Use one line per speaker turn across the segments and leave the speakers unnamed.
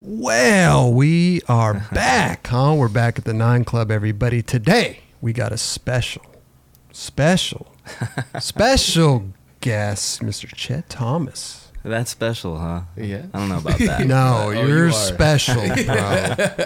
Well, we are back, huh? We're back at the Nine Club, everybody. Today, we got a special, special, special guest, Mr. Chet Thomas.
That's special, huh?
Yeah.
I don't know about that.
No,
oh,
you're
you are.
special, bro.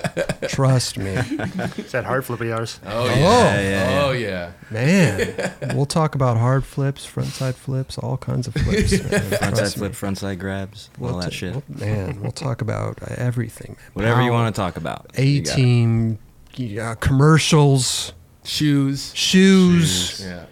Trust me.
Is that hard flippy ours?
Oh,
yeah,
Oh yeah.
Man, we'll talk about hard flips, frontside flips, all kinds of flips. man.
Frontside
Trust me.
flip, frontside grabs, all
We'll
that
t-
shit.
we'll- man, we'll talk about everything. man.
Whatever you
Power,
want to talk about.
A
you got it.
team, yeah, commercials,
Shoes.
shoes.
Yeah.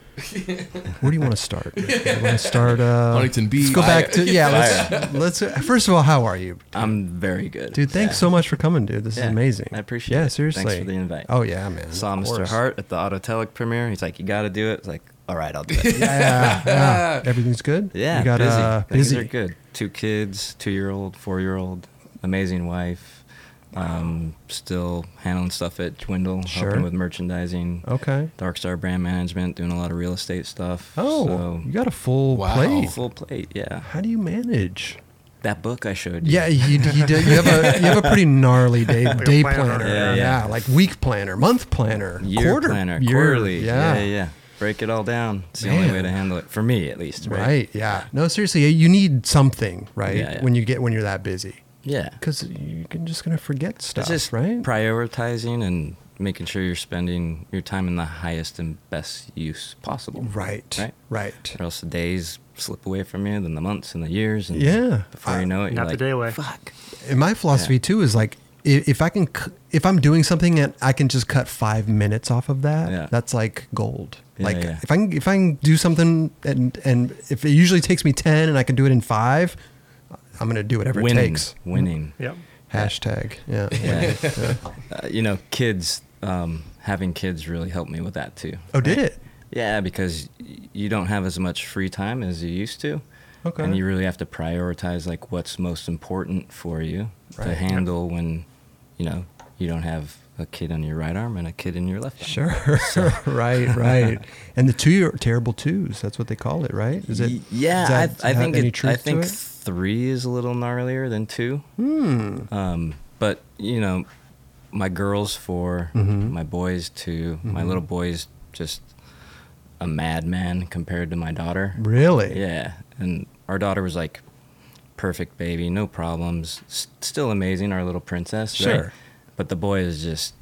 Where do you want to start? You want to start? Uh,
Huntington
Let's
Beach.
go back to
Fire.
yeah. Let's, let's first of all, how are you,
I'm very good.
dude? Thanks so much for coming, dude. This
Yeah,
is amazing.
I appreciate
yeah,
it.
seriously.
Thanks for the invite.
Oh yeah, man.
Saw
of
Mr.
course.
Hart at the Autotelic premiere. He's like, you got to do it. It's like, all right, I'll do it.
Yeah, yeah. everything's good.
yeah.
you got
busy.
Uh,
Things
busy.
are good. Two kids, two year old, four year old, amazing wife. Um, still handling stuff at Dwindle,
Sure. Oh.
helping with merchandising.
Okay.
Dark Star brand management, doing a lot of real estate stuff.
Oh,
so,
you got a full
Wow.
plate.
full plate. Yeah,
How do you manage?
that book I showed you.
Yeah, you, you, do, you have a you have a pretty gnarly day
a
day
planner.
planner.
Yeah, yeah.
like week planner, month planner,
year
quarter
planner,
year-
quarterly.
Yeah,
Yeah. yeah, Break it all down. It's the
Man.
only way to handle it for me, at least. Right.
Right. Yeah. No, seriously, you need something, right?
Yeah, yeah.
When you get when you're that busy,
Yeah.
because you're just gonna forget stuff,
It's just
right?
prioritizing and making sure you're spending your time in the highest and best use possible.
right.
Right.
Right.
Or else the days slip away from you, then the months and the years, and
Yeah.
before you know it, you're
Not the
like,
day away.
Fuck.
And my philosophy
Yeah.
too is like, i- if I can, c- if I'm doing something and I can just cut five minutes off of that,
Yeah.
that's like gold.
Yeah,
like
yeah.
if I can, if I can do something and and if it usually takes me ten and I can do it in five, I'm gonna do whatever it
Winning,
takes.
winning.
Yep.
Hashtag. Yeah.
Yeah. Uh, you know, kids. Um, having kids really helped me with that too.
Oh, did it?
Yeah, because y- you don't have as much free time as you used to.
Okay.
And you really have to prioritize like what's most important for you to
Right.
handle when, you know, you don't have a kid on your right arm and a kid in your left arm.
Sure. right, right. And the two are terrible twos. That's what they call it, right? Is it?
Y- Yeah,
does that
I, I
have
think
any
it,
truth
I think
to it?
three is a little gnarlier than two.
Hmm.
Um, but you know, my girls 4
Mm-hmm.
my boys 2 My little boy's just a madman compared to my daughter.
Really?
Yeah, and our daughter was like perfect baby, no problems, S- still amazing, our little princess. right?
Sure.
But the boy is just,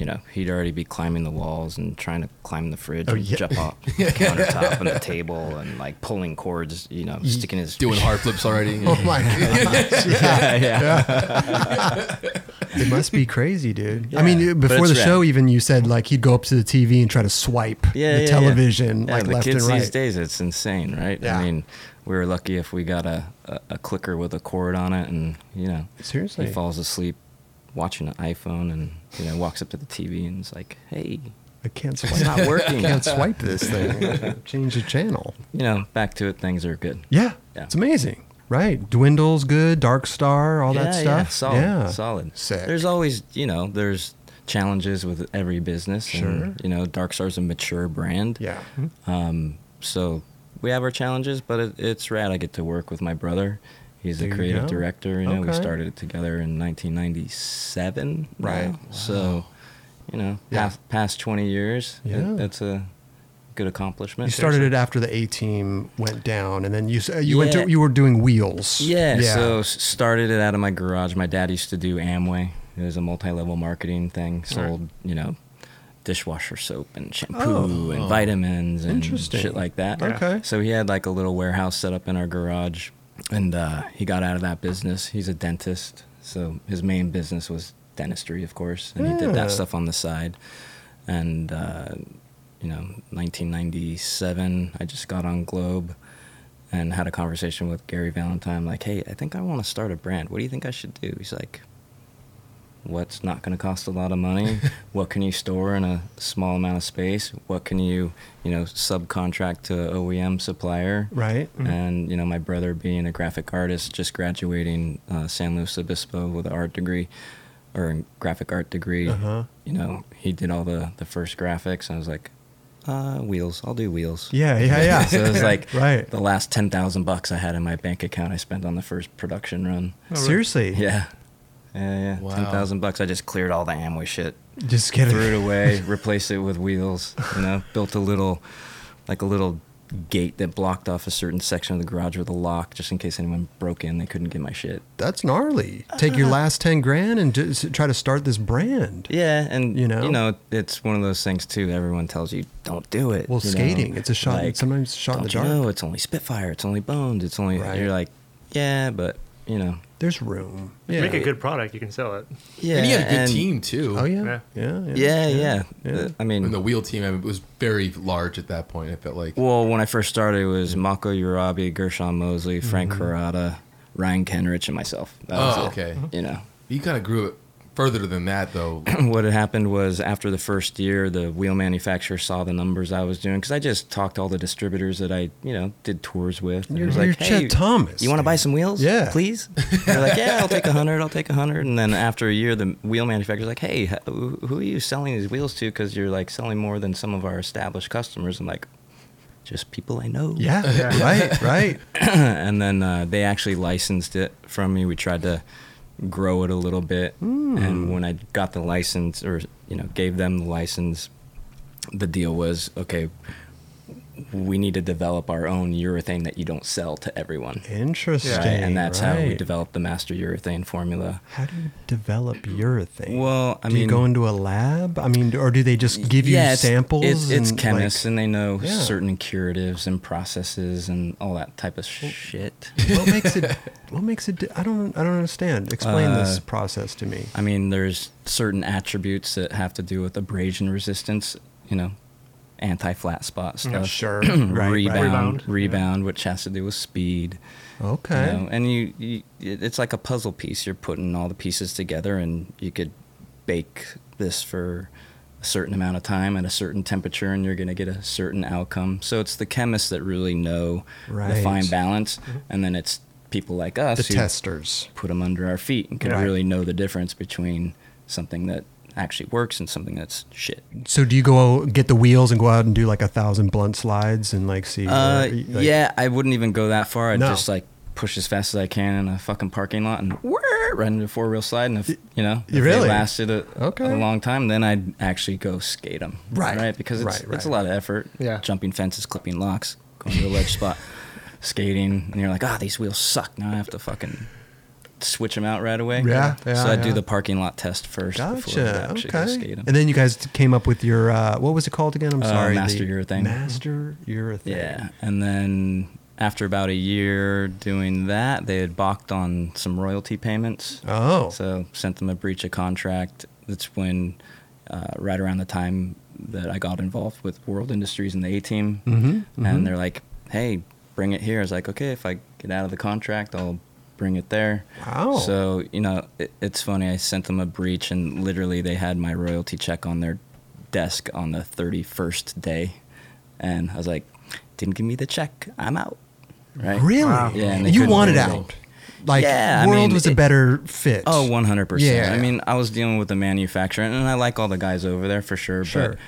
you know, he'd already be climbing the walls and trying to climb the fridge
Oh,
and
yeah.
jump off the countertop and the table and like pulling cords, you know, sticking his
Doing hard flips already.
Oh my god!
yeah, yeah.
it must be crazy, dude. I
Yeah.
mean,
But
before
it's
the
rad.
show, even you said like he'd go up to the TV and try to swipe
Yeah,
the
yeah, yeah.
television
Yeah,
like
the
left
kids
and right.
these days, it's insane, right?
Yeah.
I mean, we were lucky if we got a, a, a clicker with a cord on it, and you know,
Seriously.
he falls asleep watching an iPhone, and you know, walks up to the TV and is like, "Hey,
I can't
it's
swipe.
not working."
can't swipe this thing. Change the channel.
You know, back to it. Things are good.
Yeah,
Yeah.
it's amazing. Right? Dwindles good. Dark Star, all that
Yeah,
stuff.
solid, solid.
Sick.
There's always, you know, there's challenges with every business.
Sure.
And, you know, Dark Star's a mature brand.
yeah.
Um, so we have our challenges, but it, it's rad. I get to work with my brother. He's
There
the
you
creative
go.
director. You know, we
Okay.
started it together in 1997. now.
Right.
So, you know,
Yeah.
past, past 20 years, it-
Yeah.
that's a good accomplishment.
You started it after the A team went down, and then you s- uh, you went
Yeah.
to you were doing wheels.
Yeah, so s- started it out of my garage. My dad used to do Amway. It was a multi-level marketing thing. Sold, you know, dishwasher soap and shampoo
Oh.
and vitamins and
Interesting.
shit like that.
Okay.
So he had like a little warehouse set up in our garage, and uh, he got out of that business. He's a dentist, so his main business was dentistry, of course, and he did
Yeah.
that stuff on the side. And uh, you know, 1997, I just got on Globe and had a conversation with Gary Valentine. Like, hey, I think I want to start a brand. What do you think I should do? He's like, what's not going to cost a lot of money? what can you store in a small amount of space? What can you, you know, subcontract to OEM supplier?
right. Mm-hmm.
And you know, my brother being a graphic artist, just graduating uh, San Luis Obispo with an art degree or a graphic art degree.
Uh-huh.
You know, he did all the the first graphics. And I was like, uh, wheels. I'll do wheels.
Yeah, yeah, yeah.
so it was like
Right.
the last ten thousand bucks I had in my bank account, I spent on the first production run.
Seriously.
Yeah. Yeah, yeah.
Wow.
Ten thousand bucks. I just cleared all the Amway shit,
Just get
threw it
it.
away, replaced it with wheels. You know, built a little, like a little gate that blocked off a certain section of the garage with a lock, just in case anyone broke in, they couldn't get my shit.
That's gnarly. Take your last ten grand and just try to start this brand.
Uh-huh. Yeah, and
You
you
know?
know, you know, it's one of those things too. Everyone tells you don't do it.
Well,
you know?
skating, it's a shot- sometimes shot in the
"Don't you
dark."
know, it's only Spitfire. It's only Bones. It's only
Right.
you're like, yeah, but you know,
There's room.
You
Yeah.
Make a good product, you can sell it.
yeah.
And he had a good
and-
team too.
Oh yeah.
Yeah.
Yeah.
Yeah, yeah.
yeah.
I
And
mean,
the wheel team I mean, was very large at that point. I felt like
well, when I first started, it was Mako Urabi, Gershon Mosley, Frank Carrata, Ryan Kenrich, and myself. That was
Mm-hmm. Oh,
it,
okay.
You know,
you kind of grew it further than that though.
what had happened was after the first year, the wheel manufacturer saw the numbers I was doing because I just talked to all the distributors that I, you know, did tours with. And it
You're,
was
you're
like,
Chet
hey,
Thomas.
you want to
dude.
buy some wheels?
Yeah.
please. And They're like, yeah, I'll take a hundred. I'll take a hundred. And then after a year, the wheel manufacturer's like, hey, h- who who are you selling these wheels to? Because you're like selling more than some of our established customers. I'm like, just people I know.
Yeah.
Yeah.
Right. Right.
and then uh, they actually licensed it from me. We tried to grow it a little bit,
Hmm.
and when I got the license, or you know, gave them the license, the deal was okay. We need to develop our own urethane that you don't sell to everyone.
Interesting.
Right? And that's how we
right.
developed the master urethane formula.
How do you develop urethane?
Well, I
do you
mean-
go into a lab? I mean, or do they just give you
Yeah, it's-
samples?
It's, it's
and,
chemists,
like,
and they know
Yeah.
certain curatives and processes and all that type of shit.
what makes it? What makes it? di- I don't. I don't understand. Explain this
Uh,
process to me.
I mean, there's certain attributes that have to do with abrasion resistance, you know, anti-flat spot stuff.
sure. right, right.
rebound,
Rebound,
rebound,
yeah.
which has to do with speed. you
Okay.
know, and you, you, it- it's like a puzzle piece. You're putting all the pieces together, and you could bake this for a certain amount of time at a certain temperature, and you're going to get a certain outcome. So it's the chemists that really know the
Right. Mm-hmm.
fine balance, and then it's people like us
the
who
testers.
put them under our feet and can
Right.
really know the difference between something that actually works and something that's shit.
So do you go get the wheels and go out and do like a thousand blunt slides and like see?
Uh,
where- like-
yeah, I wouldn't even go that far. I'd
No.
just like push as fast as I can in a fucking parking lot and right into a four wheel slide. And if you know,
you
if
really?
they lasted a,
Okay.
a long time, then I'd actually go skate them.
Right.
right, because it's
Right,
it's a
right.
lot of effort.
Yeah.
jumping fences, clipping locks, going to a ledge spot, skating, and you're like, ah, these wheels suck. Now I have to fucking. Switch them out right away.
Yeah, yeah,
so I would do
yeah.
the parking lot test first before I
Gotcha.
actually go
Okay.
skate 'em.
And then you guys came up with your uh, what was it called again? I'm
Uh,
sorry.
Master
the-
Urethane.
Master urethane.
Yeah, and then after about a year doing that, they had balked on some royalty payments.
Oh.
So sent them a breach of contract. That's when, uh, right around the time that I got involved with World Industries and the A Team,
Mhm, mhm.
and they're like, "Hey, bring it here." I was like, "Okay, if I get out of the contract, I'll." Bring it there.
Wow.
So you know, it, it's funny. I sent them a breach, and literally, they had my royalty check on their desk on the thirty-first day, and I was like, "Didn't give me the check. I'm out." Right?
Really?
Wow.
Yeah, and they
you
couldn't
wanted
really-
out. Like
Yeah, I
world
mean,
was a
it-
better fit.
Oh, 100%.
Yeah.
I mean, I was dealing with the manufacturer, and I like all the guys over there for sure,
Sure.
but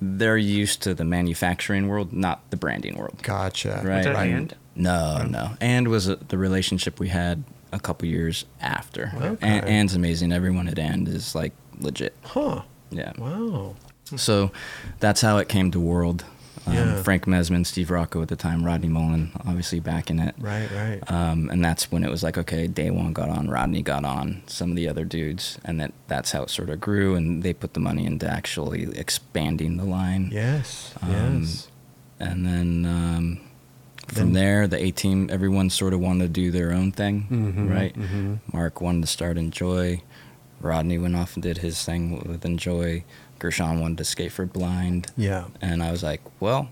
they're used to the manufacturing world, not the branding world.
Gotcha.
Right.
that
right.
And?
No, no. And was uh, the relationship we had a couple years after.
Okay.
And, And's amazing. Everyone at And is like legit.
Huh.
Yeah.
Wow.
So that's how it came to World. Um,
Yeah.
Frank Mesman, Steve Rocco at the time, Rodney Mullen, obviously backing it.
Right. Right.
Um, and that's when it was like, okay, Day One got on, Rodney got on, some of the other dudes, and that that's how it sort of grew. And they put the money into actually expanding the line.
yes.
um,
yes.
And then um,
Then-
from there, the A team, everyone sort of wanted to do their own thing,
Mhm,
right?
mhm.
Mark wanted to start Enjoy. Rodney went off and did his thing with Enjoy. Gershon wanted to skate for Blind.
Yeah.
And I was like, well,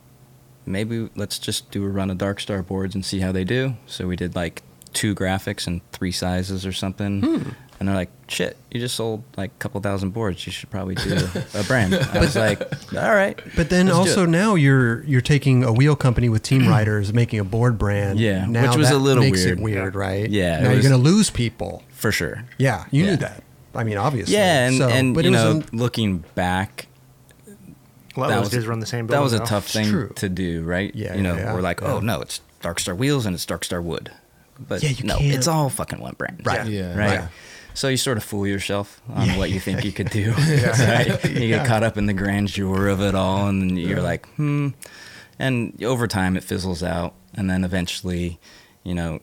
maybe let's just do a run of Dark Star boards and see how they do. So we did like two graphics and three sizes or something. And they're like, shit, you just sold like a couple thousand boards. You should probably do a brand. I was like, all right.
But then
Let's do
also
it.
now you're you're taking a wheel company with team riders, making a board brand.
Yeah,
Now
which was
that
a little
makes it
weird.
weird, right?
Yeah, it
Now
was-
you're gonna lose people.
for sure.
Yeah. You
Yeah.
knew that. I mean, obviously.
Yeah, and,
so,
and
but
you
it was
know,
un-
looking back,
A lot
That
of
was-
those dudes run the same
that
building,
was a
though.
tough thing
true.
to do, right?
Yeah,
you know,
yeah,
we're like,
yeah.
oh no, it's Dark Star Wheels and it's Dark Star Wood, but
Yeah, you
no,
can't-
it's all fucking one brand,
Right.
Yeah.
Right.
Yeah.
So you sort of fool yourself on what you think you could do. right? You
Yeah.
get caught up in the grandeur of it all, and then you're like, hmm. And over time, it fizzles out, and then eventually, you know,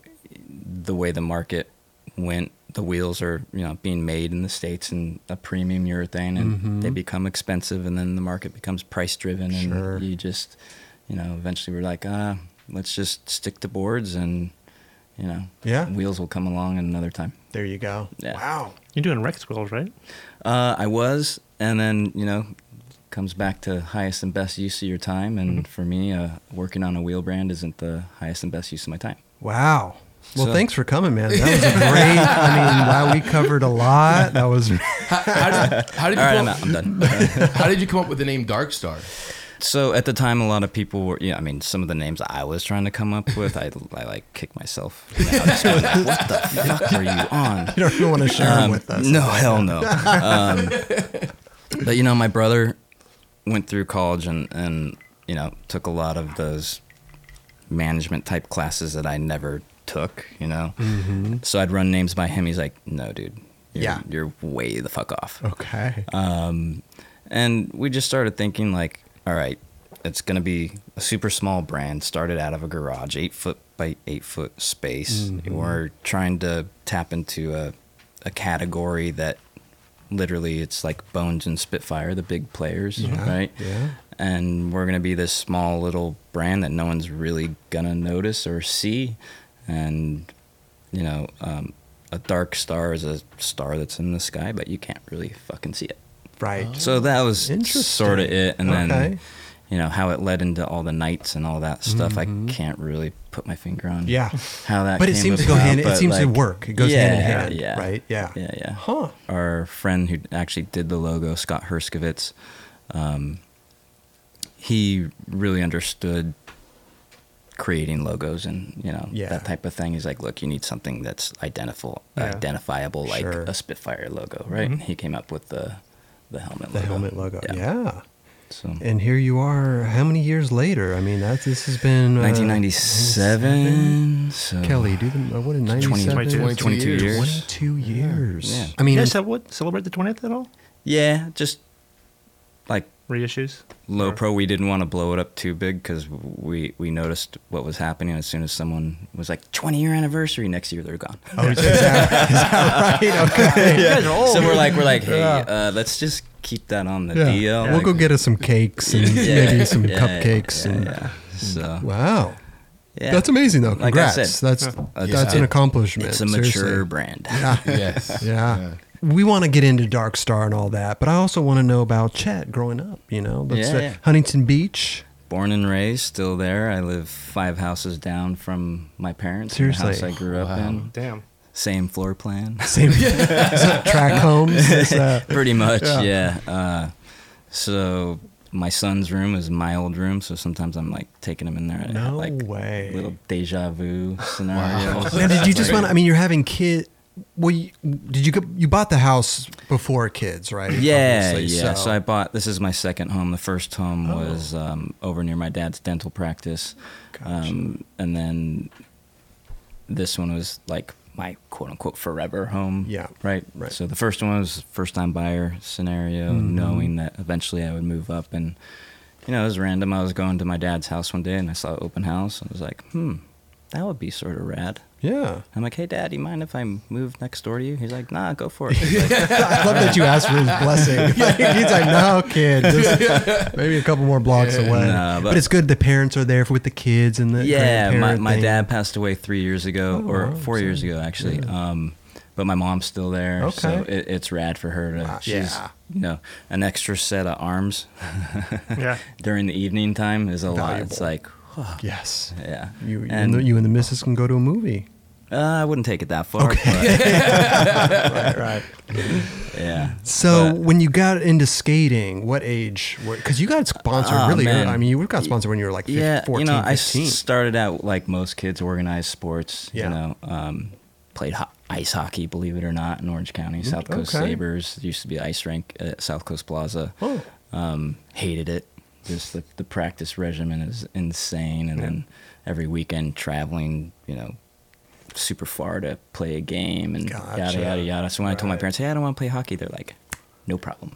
the way the market went, the wheels are you know being made in the states and a premium urethane, and
Mm-hmm.
they become expensive, and then the market becomes price driven, and
Sure.
you just, you know, eventually we're like, ah, let's just stick to boards, and you know,
Yeah.
wheels will come along at another time.
There you go.
Yeah.
Wow.
You're doing Rex World, right?
Uh, I was, and then you know, comes back to highest and best use of your time. And
Mm-hmm.
for me, uh, working on a wheel brand isn't the highest and best use of my time.
Wow. Well,
So-
thanks for coming, man. That was a great. I mean, wow, we covered a lot. That was
How did, how did you
All right, I'm
come up,
out. I'm done. Uh,
How did you come up with the name Dark Star?
so at the time, a lot of people were. Yeah, I mean, some of the names I was trying to come up with, I, I like kick myself. now, just being like, what the fuck are you on?
you don't want to share them
Um,
with us.
No, hell no. um, but you know, my brother went through college and and you know took a lot of those management type classes that I never took. You know, so I'd run names by him. He's like, "No, dude, you're,
Mm-hmm. Yeah. Oh,
you're way the fuck off."
Okay.
Uh, Um, And we just started thinking like, all right, it's gonna be a super small brand. Started out of a garage, eight foot by eight foot space.
Mm-hmm.
We're trying to tap into a a category that literally it's like Bones and Spitfire, the big players, right?
yeah.
And we're gonna be this small little brand that no one's really gonna notice or see. And you know, um, a dark star is a star that's in the sky, but you can't really fucking see it.
right.
So that was
Oh, Interesting.
sort of it, and
Okay.
then you know how it led into all the nights and all that stuff. I can't really put my finger on
Mm-hmm. Yeah.
how that.
But it
came
seems to go
about,
hand. It
but,
seems to
like,
work. It goes hand in
yeah,
hand.
Yeah,
Right. Yeah.
yeah, yeah.
Huh.
Our friend who actually did the logo, Scott Herskovitz, um, he really understood creating logos and you know
Yeah.
that type of thing. He's like, look, you need something that's identifiable,
Yeah.
identifiable, like
Sure. Mm-hmm.
a Spitfire logo, right? He came up with the the helmet
The
logo.
helmet logo. Yeah.
So
And here you are. How many years later? I mean, that this has been uh,
1997. So
Kelly, do the uh, what in
22.
97?
22
years.
years.
22 years.
Yeah.
I mean,
you guys have what celebrate the twentieth at all?
Yeah, just like
Reissues.
low
Or-
pro, we didn't want to blow it up too big because we we noticed what was happening as soon as someone was like 20 year anniversary next year they're gone.
oh, is that, is that right? Okay.
You guys are old.
So we're like we're like hey,
Oh. Yeah.
uh, let's just keep that on the
Yeah.
deal.
We'll
Like,
go get us some cakes and
yeah,
maybe some
yeah,
cupcakes.
yeah,
and
yeah. So
Wow.
yeah.
That's amazing, though.
Like I
Congrats.
said,
that's
it's-
that's an
it-
accomplishment.
It's a mature
seriously.
brand.
Yes.
Yeah. We want to get into Dark Star and all that, but I also want to know about Chet growing up. You know, that's
Yeah,
uh,
yeah.
Huntington Beach.
Born and raised, still there. I live five houses down from my parents. in the house
Seriously?
I grew up
Wow.
in.
damn.
Same floor plan.
Same track homes. It's, uh,
pretty much
Yeah.
yeah, Uh, so my son's room is my old room so sometimes i'm like taking him in there I have,
No
like
way.
little deja vu scenarios
now, did you just want? to I mean, you're having kid. Well, you, did you go- you bought the house before kids, right?
yeah
Obviously, Oh.
yeah so. i bought this is my second home the first home was um, over near my dad's dental practice um, and then this one was like my quote unquote forever home
Yeah.
right
Right. Mm-hmm.
so the first one was first time buyer scenario knowing that eventually i would move up and you know it was random i was going to my dad's house one day and i saw open house and i was like hmm that would be sort of rad
yeah.
i'm like hey dad do you mind if i move next door to you he's like nah go for it He's like,
I love that you asked for his blessing. Like, he's like, no, kid, just maybe a couple more blocks away.
Nah,
but,
but-
it's good the parents are there for, with the kids and the
yeah my,
uh, grandparent
my
thing.
dad passed away three years ago
Oh,
or
wow,
four years ago actually um, but my mom's still there so
Okay.
it, it's rad for her to
Wow,
she's
yeah.
you know an extra set of arms
Yeah.
during the evening time is a lot it's
Valuable.
like whew,
Yes,
yeah
you you and,
and
the, you and the missus can go to a movie.
uh, i wouldn't take it that far okay.
Right, right.
but yeah
So
But-
when you got into skating, what age? Because you got sponsored
Ah,
really.
man.
early. I mean, you got sponsored when you were like 15,
yeah
14,
you know i
15.
s- started out like most kids organized sports
Yeah.
you know um, played ho- ice hockey believe it or not in orange county south coast
okay.
sabres used to be an ice rink at south coast plaza
Oh.
um, hated it. Just the, the practice regimen is insane, and then every weekend traveling, you know, super far to play a game and
Gotcha.
yada yada yada. So when I told my parents, hey, I don't want to play hockey, they're like, no problem.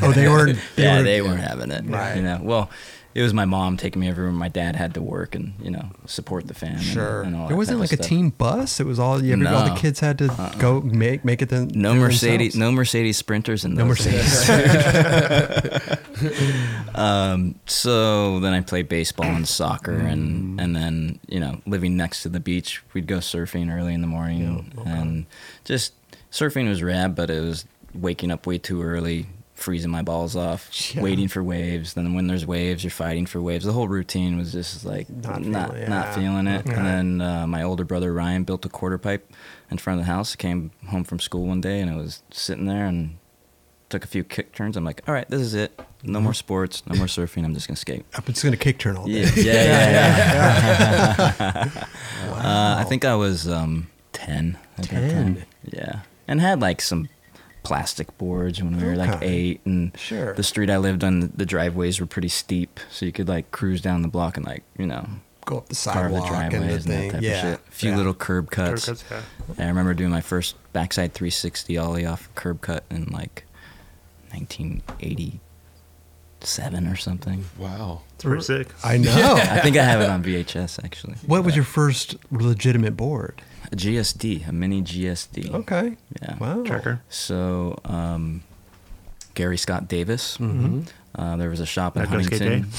Oh, they weren't. They
yeah,
were,
they weren't having it.
Right.
You know, well, it was my mom taking me everywhere. My dad had to work and you know support the family.
Sure.
And, and all
it
that
wasn't
type
like
of
a
stuff.
team bus. It was all every, all the
No. Uh-uh.
kids had to go make make it. Then
No Mercedes, no Mercedes sprinters in
no
those
Mercedes.
so then I played baseball and soccer, and and then you know living next to the beach, we'd go surfing early in the morning, and just surfing was rad, but it was waking up way too early, freezing my balls off,
Yeah.
waiting for waves. Then when there's waves, you're fighting for waves. The whole routine was just like
Not
not
feeling-
not,
yeah.
feeling it.
Okay.
And then uh, my older brother Ryan built a quarter pipe in front of the house. Came home from school one day, and I was sitting there and took a few kick turns. I'm like, all right, this is it. No more sports, no more surfing. I'm just gonna skate.
I'm just gonna kick turn all day.
Yeah, yeah, yeah. yeah. uh, I think I was um, ten. At That
10.
time. Yeah, and had like some plastic boards when we were like
Okay.
eight, and
Sure.
the street I lived on, the driveways were pretty steep, so you could like cruise down the block and like you know
Go up the
carve the
sidewalk and the
driveways and,
thing.
that type
yeah.
of shit. A few
Yeah.
little curb
Curb
cuts.
cuts, yeah.
I remember doing my first backside 360 ollie off curb cut in like 1987 or something.
Wow.
It's pretty sick.
I know.
I think I have it on VHS actually.
What was your first legitimate board?
A GSD, a mini GSD.
Okay.
Yeah.
Wow.
Tracker.
So, um, Gary Scott Davis. Uh, there was a shop in
Not Go Skate
Huntington.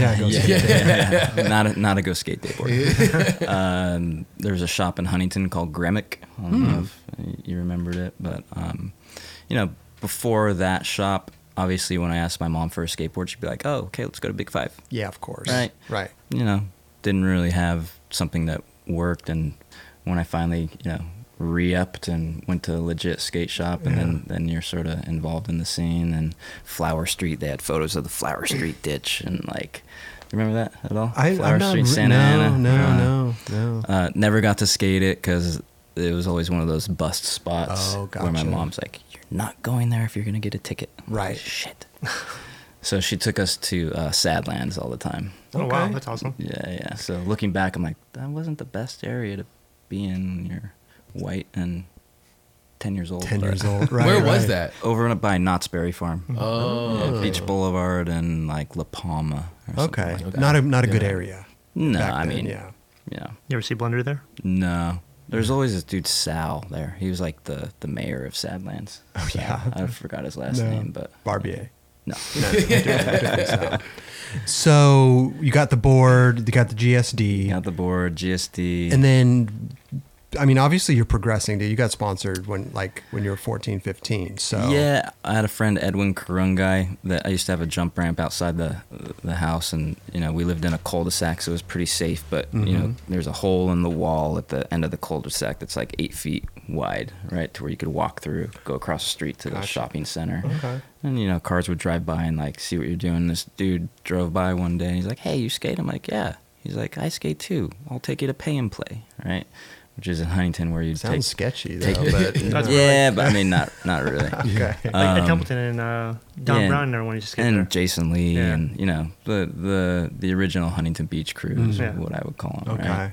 Yeah. I go see that.
yeah, yeah. not a, not a go skate day board. um, there was a shop in Huntington called Gremick. I don't know if you remembered it, but um, you know, before that shop, obviously, when I asked my mom for a skateboard, she'd be like, "Oh, okay, let's go to Big Five.
Yeah, Of course.
Right.
Right.
you know, didn't really have something that worked. And when I finally, you know, re upped and went to a legit skate shop, and then, then you're sort of involved in the scene. And Flower Street, they had photos of the Flower Street ditch. And like, you remember that at all?
I,
Flower
I'm not.
Street,
re-
Santa
no,
Ana.
no,
Uh,
no, no,
Uh, never got to skate it because it was always one of those bust spots
Oh,
where my
gotcha.
mom's like, you're not going there if you're going to get a ticket. I'm like,
Right.
Shit. so she took us to uh, Sadlands all the time.
Oh, wow.
Okay.
That's awesome.
Yeah, yeah. So looking back, I'm like, that wasn't the best area to be in when you're white and 10 years old.
Ten
but-
years old. Right.
Where was
right.
that?
Over and by Knott's Berry Farm.
Oh.
Yeah, Beach Boulevard and like La Palma. Or
Okay.
Something like that.
not a not a good
Yeah.
area.
No,
back
I
then,
mean,
yeah.
you know,
You ever see Blunder there?
no. There's always this dude Sal there. He was like the, the mayor of Sadlands. Oh
yeah.
I forgot his last
No.
name, but
Barbier.
no.
So you got the board, you got the GSD,
Got the board, GSD.
and then I mean obviously you're progressing. dude. You got sponsored when like when you were 14, 15. So
Yeah, I had a friend Edwin Karungai that I used to have a jump ramp outside the the house, and you know we lived in a cul-de-sac, so it was pretty safe. But you know
Mm-hmm.
there's a hole in the wall at the end of the cul-de-sac that's like eight feet wide, right, to where you could walk through, go across the street to the
Gotcha.
shopping center,
Okay.
and you know cars would drive by and like see what you're doing. This dude drove by one day, and he's like, "Hey, you skate?" I'm like, "Yeah." He's like, "I skate too. I'll take you to pay and play, right?" Which is in Huntington where you take.
sounds sketchy though, but you
That's
know.
yeah, but I mean, not not really.
okay.
Like at
Um,
Templeton and uh, Don
yeah,
Brown and everyone used to skate
and
there.
Jason Lee
Yeah.
and you know the the the original Huntington Beach crew is
Mm. Yeah.
what I would call them.
Okay.
Right?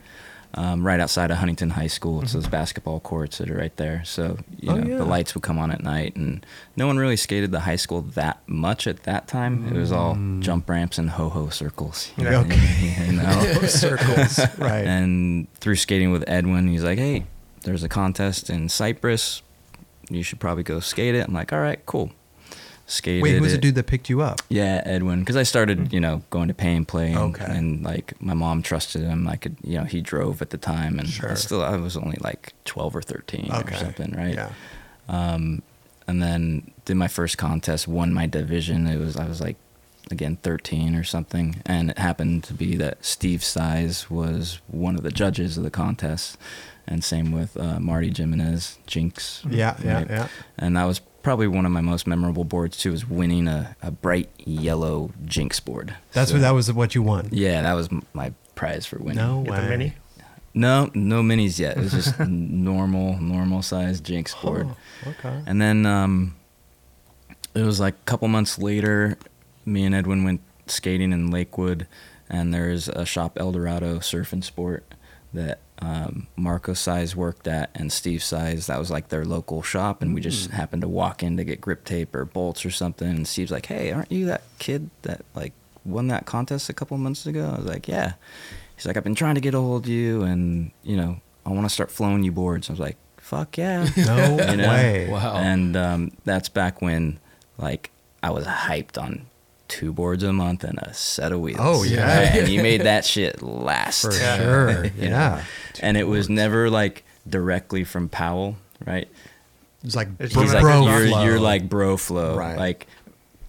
Um, right outside of Huntington High School,
Mm-hmm.
it's those basketball courts that are right there. So you
Oh,
know
yeah.
the lights would come on at night, and no one really skated the high school that much at that time. It was all jump ramps and ho ho circles. you
Yeah.
know?
Mm. Okay.
You know?
Circles, right?
And through skating with Edwin, he's like, "Hey, there's a contest in Cyprus. You should probably go skate it." I'm like, "All right, cool." Skated
Wait, who was
it.
the dude that picked you up?
Yeah, Edwin, because I started, you know, going to pay and play, and,
Hmm. Okay.
and like my mom trusted him. I could, you know, he drove at the time, and
Sure.
I still I was only like twelve or thirteen
Okay.
or something, right? Um,
Yeah.
And then did my first contest, won my division. It was I was like, again, thirteen or something, and it happened to be that Steve Size was one of the judges of the contest, and same with uh, Marty Jimenez, Jinx.
Yeah, yeah, yeah.
And that was probably one of my most memorable boards too. Was winning a, a bright yellow Jinx board.
That's
So-
what that was what you won.
yeah, that was m- my prize for winning.
No
Get
way.
the mini.
no, no minis yet. It was just n- normal, normal size Jinx board.
Huh, okay.
And then um, it was like a couple months later, me and Edwin went skating in Lakewood, and there's a shop, El Dorado Surf and Sport, that um, Marco Size worked at and Steve Size. That was like their local shop, and we just happened to walk in to get grip tape or bolts or something. And Steve's like, "Hey, aren't you that kid that like won that contest a couple months ago?" I was like, "Yeah." He's like, "I've been trying to get a hold of you, and you know, I want to start flowing you boards." I was like, "Fuck yeah!"
No
You know?
way.
Wow.
And um, that's back when like I was hyped on two boards a month and a set of wheels.
Oh, yeah.
And you made that shit last.
For sure.
You know?
Yeah.
and it was never like directly from Powell, right?
It's like
It's
bro,
just like
bro
a
you're,
flow.
you're like bro flow.
Right.
Like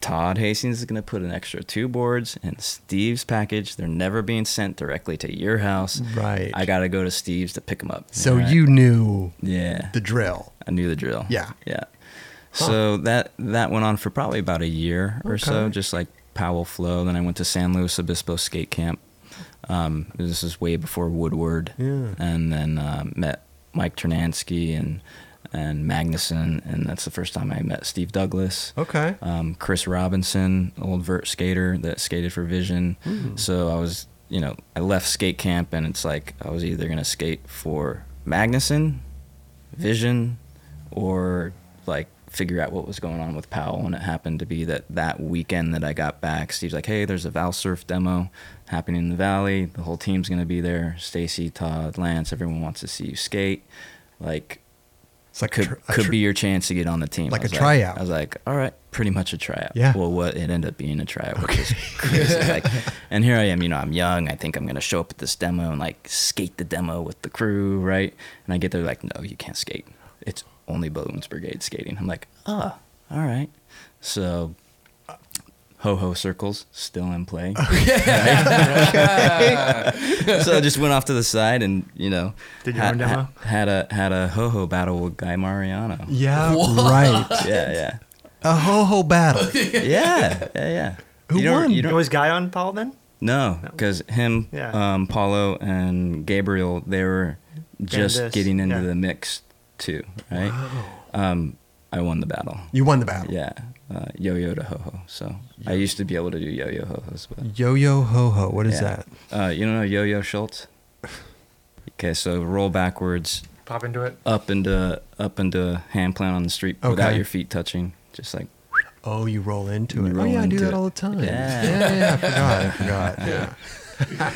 Todd Hastings is going to put an extra two boards in Steve's package. They're never being sent directly to your house.
Right.
I got to go to Steve's to pick them up.
so
Right?
you knew
yeah.
the drill.
I knew the drill.
Yeah.
Yeah. So that that went on for probably about a year or so,
Okay.
just like Powell Flow. Then I went to San Luis Obispo Skate Camp. Um, this is way before Woodward.
Yeah.
And then uh, met Mike Ternansky and and Magnuson, and that's the first time I met Steve Douglas
Okay.
um, Chris Robinson, old vert skater that skated for Vision. So I was, you know, I left skate camp and it's like I was either gonna skate for Magnuson, Vision, or like figure out what was going on with Powell. And it happened to be that that weekend that I got back, Steve's like, "Hey, there's a Val Surf demo happening in the Valley. The whole team's gonna be there. Stacy, Todd, Lance, everyone wants to see you skate." Like
It's like
could
a tr- a
could
tr-
be your chance to get on the team.
Like
I was
a tryout.
I was like, all right, pretty much a tryout.
Yeah.
Well, what it ended up being a tryout, which is crazy. like, and here I am. You know, I'm young. I think I'm gonna show up at this demo and like skate the demo with the crew, right? And I get there like, no, you can't skate. It's only Bowman's Brigade skating. I'm like, oh, all right. So. Ho ho circles still in play. so I just went off to the side and you know
Did your own
ha-
demo?
ha- had a had a ho ho battle with Guy Mariano.
Yeah. Right.
Yeah,
A ho ho battle.
yeah, yeah, yeah, yeah.
Who
you don't,
won?
You
It
don't,
was Guy on Paul then?
no, because him,
Yeah.
um, Paulo, and Gabriel, they were just
this,
getting into
yeah.
the mix too, right? Um, I won the battle.
You won the battle.
Yeah, uh, yo yo to ho ho. So I used to be able to do yo yo ho hos, but
Yo yo ho ho. What is
yeah.
that?
Uh, you don't know yo yo Schultz? Okay, so roll backwards,
Pop into it.
up into up into hand plant on the street without
Okay.
your feet touching, just like
Oh, you roll into
You
it. oh
roll
yeah, I do
into
that
it.
all the time.
Yeah.
yeah, yeah, I forgot. I forgot. Yeah.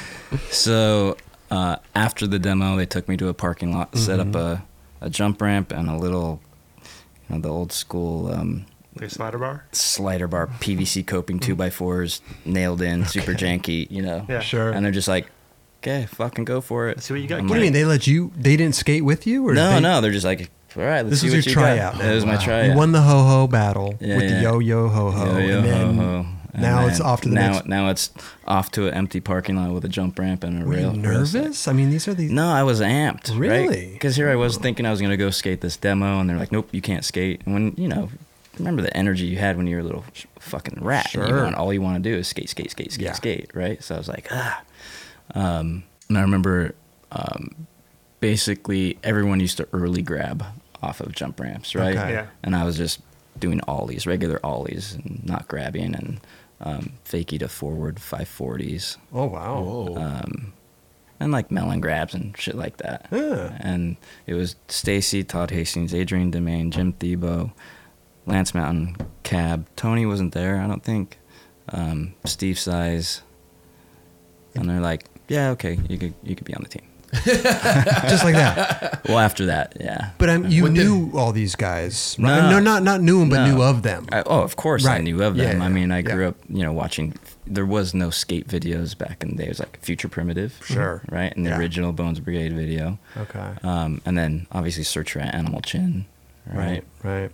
So uh, after the demo, they took me to a parking lot, set up a,
Mm-hmm.
a jump ramp and a little, you know, the old school um,
The slider bar.
slider bar PVC
Mm-hmm.
coping two by fours, nailed in, super janky, you know.
Yeah.
Sure.
And they're just like, okay, fucking go for it.
Let's see what you got,
I'm
kid."
What do you mean they let you? They didn't skate with you, or
no,
they,
no, they're just like, all right, let's
This
see
was
what
your
you
tryout.
got. It was my
Wow.
tryout.
You won the ho ho battle
Yeah,
with the
yeah.
yo yo ho ho,
Yo, yo,
and then
ho, ho. And
now it's
then-
off to the
now,
next.
Now it's off to an empty parking lot with a jump ramp and a
Were
rail.
you
rail set.
nervous? I mean, these are these.
No, I was amped.
Really?
Because here I was thinking I was going to go skate this demo, and they're like, nope, you can't skate. And when, you know, remember the energy you had when you were a little sh- fucking rat. and You
Sure.
want, all you want to do is skate, skate, skate, skate,
Yeah.
skate, right? So I was like, ah. Um, and I remember um, basically everyone used to early grab off of jump ramps, right?
Okay.
Yeah.
And I was just doing ollies, regular ollies, and not grabbing, and um, fakie to forward 540s
Oh wow.
Whoa.
and like melon grabs and shit like that.
Yeah.
And it was Stacy, Todd Hastings, Adrian Demain, Jim Thebo, Lance Mountain, Cab. Tony wasn't there, I don't think. Um, Steve Size. And they're like, yeah, okay, you could you could be on the team.
Just like that.
Well, after that, yeah.
But
um,
I'm, you
What the-
knew all these guys. Right?
No.
No, not not knew them, but
No.
knew of them.
I, oh, of course I
Right.
knew of
Yeah,
them.
yeah,
I mean, I
yeah.
grew up, you know, watching. There was no skate videos back in the day. It was like Future Primitive,
Sure.
right, and the
Yeah.
original Bones Brigade video.
okay.
um, and then obviously search for animal chin right?
Right.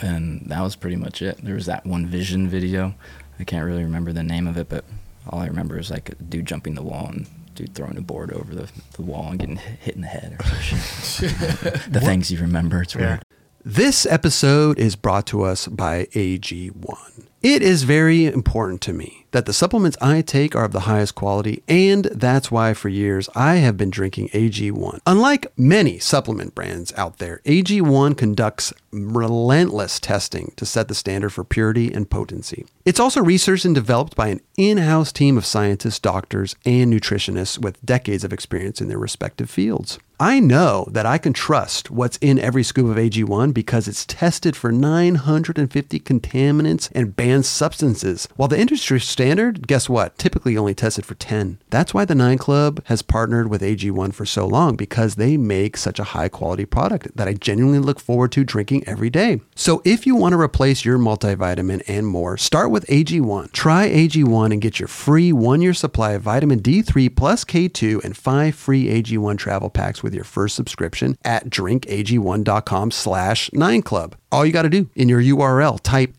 and that was pretty much it there was that one vision video i can't really remember the name of it but all i remember is like a dude jumping the wall and dude throwing a board over the, the wall and getting hit hit in the head or some shit. the things you remember it's
Yeah.
weird
This episode is brought to us by AG1. It is very important to me
that the supplements I take are of the highest quality, and that's why for years I have been drinking AG1. Unlike many supplement brands out there, AG1 conducts relentless testing to set the standard for purity and potency. It's also researched and developed by an in house team of scientists, doctors, and nutritionists with decades of experience in their respective fields. I know that I can trust what's in every scoop of AG1 because it's tested for 950 contaminants and banned substances. While the industry standard, guess what, typically only tested for 10. That's why the 9 Club has partnered with AG1 for so long because they make such a high quality product that I genuinely look forward to drinking every day. So if you want to replace your multivitamin and more, start with AG1. Try AG1 and get your free one year supply of vitamin D3 plus K2 and five free AG1 travel packs with your first subscription at drinkag1.com slash 9club. All you got to do in your URL, type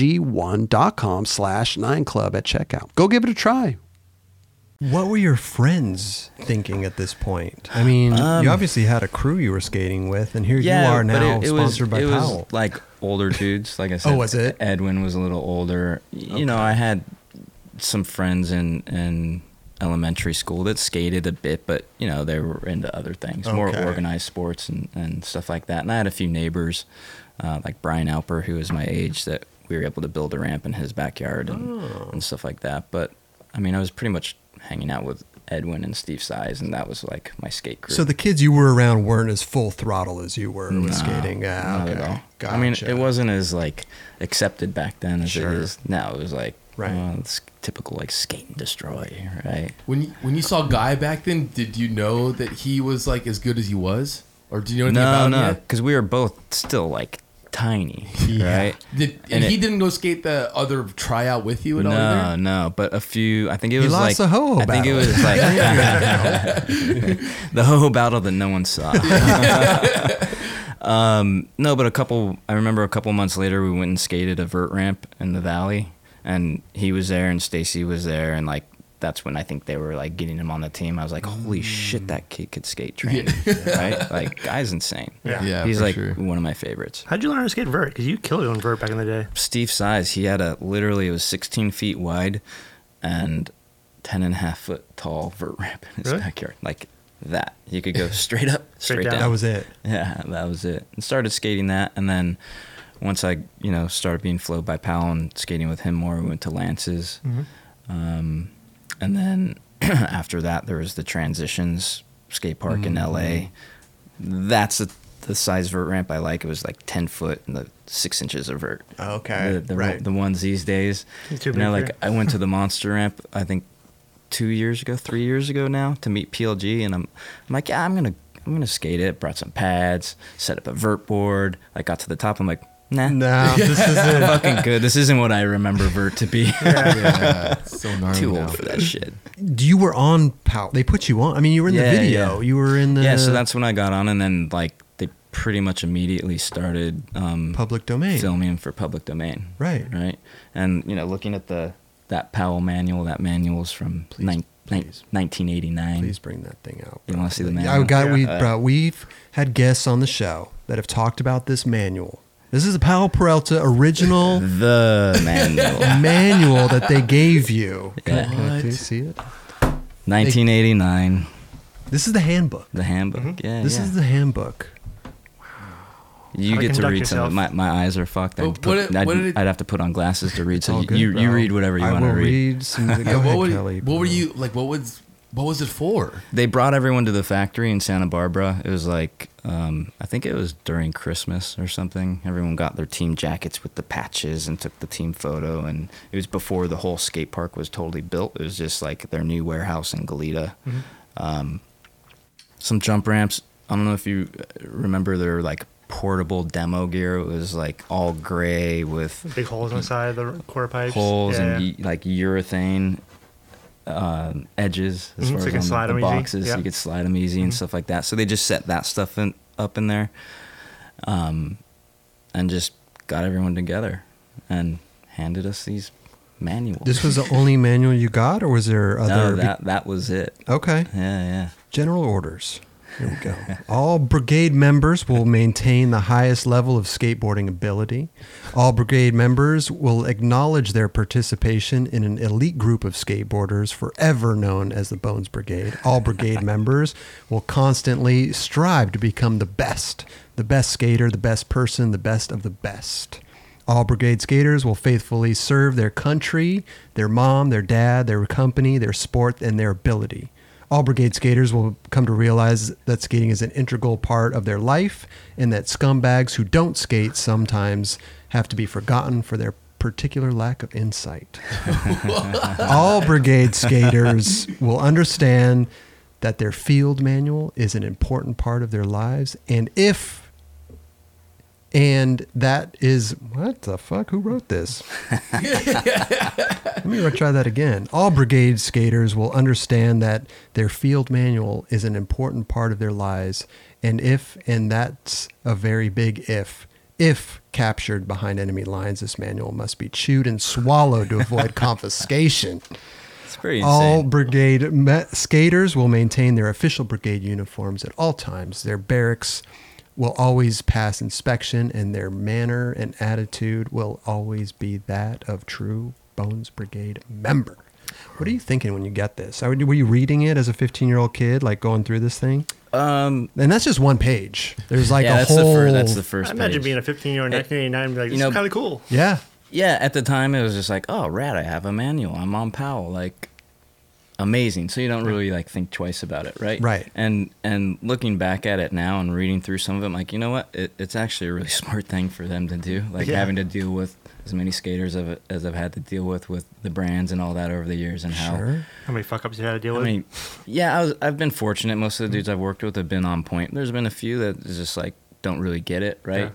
drinkag1.com slash 9club at checkout. Go give it a try.
What were your friends thinking at this point? I mean,
um,
you obviously had a crew you were skating with, and here you are now, sponsored by
it
Powell. Oh,
was like older dudes. Like I said,
was it?
Edwin was a little older. Y- You know, I had some friends in in elementary school that skated a bit, but you know they were into other things, more
Okay.
organized sports and and stuff like that. And I had a few neighbors, uh, like Brian Alper, who was my age, that we were able to build a ramp in his backyard and
Oh.
and stuff like that. But I mean, I was pretty much hanging out with. Edwin and Steve Size, and that was like my skate crew.
so the kids you were around weren't as full throttle as you were with
No,
skating. Ah,
Not
okay.
at all.
Gotcha.
I mean, it wasn't as like accepted back then as
Sure.
it is now. It was like
Right.
well, it's typical like skate and destroy, right?
When you, when you saw Guy back then, did you know that he was like as good as he was, or do you know anything
No,
about him
no,
yet?
because we were both still like tiny, right?
Did, and,
And
he
it-
didn't go skate the other tryout with you at all.
No,
either?
no, but a few. I think it was
lost
like
the ho-ho
I think it
battle.
was like the ho ho battle that no one saw. um, no, but a couple. I remember a couple months later, we went and skated a vert ramp in the valley, and he was there, and Stacy was there, and like that's when I think they were like getting him on the team. I was like, holy shit, that kid could skate train, right? Like, guy's insane.
Yeah.
Yeah,
he's
for
like
sure.
one of my favorites.
How'd you learn how to skate vert? Because you killed it on vert back in the day.
Steve size. He had a literally it was 16 feet wide and 10 and a half foot tall vert ramp in his
Really?
backyard. Like that. You could go straight up, straight,
down.
down.
that was it.
Yeah, that was it. And started skating that, and then once I, you know, started being flowed by Powell and skating with him more, we went to Lance's, um, and then after that, there was the transitions skate park in L.A. That's the the size vert ramp I like. It was like ten foot and the six inches of vert.
Okay,
the, the,
right.
The ones these days,
It's too
you know,
big for
like I went to the monster ramp. I think two years ago, three years ago now to meet PLG, and I'm, I'm like, yeah, I'm gonna, I'm gonna skate it. Brought some pads, set up a vert board. I got to the top, I'm like, nah,
No, this is it.
fucking good. This isn't what I remember vert to be.
Yeah, it's so gnarly
Too
now.
old for that shit.
You were on Powell. They put you on. I mean, you were in
Yeah,
the video.
yeah.
You were in the
yeah,
uh,
so that's when I got on, and then like they pretty much immediately started um,
public domain.
filming for public domain.
Right.
Right. And you know, looking at the that Powell manual, that manual's from
Please,
nine, nine-
please.
1989.
Please bring that thing out.
You
bro.
wanna see the
I
manual?
got we
Yeah. uh,
bro, we've had guests on the show that have talked about this manual. This is a Powell Peralta original
The manual.
manual that they gave you.
Yeah.
Can I please see it?
1989.
This is the handbook.
The handbook. Yeah.
Mm-hmm. This
yeah.
is the handbook.
you
How to
get to
conduct
read some. of it. My
yourself.
my eyes are
Oh,
fucked. I'd,
Well,
put-
what it-
I'd,
what did it-
I'd have to put on glasses to read.
It's
So
all good,
you, you
bro.
read whatever you
I
want to
will
read.
read. some of the- go
Yeah,
ahead,
what, would,
Kelly,
what were
bro.
you like? What was what was it for?
They brought everyone to the factory in Santa Barbara. It was like um, I think it was during Christmas or something. Everyone got their team jackets with the patches and took the team photo. And it was before the whole skate park was totally built. It was just like their new warehouse in Goleta. Um, some jump ramps. I don't know if you uh, remember their like portable demo gear. It was like all gray with
Big holes on the side of the core pipes.
holes
yeah.
and y- like urethane um, edges as
Mhm, so
far as
you can
on
slide
the,
'em
the
easy,
boxes.
yeah. Mm-hmm.
You could slide them easy and stuff like that. So they just set that stuff in, up in there, um, and just got everyone together and handed us these manuals.
This was the only manual you got, or was there
no,
other?
that that was it.
okay,
Yeah, yeah.
general orders. Here we go. All brigade members will maintain the highest level of skateboarding ability. All brigade members will acknowledge their participation in an elite group of skateboarders forever known as the Bones Brigade. All brigade members will constantly strive to become the best, the best skater, the best person, the best of the best. All brigade skaters will faithfully serve their country, their mom, their dad, their company, their sport, and their ability. All brigade skaters will come to realize that skating is an integral part of their life and that scumbags who don't skate sometimes have to be forgotten for their particular lack of insight. All brigade skaters will understand that their field manual is an important part of their lives and if and that is what the fuck? Who wrote this? Let me re- try that again. All brigade skaters will understand that their field manual is an important part of their lives, and if, and that's a very big if, if captured behind enemy lines, this manual must be chewed and swallowed to avoid confiscation.
It's pretty
All
insane.
brigade me- skaters will maintain their official brigade uniforms at all times. Their barracks will always pass inspection, and their manner and attitude will always be that of true Bones Brigade member. What are you thinking when you get this? I would- Were you reading it as a 15 year old kid, like going through this thing?
um,
And that's just one page. There's like
yeah,
a
that's
whole.
the first. That's the first.
I imagine
page.
being a 15 year old in
It-
1989 and be like,
you
this
know-
is kind of cool.
yeah.
Yeah, at the time it was just like, oh, rad, I have a manual. I'm on Powell. Like amazing. So you don't really like think twice about it, right?
Right.
And and looking back at it now and reading through some of it, I'm like, you know what? It, it's actually a really smart thing for them to do. Like
Yeah.
having to deal with as many skaters of, as I've had to deal with with the brands and all that over the years and how
Sure.
How many fuck ups you had to deal
I
with?
mean, yeah, I was, I've been fortunate. Most of the dudes I've worked with have been on point. There's been a few that is just like don't really get it, right?
Yeah.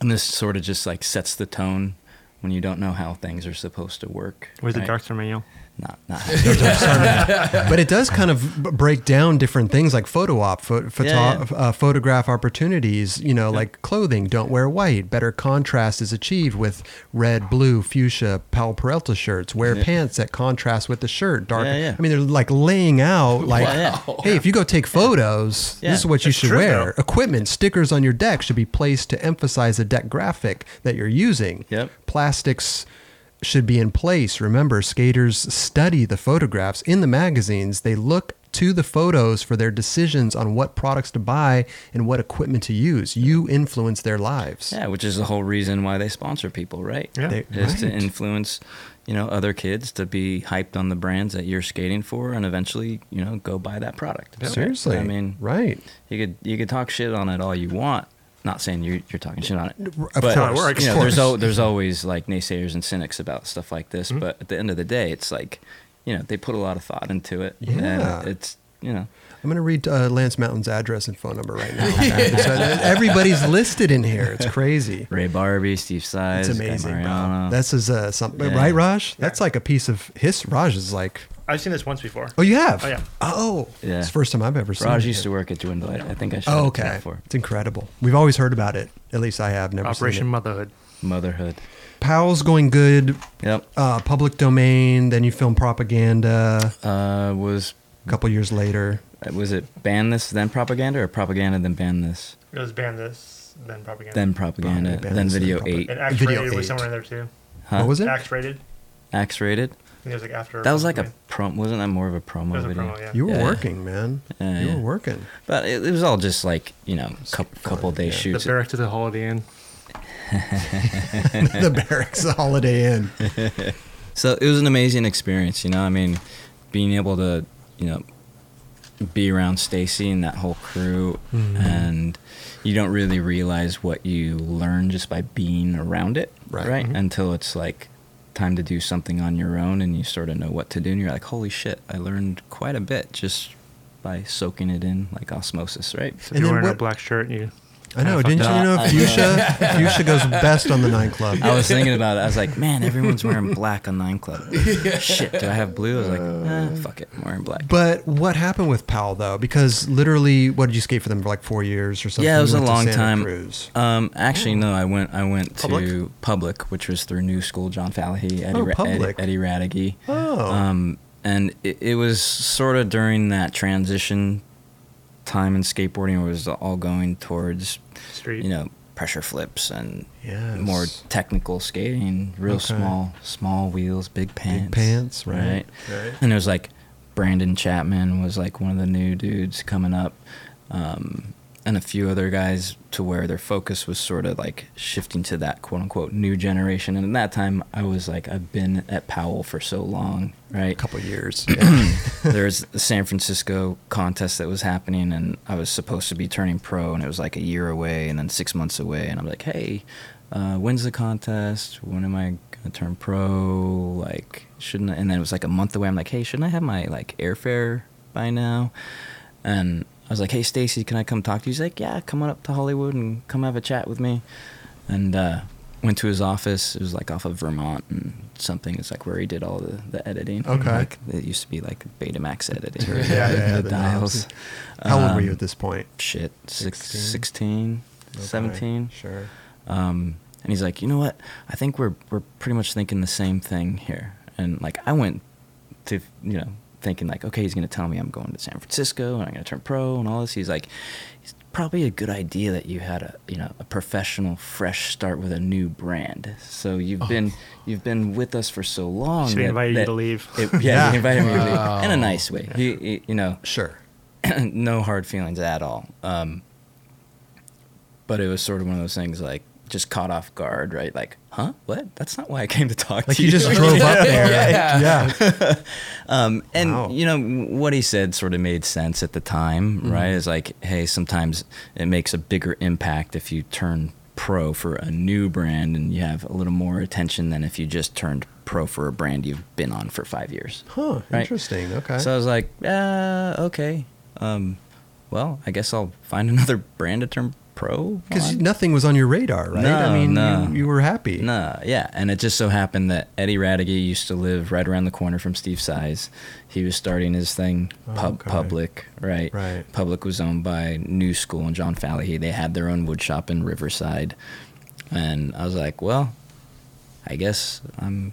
And this sort of just like sets the tone when you don't know how things are supposed to work.
Where's the
right?
Darkster manual?
Not, not.
but it does kind of b- break down different things like photo op, pho- photo-
Yeah,
Uh, photograph opportunities, you know, like clothing, don't wear white. Better contrast is achieved with red, blue, fuchsia, Palo Peralta shirts. Wear pants that contrast with the shirt. Dark.
Yeah, yeah.
I mean, they're like laying out, like,
yeah.
hey, if you go take photos,
Yeah.
this is what you
That's
should
true,
wear.
though.
Equipment, stickers on your deck should be placed to emphasize the deck graphic that you're using
Yep.
plastics should be in place. Remember, skaters study the photographs in the magazines. They look to the photos for their decisions on what products to buy and what equipment to use. You influence their lives.
yeah, which is the whole reason why they sponsor people, right?
Yeah. They-
is to
right.
influence, you know, other kids to be hyped on the brands that you're skating for, and eventually, you know, go buy that product. right?
Seriously.
I mean,
right.
you could you could talk shit on it all you want. Not saying you're you're talking shit on it,
Of
but
course.
works.
you know,
Of course.
there's
Hmm?
al- there's always like naysayers and cynics about stuff like this. But at the end of the day, it's like you know they put a lot of thought into it,
Yeah.
and it's you know
I'm going to read uh, Lance Mountain's address and phone number right now. So uh, everybody's listed in here. It's crazy.
Ray Barbie, Steve Size,
It's amazing, bro.
Mariano.
This is uh, something,
Yeah.
right, Raj? That's like a piece of his. Raj is like,
I've seen this once before.
oh, you have?
Oh, yeah.
Oh,
Yeah.
it's the first time I've ever seen
Raj
it.
used to work at Dwindle. I think I should.
Oh, okay.
For
It's incredible. We've always heard about it. At least I have never
Operation
seen it.
Motherhood.
motherhood.
Powell's going good.
Yep.
Uh, public domain. Then you film propaganda
Uh, was
a couple years later.
was it ban this then propaganda or propaganda then ban this
It was ban this, then propaganda.
then propaganda
Ban this,
then
then
video
propa-
eight
and Axe
Video
Rated was
eight.
somewhere in there too.
Huh?
What was it?
Axe Rated.
X rated?
I think it was like after.
That was like a
It
prom. Wasn't that more of a promo
was a
video?
promo, yeah.
You were
Yeah.
working, man.
Yeah,
you
yeah.
were working.
But it, it was all just like you know, cou- couple day
the
shoots.
barracks to the Holiday Inn.
the barracks, the Holiday Inn.
So it was an amazing experience, you know. I mean, being able to, you know, be around Stacy and that whole crew,
Mm-hmm.
and you don't really realize what you learn just by being around it,
Right. Mm-hmm.
right? Until it's like time to do something on your own, and you sort of know what to do, and you're like, "Holy shit! I learned quite a bit just by soaking it in, like osmosis, right?"
And
So if you're
then
wearing
what-
a black shirt, and you.
I know.
Kinda
Didn't
fucked
you
up.
know
I know.
fuchsia? fuchsia goes best on the nine club.
I was thinking about it. I was like, man, everyone's wearing black on Nine Club. Shit, do I have blue? I was like,
Uh,
eh, fuck it, I'm wearing black.
But what happened with Powell though? Because literally, what did you skate for them for like four years or something?
Yeah, it
You
was a
went to
long
Santa
time.
Cruz.
Um, actually, no, I went. I went to
Public?
public, which was through New School, John Falahi, Eddie,
Oh,
Ra- Eddie,
Public.
Eddie Radigy.
Oh.
Um, and it, it was sort of during that transition time in skateboarding was all going towards,
Street.
you know, pressure flips and
Yes.
more technical skating, real
Okay.
small, small wheels, big pants,
pants, right.
Right.
And it was like Brandon Chapman was like one of the new dudes coming up, um, and a few other guys to where their focus was sort of like shifting to that quote unquote new generation. And at that time, I was like, I've been at Powell for so long, right?
couple years. Yeah.
there was the San Francisco contest that was happening, and I was supposed to be turning pro, and it was like a year away, and then six months away, and I'm like, hey, uh, when's the contest? When am I gonna turn pro? Like, shouldn't? I? And then it was like a month away. I'm like, hey, shouldn't I have my like airfare by now? And I was like, hey, Stacy, can I come talk to you? He's like, yeah, come on up to Hollywood and come have a chat with me. And uh, went to his office. It was like off of Vermont and something. It's like where he did all the, the editing.
Okay.
Like, it used to be like Betamax editing.
Yeah, yeah,
the,
yeah,
the
the
dials.
How old were
Um,
you at this point?
Shit, six,
16?
16, 17.
Sure.
Um, and he's like, you know what? I think we're we're pretty much thinking the same thing here. And like, I went to you know thinking like, okay, he's gonna tell me I'm going to San Francisco and I'm gonna turn pro and all this. He's like, it's probably a good idea that you had a you know a professional fresh start with a new brand. So you've been you've been with us for so long.
Should we
that-
invite you
that
to leave?
it- yeah, he invited me to
Wow.
leave in a nice way. He, he- you know,
Sure.
no hard feelings at all. Um, but it was sort of one of those things like just caught off guard, right? Like, huh? What? That's not why I came to talk
Like
to
you
you.
just drove up there.
Yeah.
Yeah.
um, and
Wow.
you know what he said sort of made sense at the time,
Mm-hmm.
right? It's like, hey, sometimes it makes a bigger impact if you turn pro for a new brand and you have a little more attention than if you just turned pro for a brand you've been on for five years.
Huh.
Right.
Interesting. Okay.
So I was like, uh, okay. Um, well, I guess I'll find another brand to turn pro.
because
on.
nothing was on your radar, right? I
uh, No,
mean,
no.
you, you were happy.
Nah, yeah. And it just so happened that Eddie Radigan used to live right around the corner from Steve Size. He was starting his thing, pub,
Oh, Okay.
Public, right?
Right.
Public was owned by New School and John Fallahey. They had their own wood shop in Riverside. And I was like, well, I guess I'm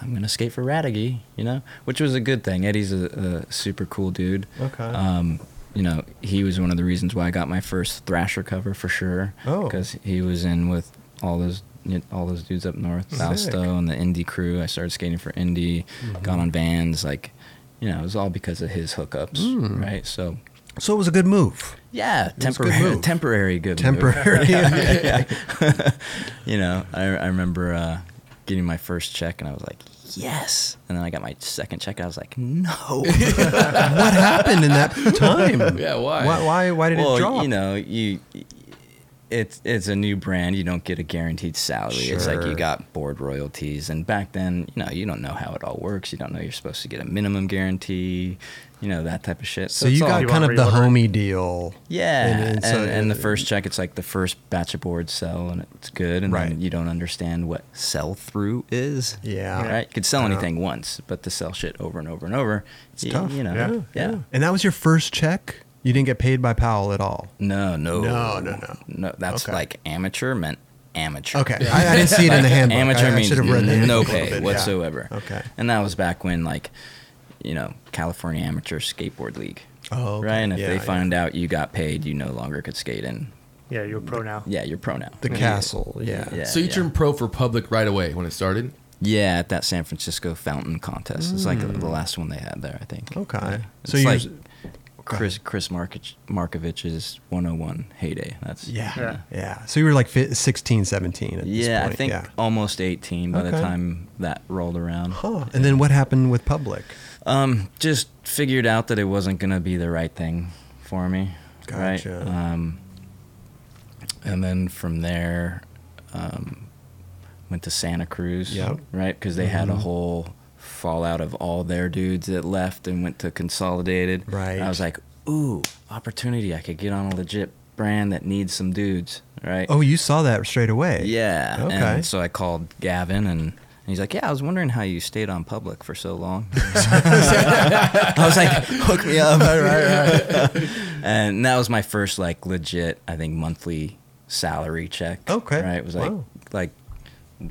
I'm gonna skate for Radigy, you know, which was a good thing. Eddie's a, a super cool dude.
Okay.
Um, you know, he was one of the reasons why I got my first Thrasher cover for sure.
Oh.
Because he was in with all those you know, all those dudes up north,
Sick.
Fausto and the indie crew. I started skating for indie,
Mm-hmm.
got on vans, like, you know, it was all because of his hookups, right? So.
So it was a good move.
Yeah,
was Mm. a good
temporary,
move.
temporary good, move.
Temporary.
yeah. you know, I, I remember uh, getting my first check and I was like, yes. And then I got my second check. I was like, no.
what happened in that time?
Yeah, why?
Why? Why, why did
well,
it drop?
you know, you it's it's a new brand. You don't get a guaranteed salary. It's like
Sure.
you got board royalties, and back then, you know, you don't know how it all works. You don't know you're supposed to get a minimum guarantee. You know that type of shit.
so you
it's all-
got
You
kind
want
of the
reorder.
homie deal.
yeah, and,
And- and
and,
so-
the first check, it's like the first batch of boards sell, and it's good, and
Right.
then you don't understand what sell through is.
Yeah.
right. You could sell
Yeah.
anything once, but to sell shit over and over and over, it's
tough.
You know,
Yeah.
yeah.
And that was your first check. You didn't get paid by Powell at all.
No, no,
No, no, no.
no. That's
Okay.
like amateur meant amateur.
Okay, I, I didn't see it in the handbook.
Amateur
I, I
means
should have read the handbook a
no
little
pay
bit, yeah.
whatsoever.
Okay.
and that was back when like, you know, California Amateur Skateboard League.
Oh, okay.
Right, and if
Yeah,
they
yeah.
found out you got paid, you no longer could skate in.
Yeah, you're pro now.
Yeah, you're pro now.
The
Yeah.
castle. Yeah.
Yeah.
so you turned pro for public right away when it started.
Yeah, at that San Francisco fountain contest. It's like the the last one they had there, I think.
Okay. Mm. Oh. So
So it's
you.
like Chris Chris Markovich, Markovich's 101 heyday. That's
yeah.
Yeah.
yeah. So you were like fi- 16, 17 at this
Yeah,
point.
I think
Yeah.
almost 18 by
Okay.
the time that rolled around.
Huh. And then what happened with public?
Um, just figured out that it wasn't gonna be the right thing for me.
Gotcha.
Right? Um, and then from there, um, went to Santa Cruz.
Yep. Mm-hmm.
Right, because they had a whole fallout of all their dudes that left and went to Consolidated.
Right.
I was like, ooh, opportunity! I could get on a legit brand that needs some dudes. Right.
Oh, you saw that straight away.
Yeah.
Okay.
And so I called Gavin and. and He's like, yeah, I was wondering how you stayed on public for so long. I was like, hook me up. and that was my first like legit, I think, monthly salary check.
Okay.
Right. It was like
Wow.
like you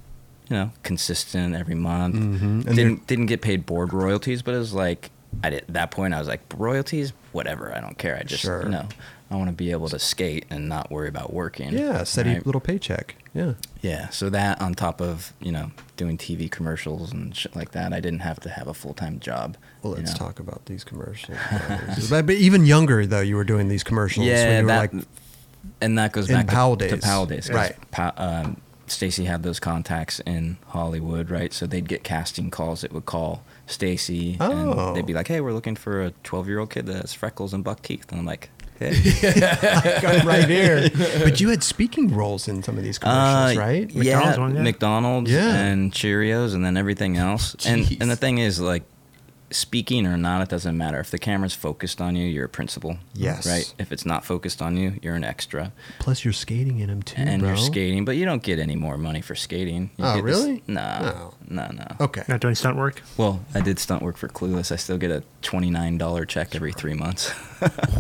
know, consistent every month.
Mhm. And
Didn't didn't get paid board royalties, but it was like I did, at that point I was like, royalties, whatever. I don't care. I just
Sure.
you know I want to be able to skate and not worry about working.
Yeah, steady
right?
little paycheck. Yeah.
Yeah, so that on top of you know doing TV commercials and shit like that, I didn't have to have a full time job.
Well,
you
let's
know?
talk about these commercials. but, but even younger though, you were doing these commercials. when
Yeah,
you were
that,
like,
and that goes
in
back
Powell
to, to
days.
Powell days, 'cause
Right.
Pa- um, Stacy had those contacts in Hollywood, right? So they'd get casting calls that would call Stacy,
Oh.
and they'd be like, "Hey, we're looking for a 12 year old kid that has freckles and buck teeth," and I'm like, "Hey."
got right here. But you had speaking roles in some of these commercials,
Uh,
right?
Yeah,
McDonald's
McDonald's,
one, yeah.
Yeah.
and Cheerios, and then everything else. And
Jeez.
and the thing is, like, speaking or not, it doesn't matter. If the camera's focused on you, you're a principal.
Yes.
Right. If it's not focused on you, you're an extra,
Plus, you're skating in them too,
and
Mm-hmm. bro.
you're skating. But you don't get any more money for skating. You
Oh,
get this-
really?
no,
No.
no, no.
Okay.
Not doing stunt work.
Well, I did stunt work for Clueless. I still get a twenty nine dollar check every three months.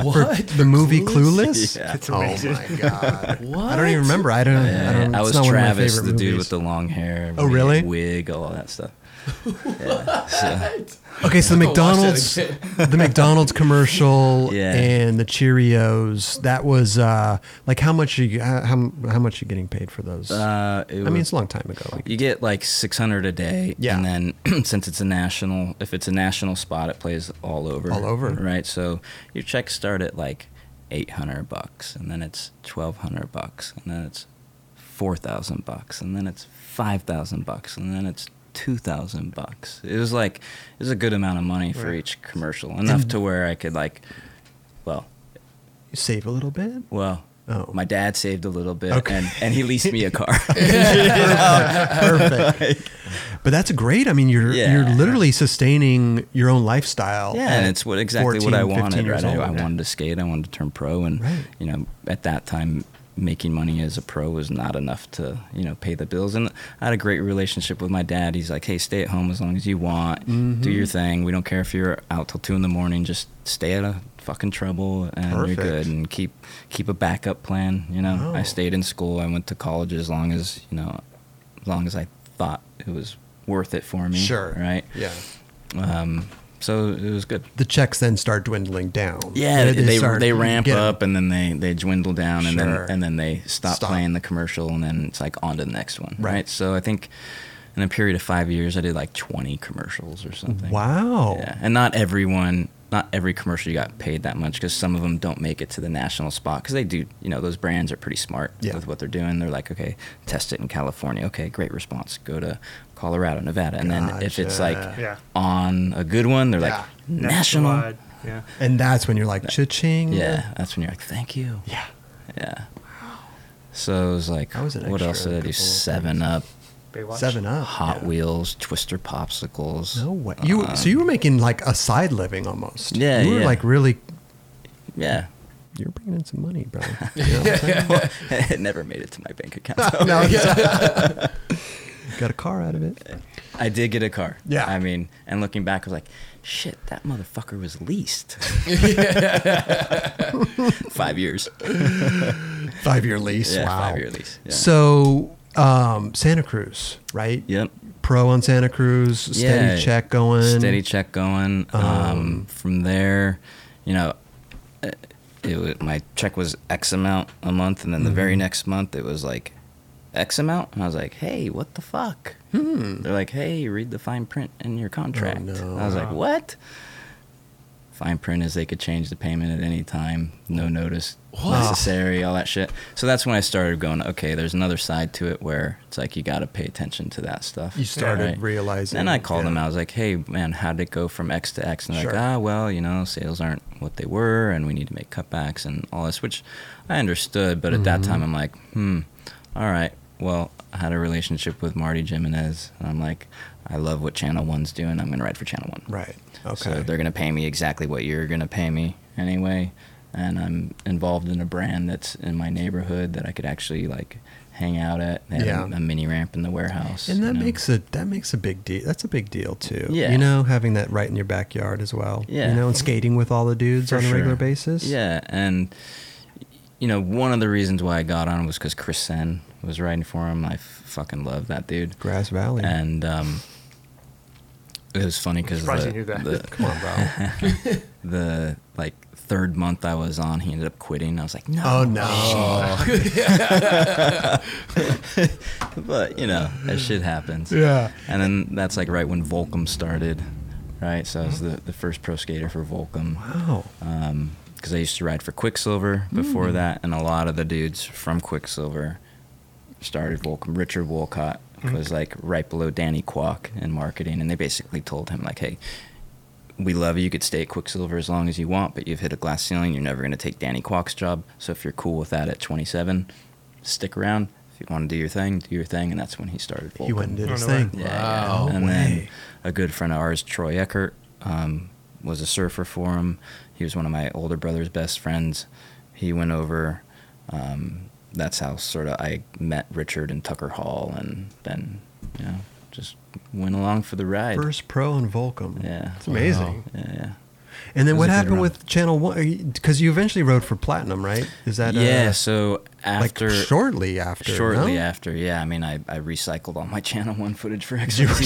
What? the movie Clueless?
Yeah.
It's
Oh
amazing.
my god!
What?
I don't even remember. I don't. I, don't
I
it's
was
not one of my
Travis,
favorite
the dude
movies.
with the long hair.
Oh, really?
Wig, all that stuff.
Okay, so the
I'll watch that
McDonald's,
again.
the McDonald's commercial,
Yeah.
and the Cheerios. That was uh, like how much you how how how much you getting paid for those?
Uh, it
I
was-
mean, it's a long time ago. Like,
You get like 600 a day,
Yeah.
and then since it's a national, if it's a national spot, it plays all over.
All over.
right? So your checks start at like 800 bucks, and then it's 1200 bucks, and then it's 4000 bucks, and then it's 5000 bucks, and then it's 2000 bucks. It was like it was a good amount of money for
Right.
each commercial, enough to where I could like, well,
you save a little bit.
well.
Oh.
My dad saved a little bit,
Okay.
and, and he leased me a car.
Perfect. But that's great. I mean, you're
Yeah.
you're literally sustaining your own lifestyle.
Yeah, and
at
it's what exactly what I
14, 15
wanted.
years
Right? I,
old.
I wanted to skate. I wanted to turn pro, and
Right.
you know, at that time, making money as a pro was not enough to you know pay the bills. And I had a great relationship with my dad. He's like, "Hey, stay at home as long as you want. Do
Mm-hmm.
your thing. We don't care if you're out till two in the morning. Just stay out of fucking trouble, and
Perfect.
you're good. And keep keep a backup plan. You know,
Oh.
I stayed in school. I went to college as long as you know, as long as I thought it was worth it for me.
Sure.
Right.
Yeah.
Um, so it was good.
The checks then start dwindling down.
Yeah, they they,
start
they ramp
getting-
up and then they they dwindle down and
Sure.
then and then they stop,
Stop.
playing the commercial and then it's like on to the next one,
Right.
right? So I think in a period of five years, I did like twenty commercials or something.
Wow.
Yeah, and not everyone, not every commercial you got paid that much because some of them don't make it to the national spot because they do. You know, those brands are pretty smart
Yeah.
with what they're doing. They're like, okay, test it in California. Okay, great response. Go to Colorado, Nevada, and then if it's like
Gotcha.
Yeah.
on a good one, they're
Yeah.
like national.
Nationwide. Yeah.
And that's when you're like cha-ching.
Yeah, that's when you're like, thank you.
Yeah.
Yeah. So it was like,
I was an
what
extra
else
in
did
a
I do?
couple of
Seven Up,
Baywatch.
Seven up.
Hot
yeah.
Wheels, Twister popsicles.
No way. You so you were making like a side living almost.
Yeah,
You were
yeah.
like really.
Yeah.
You're bringing in some money, bro. You know what I'm saying?
it never made it to my bank account.
No, it's- Got a car out of it.
I did get a car.
Yeah.
I mean, and looking back, I was like, shit, that motherfucker was leased. Five years.
Five year lease.
Yeah,
wow.
five-year lease, yeah.
So um, Santa Cruz, right?
Yep.
Pro on Santa Cruz. Steady
Yeah.
check going.
Steady check going. Um,
Um,
from there, you know, uh, it wa my check was X amount a month, and then the
Mm-hmm.
very next month it was like X amount, and I was like, "Hey, what the fuck?"
Hmm.
They're like, "Hey, read the fine print in your contract."
Oh, no.
I was like,
Wow.
"What?" Fine print is they could change the payment at any time, no notice
What?
necessary, all that shit. So that's when I started going, okay, there's another side to it where it's like you got to pay attention to that stuff.
You started
Right.
realizing.
Then I called
yeah.
them out. I was like, hey, man, how'd it go from X to X? And they're
Sure.
like, ah, well, you know, sales aren't what they were and we need to make cutbacks and all this, which I understood. But at
Mm-hmm.
that time, I'm like, hmm, all right. Well, I had a relationship with Marty Jimenez. And I'm like, I love what Channel One's doing. I'm going to write for Channel One.
Right.
So
Okay.
they're going to pay me exactly what you're going to pay me anyway. And I'm involved in a brand that's in my neighborhood that I could actually like hang out at. They had
Yeah.
a, a mini ramp in the warehouse.
and
you
that
know?
makes a that makes a big deal. That's a big deal too.
Yeah.
You know, having that right in your backyard as well.
Yeah.
You know, and skating with all the dudes
For
on a regular
sure.
basis.
Yeah, and you know, one of the reasons why I got on was because Chris Sen was writing for him. I f- fucking love that dude.
Grass Valley.
And um, it was funny because
Surprised
the,
you knew that.
the
Come on, bro.
the like third month I was on, he ended up quitting. I was like, no.
Oh no.
But, you know, that shit happens.
Yeah.
And then that's like right when Volcom started, right? So I
Mm-hmm.
was the, the first pro skater for Volcom.
Oh.
because Um, I used to ride for Quicksilver before that, and a lot of the dudes from Quicksilver started Volcom. Richard Wolcott was like right below Danny Kwok in marketing, and they basically told him like, "Hey, we love you. You could stay at Quicksilver as long as you want, but you've hit a glass ceiling. You're never going to take Danny Kwok's job. So if you're cool with that at 27, stick around. If you want to do your thing, do your thing." And that's when he started Volcom.
He went and did
Oh,
his
no way.
thing.
Yeah,
Wow.
yeah. And
No
then
way.
a good friend of ours, Troy Eckert, um, was a surfer for him. He was one of my older brother's best friends. He went over. Um, that's how sort of I met Richard and Tucker Hall, and then you know just went along for the ride.
First pro in Volcom.
Yeah.
It's amazing.
yeah, yeah.
And then
It was
what
a good
happened
run.
with Channel One? Because you eventually rode for Platinum, right? Is that uh,
yeah. So after.
like shortly after?
Shortly
no?
after, yeah. I mean, I, I recycled all my Channel One footage for X.
you-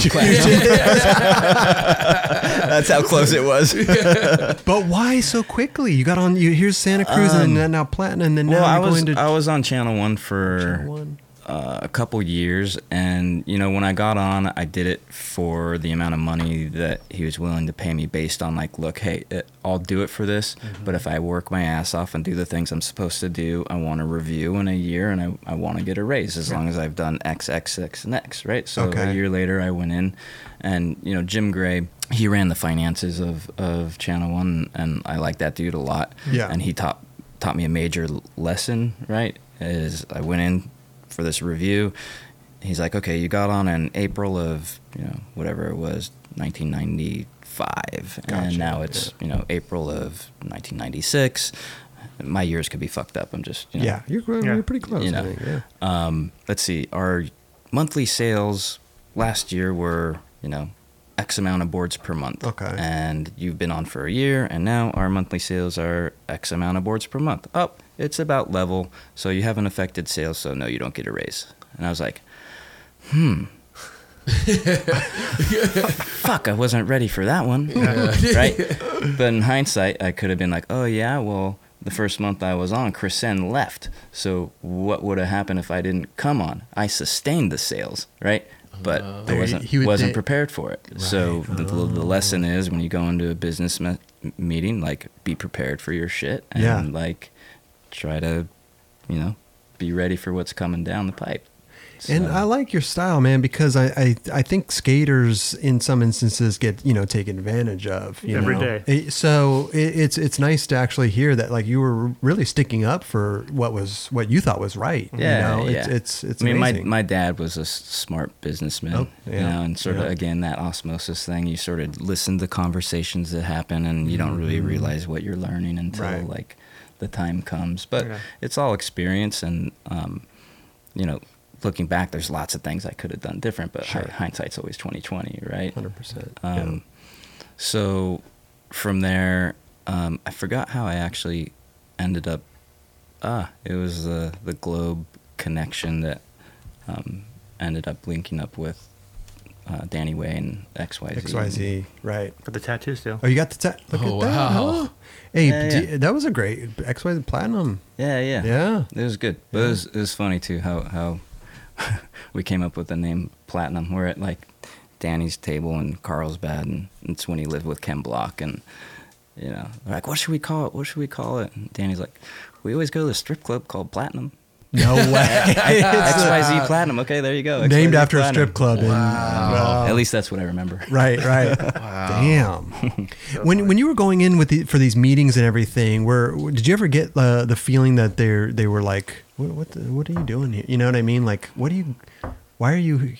That's how close it was.
But why so quickly? You got on. You here's Santa Cruz, and then now Platinum, and then
Um, Well,
now
I
you're
was
going to
I was on Channel One for
Channel One.
Uh, a couple years, and you know when I got on, I did it for the amount of money that he was willing to pay me, based on like, look, hey, it, I'll do it for this,
Mm-hmm.
but if I work my ass off and do the things I'm supposed to do, I want to review in a year, and I I want to get a raise as long as I've done X X X and X, right? So
Okay.
a year later, I went in, and you know Jim Gray. He ran the finances of, of Channel One, and I like that dude a lot.
Yeah.
and he taught taught me a major l- lesson. Right, is I went in for this review. He's like, okay, you got on in April of you know whatever it was, 1995,
Gotcha,
and now it's you know April of 1996. My years could be fucked up. I'm just you know,
yeah, you're,
Yeah.
you're pretty close.
You
I
know.
think. Yeah.
um, let's see, our monthly sales last year were, you know, X amount of boards per month.
Okay.
And you've been on for a year, and now our monthly sales are X amount of boards per month. Up, it's about level, so you haven't affected sales, so no, you don't get a raise. And I was like, hmm. Fuck, I wasn't ready for that one. right? But in hindsight, I could have been like, oh, yeah, well, the first month I was on, Crescen left. So what would have happened if I didn't come on? I sustained the sales, right? But
Uh-huh. There
I
you-
wasn't,
he would
wasn't
di-
prepared for it. So the, the the
Oh.
lesson is when you go into a business me- meeting, like, be prepared for your shit and,
Yeah.
like, try to, you know, be ready for what's coming down the pipe.
And
So-
I like your style, man, because I, I, I think skaters in some instances get you know taken advantage of you
Every
know?
day.
It- so it, it's it's nice to actually hear that like you were really sticking up for what was what you thought was right. you
Yeah,
know?
yeah.
It's, it's it's
I mean,
amazing.
my my dad was a s- smart businessman,
Oh,
you
yeah,
know, and sort
yeah.
of again that osmosis thing. You sort of listen to conversations that happen, and you don't really realize what you're learning until
Mm-hmm. Right.
like the time comes. But
Yeah.
it's all experience, and um, you know, looking back, there's lots of things I could have done different. But hi-
Sure.
hindsight's always twenty twenty, right?
hundred percent.
Um, So from there, um, I forgot how I actually ended up. Ah, it was the the Globe connection that um, ended up linking up with uh, Danny Way and XYZ.
X Y Z right.
But the tattoo still.
Oh, you got the ta- look
Oh,
at that.
wow.
huh? Hey,
Yeah,
do-
yeah.
that was a great X Y Z platinum.
Yeah, yeah,
Yeah.
It was good, but it, was, it was funny too how how we came up with the name Platinum. We're at like Danny's table in Carlsbad, and it's when he lived with Ken Block, and you know, we're like, what should we call it? What should we call it? And Danny's like, we always go to the strip club called Platinum.
No way.
X Y Z Platinum. Okay, there you go.
Named
XYZ
after a
Platinum.
strip club. in- Wow.
At least that's what I remember.
Right, right. Damn. when when you were going in with the, for these meetings and everything, where did you ever get uh, the feeling that they are they were like, what what, the, what are you doing here? You know what I mean? Like, what do you? Why are you?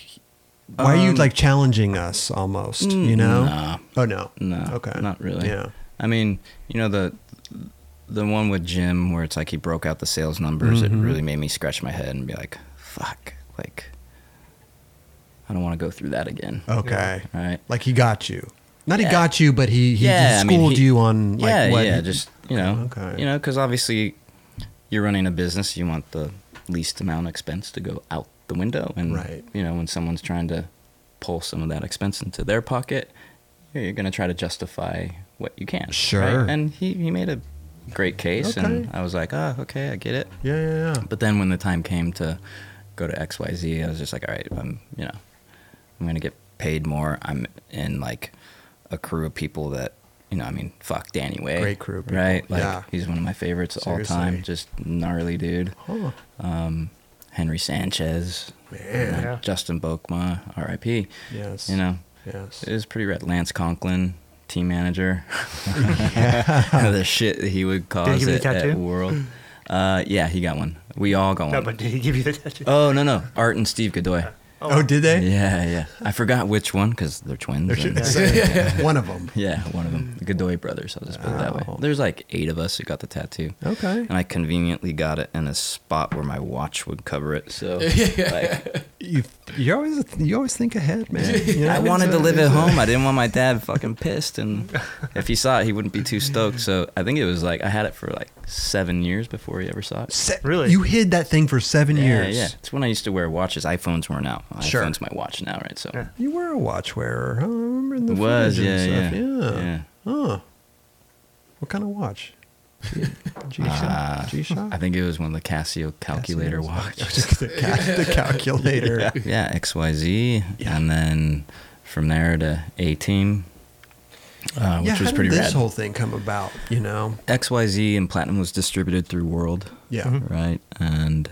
Why are you
Um,
like challenging us almost?
Mm,
you know?
nah.
Oh no.
No.
Okay.
Not really.
Yeah.
I mean, you know the the one with Jim where it's like he broke out the sales numbers. It really made me scratch my head and be like, "Fuck!" Like, I don't want to go through that again.
Okay.
Right.
Like he got you. Not he
Yeah.
got you, but he he,
Yeah,
he
I
schooled
mean, he-
you on like
yeah,
what.
yeah,
he-
just you know,
Okay.
you know, because obviously you're running a business, you want the least amount of expense to go out the window, and
Right.
you know, when someone's trying to pull some of that expense into their pocket, you're going to try to justify what you can.
Sure.
And he he made a great case, and
Okay.
I was like, oh, okay, I get it.
Yeah, yeah, yeah.
But then when the time came to go to XYZ, I was just like, all right, I'm, you know, I'm going to get paid more. I'm in like a crew of people that, you know, I mean, fuck Danny Way.
Great crew of people.
Right? Like,
Yeah.
he's one of my favorites of all
Seriously.
time. Just gnarly dude.
Huh.
Um, Henry Sanchez,
Man.
Yeah.
Justin Bokma, RIP.
Yes.
You know,
Yes.
it was pretty rad. Lance Conklin, team manager. the shit that he would cause
give you
at,
the
at
tattoo?
World. Uh, yeah, he got one. We all got one.
No, but did he give you the tattoo?
Oh no no, Art and Steve Godoy.
Oh, did they?
Yeah yeah, I forgot which one because they're twins. and-
Say, One of them.
yeah, one of them, the Godoy brothers. I'll just put it that way. There's like eight of us who got the tattoo.
Okay.
And I conveniently got it in a spot where my watch would cover it. So like,
You, you always you always think ahead, man. You know,
I wanted
it's
to
a-
live
it's
at
a-
home. I didn't want my dad fucking pissed, and if he saw it, he wouldn't be too stoked. So I think it was like I had it for like seven years before he ever saw it.
Se-
Really?
You hid that thing for seven
Yeah,
years.
yeah. It's when I used to wear watches. iPhones weren't out. iPhone's
Sure.
my watch now, right? So.
Yeah.
You were a watch wearer. Huh? I remember in the
Was,
footage and
yeah,
stuff.
yeah,
yeah.
yeah.
Huh. What kind of watch? G
Uh,
Shock. G Shock.
I think it was one of the Casio calculator watches.
the, cal- the calculator.
yeah, XYZ.
Yeah.
And then from there to A Team, uh, which
Yeah,
was
how
pretty
did this
rad.
whole thing come about? You know.
XYZ and Platinum was distributed through World,
Yeah.
right? And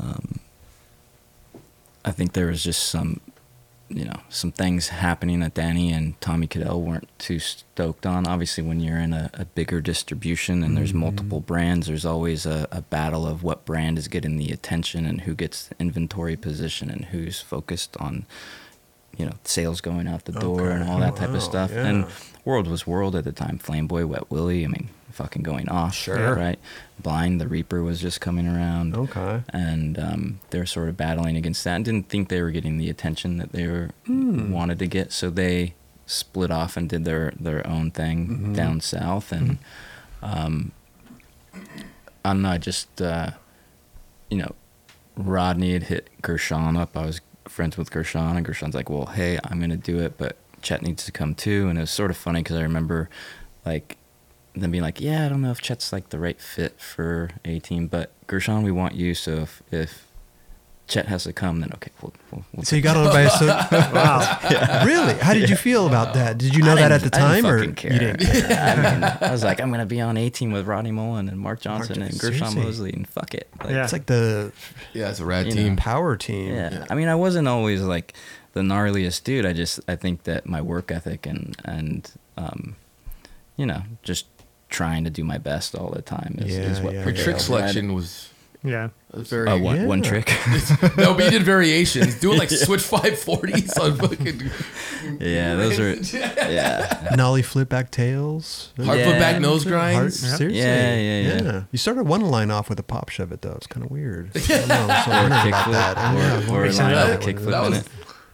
um, I think there was just some, you know, some things happening that Danny and Tommy Cadell weren't too stoked on. Obviously, when you're in a, a bigger distribution and
Mm-hmm.
there's multiple brands, there's always a, a battle of what brand is getting the attention and who gets the inventory position and who's focused on, you know, sales going out the door and
Okay.
all that type
Wow,
of stuff.
yeah.
And World was World at the time. Flamboy, Wet Willie, I mean, fucking going off.
Sure.
Right? Blind, the Reaper was just coming around.
Okay.
And um, they're sort of battling against that. And didn't think they were getting the attention that they were
Hmm.
wanted to get. So they split off and did their, their own thing
Mm-hmm.
down south. And um, I don't know, I just, uh, you know, Rodney had hit Gershon up. I was friends with Gershon, and Gershon's like, "Well, hey, I'm gonna do it, but Chet needs to come too." And it was sort of funny because I remember, like, them being like, "Yeah, I don't know if Chet's like the right fit for a team, but Gershon, we want you. So if if Chet has to come, then okay, we'll we'll." we'll
So you got on by yourself. wow. Really? How did you feel about that? Did you know
I
that at the
didn't- I
time,
didn't
or
fucking care.
you didn't?
I, mean, I was like, I'm gonna be on A team with Rodney Mullen and Mark Johnson and
Johnson,
Gershon
seriously?
Mosley, and fuck it. Like,
Yeah.
It's like the
Yeah, it's a rad
You know.
team.
power team.
Yeah. I mean, I wasn't always like the gnarliest dude. I just I think that my work ethic and and um, you know, just trying to do my best all the time is, is
Yeah,
what
yeah,
Your
yeah.
trick
prevailed.
selection was
Yeah.
was very.
Uh, one,
Yeah.
one trick.
no, but you did variations. Doing like switch five forties on fucking
yeah, those are yeah.
Nolly flip back tails.
hard
Yeah.
foot back nose
Hard-
grinds.
Seriously.
Yeah, yeah, yeah.
You started one line off with a pop shove it though. It's kind of weird. I don't know, so I wonder about that. I don't
Kickflip
know.
or, or
Yeah.
line up a
That was-
kickflip
that
in
was
it.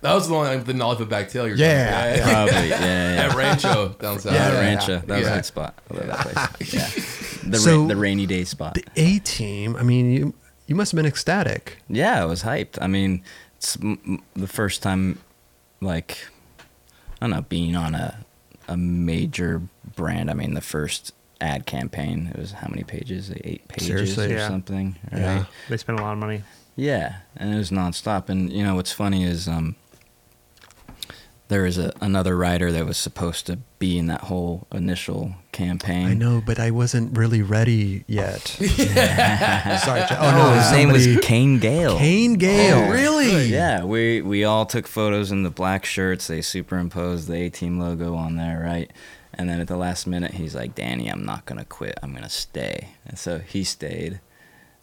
that was the one like the nollie foot back tail. You're
Yeah.
talking about.
Probably, yeah, yeah.
at Rancho down south.
Yeah,
Yeah.
Rancho. That was
Yeah.
a good spot. I love that place. Yeah. The,
So-
ra- the rainy day spot.
The A team. I mean, you you must have been ecstatic.
Yeah, I was hyped. I mean, it's m- m- the first time, like, I don't know, being on a a major brand. I mean, the first ad campaign. It was how many pages? Like Eight pages
Seriously?
or
Yeah.
something. Right?
Yeah.
Yeah.
They spent a lot of money.
and it was nonstop. And you know what's funny is um, there was a, another writer that was supposed to be in that whole initial campaign.
I know, but I wasn't really ready yet. Sorry. Chad. Oh
Oh,
no,
his name was
somebody-
Kane Gale.
Kane Gale.
really?
Oh, Yeah, we we all took photos in the black shirts. They superimposed the A team logo on there, right? And then at the last minute, he's like, "Danny, I'm not gonna quit. I'm gonna stay." And so he stayed.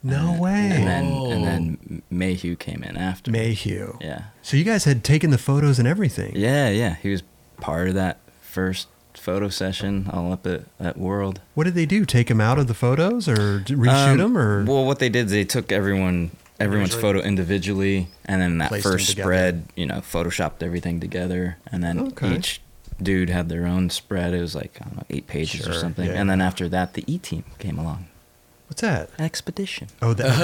No
And-
way.
And then and then Mayhew came in after.
Mayhew.
Yeah,
So you guys had taken the photos and everything.
yeah, yeah. He was part of that first photo session all up at, at World.
What did they do? Take him out of the photos or d- reshoot
Um,
him or
well what they did is they took everyone everyone's
Individually.
photo individually and then that
Placed them
first
together.
spread you know photoshopped everything together and then
Okay.
each dude had their own spread it was like I don't know, eight pages or
Sure,
something
yeah.
and then after that the e team came along
what's that?
expedition
Oh, that's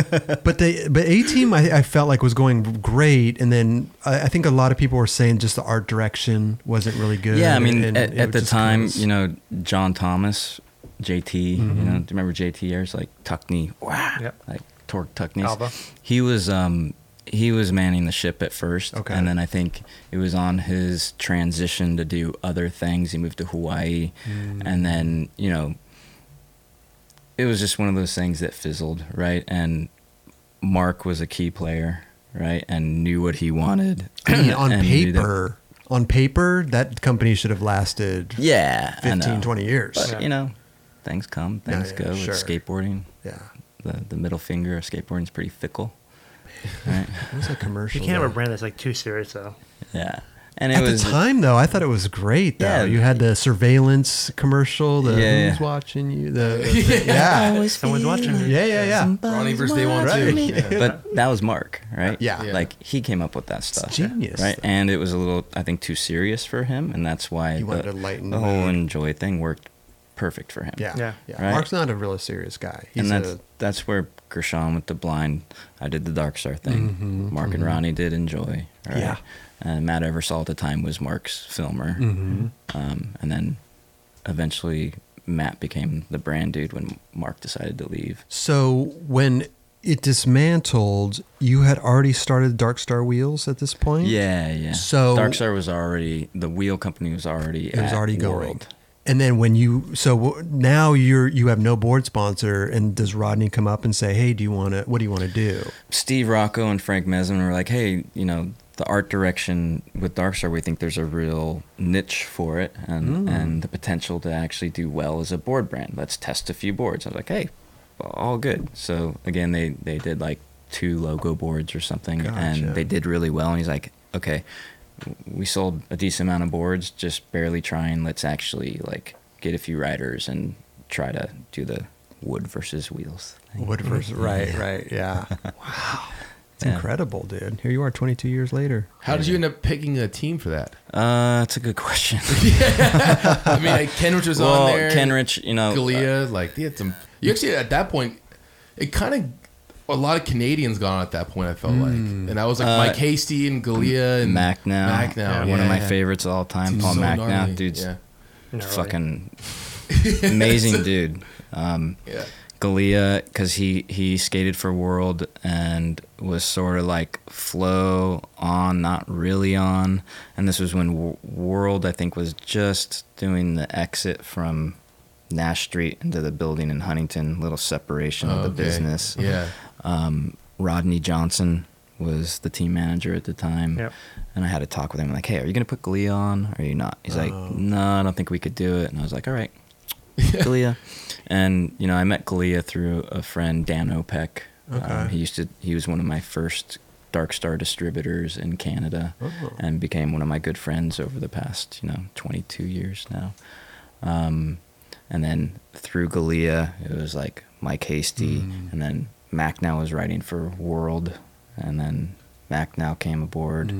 but they but A Team I, I felt like was going great, and then I, I think a lot of people were saying just the art direction wasn't really good.
Yeah, I mean,
and
at,
it
at the
just
time,
kinda s-
you know, John Thomas, JT,
Mm-hmm.
you know, do you remember JT Ayers like Tuckney, wow,
Yep.
like Torque Tuckney.
Alba.
He was um he was manning the ship at first,
Okay.
and then I think it was on his transition to do other things. He moved to Hawaii,
Mm.
and then you know, it was just one of those things that fizzled, right? And Mark was a key player, right, and knew what he wanted.
I mean, on
and knew that-
paper, on paper, that company should have lasted
yeah, I
15,
know.
20 years.
But
Yeah.
you know, things come,
Yeah,
things
yeah,
go.
sure.
With skateboarding,
Yeah,
the the middle finger of skateboarding is pretty fickle. Right?
what was that commercial?
You can't have a
though?
brand that's like too serious though.
yeah, and it
At
was
the time, though, I thought it was great. Though
Yeah.
you had the surveillance commercial, the
Yeah,
who's
yeah.
watching you, the yeah,
Someone's watching me.
yeah, yeah, yeah.
Ronnie versus Day One Two. Yeah.
But that was Mark, right?
Yeah. Yeah.
like he came up with that stuff.
genius,
right?
though.
And it was a little, I think, too serious for him, and that's why
He wanted
the,
to lighten
the
the
whole
mood.
enjoy thing worked perfect for him.
Yeah, yeah.
Yeah.
Right.
Mark's not a real serious guy. He's
and that's
a
that's where Gershon with the blind. I did the Dark Star thing.
Mhm,
Mark and Ronnie did enjoy. Right?
Yeah.
And Matt Eversole at the time was Mark's filmer.
Mhm.
Um, and then eventually Matt became the brand dude when Mark decided to leave.
So when it dismantled, you had already started Dark Star Wheels at this point.
Yeah, yeah.
Mm-hmm. So-
Dark Star was already the wheel company was already
it was
at
already going.
World.
And then when you so w- now you're you have no board sponsor, and does Rodney come up and say, "Hey, do you want to? What do you want to do?"
Steve Rocco and Frank Mesman were like, hey, you know, the art direction with Dark Star, we think there's a real niche for it and, and the potential to actually do well as a board brand. Let's test a few boards. I was like, hey, all good. So again, they, they did like two logo boards or something
Gotcha.
and they did really well. And he's like, okay, we sold a decent amount of boards, just barely trying. Let's actually like get a few riders and try to do the wood versus wheels thing.
Wood versus right, right, yeah. wow, it's
Yeah.
incredible, dude. Here you are, 22 years later.
How did you end up picking a team for that?
Uh, that's a good question.
I mean, like Kenrich was
well,
on there.
Kenrich, you know, uh,
Galea, like they had some. You actually at that point, it kind of a lot of Canadians gone at that point. I felt like, and I was like
Uh,
Mike Hasty and Galea and
Mac now,
Mac now,
one of
yeah.
my favorites of all time.
Dude's
Paul
so
Mac now,
gnarly,
dude's
yeah.
Gnarly.
fucking amazing dude. Um,
Yeah.
Galea, because he he skated for World and was sort of like flow on, not really on. And this was when w- World, I think, was just doing the exit from Nash Street into the building in Huntington, little separation of the
Okay.
business.
Yeah.
um, Rodney Johnson was the team manager at the time.
Yep.
And I had a talk with him like, hey, are you going to put Galea on? Or are you not? He's like,
Oh.
no, I don't think we could do it. And I was like, all right, Galea. And, you know, I met Galea through a friend, Dan Opek. Um,
Okay.
he used to, he was one of my first Dark Star distributors in Canada
Oh.
and became one of my good friends over the past, you know, 22 years now. Um, and then through Galea, it was like Mike Hasty,
Mm.
and then Mac now was writing for World, and then Mac now came aboard.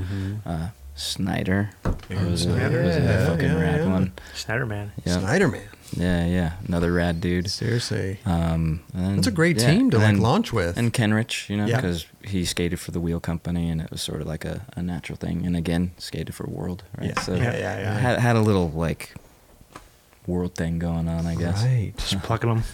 Uh, Snyder was, a,
Snyder,
was a
Mm-hmm. yeah,
fucking
yeah,
rad
yeah.
one.
Snyder man.
Yeah,
Snyder Man,
yeah, yeah, another rad dude.
seriously,
Um, and then-
that's a great
yeah,
team to
and
like
then-
launch with.
and Kenrich, you know,
Yeah.
because he skated for the wheel company, and it was sort of like a, a natural thing. And again, skated for World, right?
Yeah, yeah, yeah, yeah.
Had, had a little like World thing going on, I guess.
right.
Just plucking them.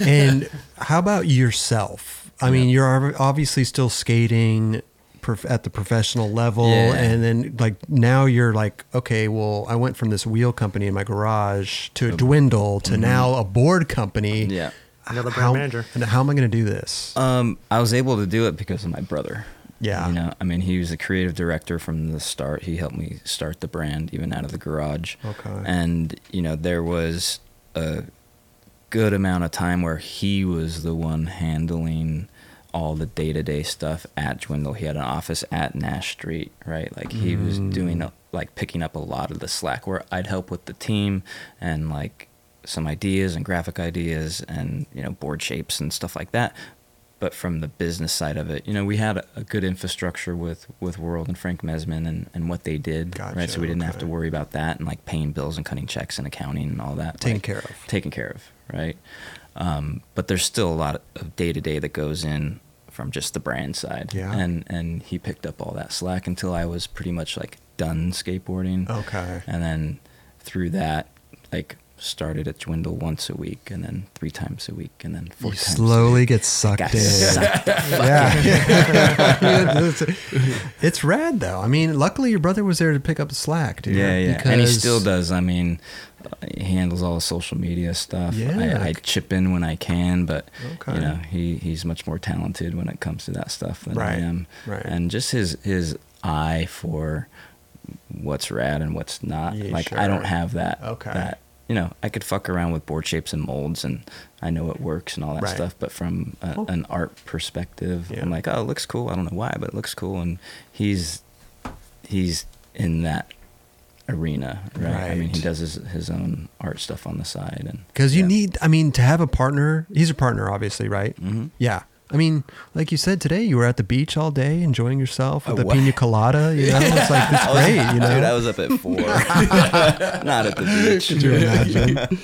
and how about yourself? I mean,
Yeah.
you're ob- obviously still skating prof- at the professional level,
Yeah.
and then like now you're like, okay, well, I went from this wheel company in my garage to a dwindle to now a board company.
Mm-hmm. Yeah.
Another brand
How,
manager.
and how am I going to do this?
Um, I was able to do it because of my brother.
Yeah.
You know, I mean, he was the creative director from the start. He helped me start the brand, even out of the garage.
Okay.
And you know, there was a good amount of time where he was the one handling all the day-to-day stuff at Dwindle. He had an office at Nash Street, right? Like he was
Mm.
doing a, like picking up a lot of the slack where I'd help with the team and like some ideas and graphic ideas and you know board shapes and stuff like that. But from the business side of it, you know, we had a, a good infrastructure with with World and Frank Mesman and, and what they did, right?
Gotcha,
So we didn't have
okay.
to worry about that and like paying bills and cutting checks and accounting and all that
Taken
like,
care of.
taken care of, right? Um, but there's still a lot of day to day that goes in from just the brand side.
Yeah.
And and he picked up all that slack until I was pretty much like done skateboarding.
Okay.
And then through that, like started to dwindle once a week and then three times a week and then four
You
times
slowly get
a
sucked
week. Got
in.
sucked
Yeah. it's, it's rad though. I mean, luckily your brother was there to pick up the slack, dude.
Yeah, yeah. And he
because-
still does. I mean, he handles all the social media stuff.
Yeah.
I, I chip in when I can, but
Okay.
you know, he, he's much more talented when it comes to that stuff than
Right,
I am.
right.
And just his his eye for what's rad and what's not.
Yeah,
like I don't
sure.
have that.
Okay.
That you know, I could fuck around with board shapes and molds, and I know it works and all that
Right.
stuff. But from a,
Cool.
an art perspective,
Yeah.
I'm like, oh, it looks cool. I don't know why, but it looks cool. And he's he's in that arena, right? I mean, he
Right.
does his, his own art stuff on the side, and
Because you
yeah.
need, I mean, to have a partner. He's a partner, obviously, right?
Mhm.
Yeah. I mean, like you said today, you were at the beach all day, enjoying yourself with
Oh,
a
what?
pina colada. You know, it's like it's great. You know,
Dude, I was up at four, not at the beach.
Could you imagine? You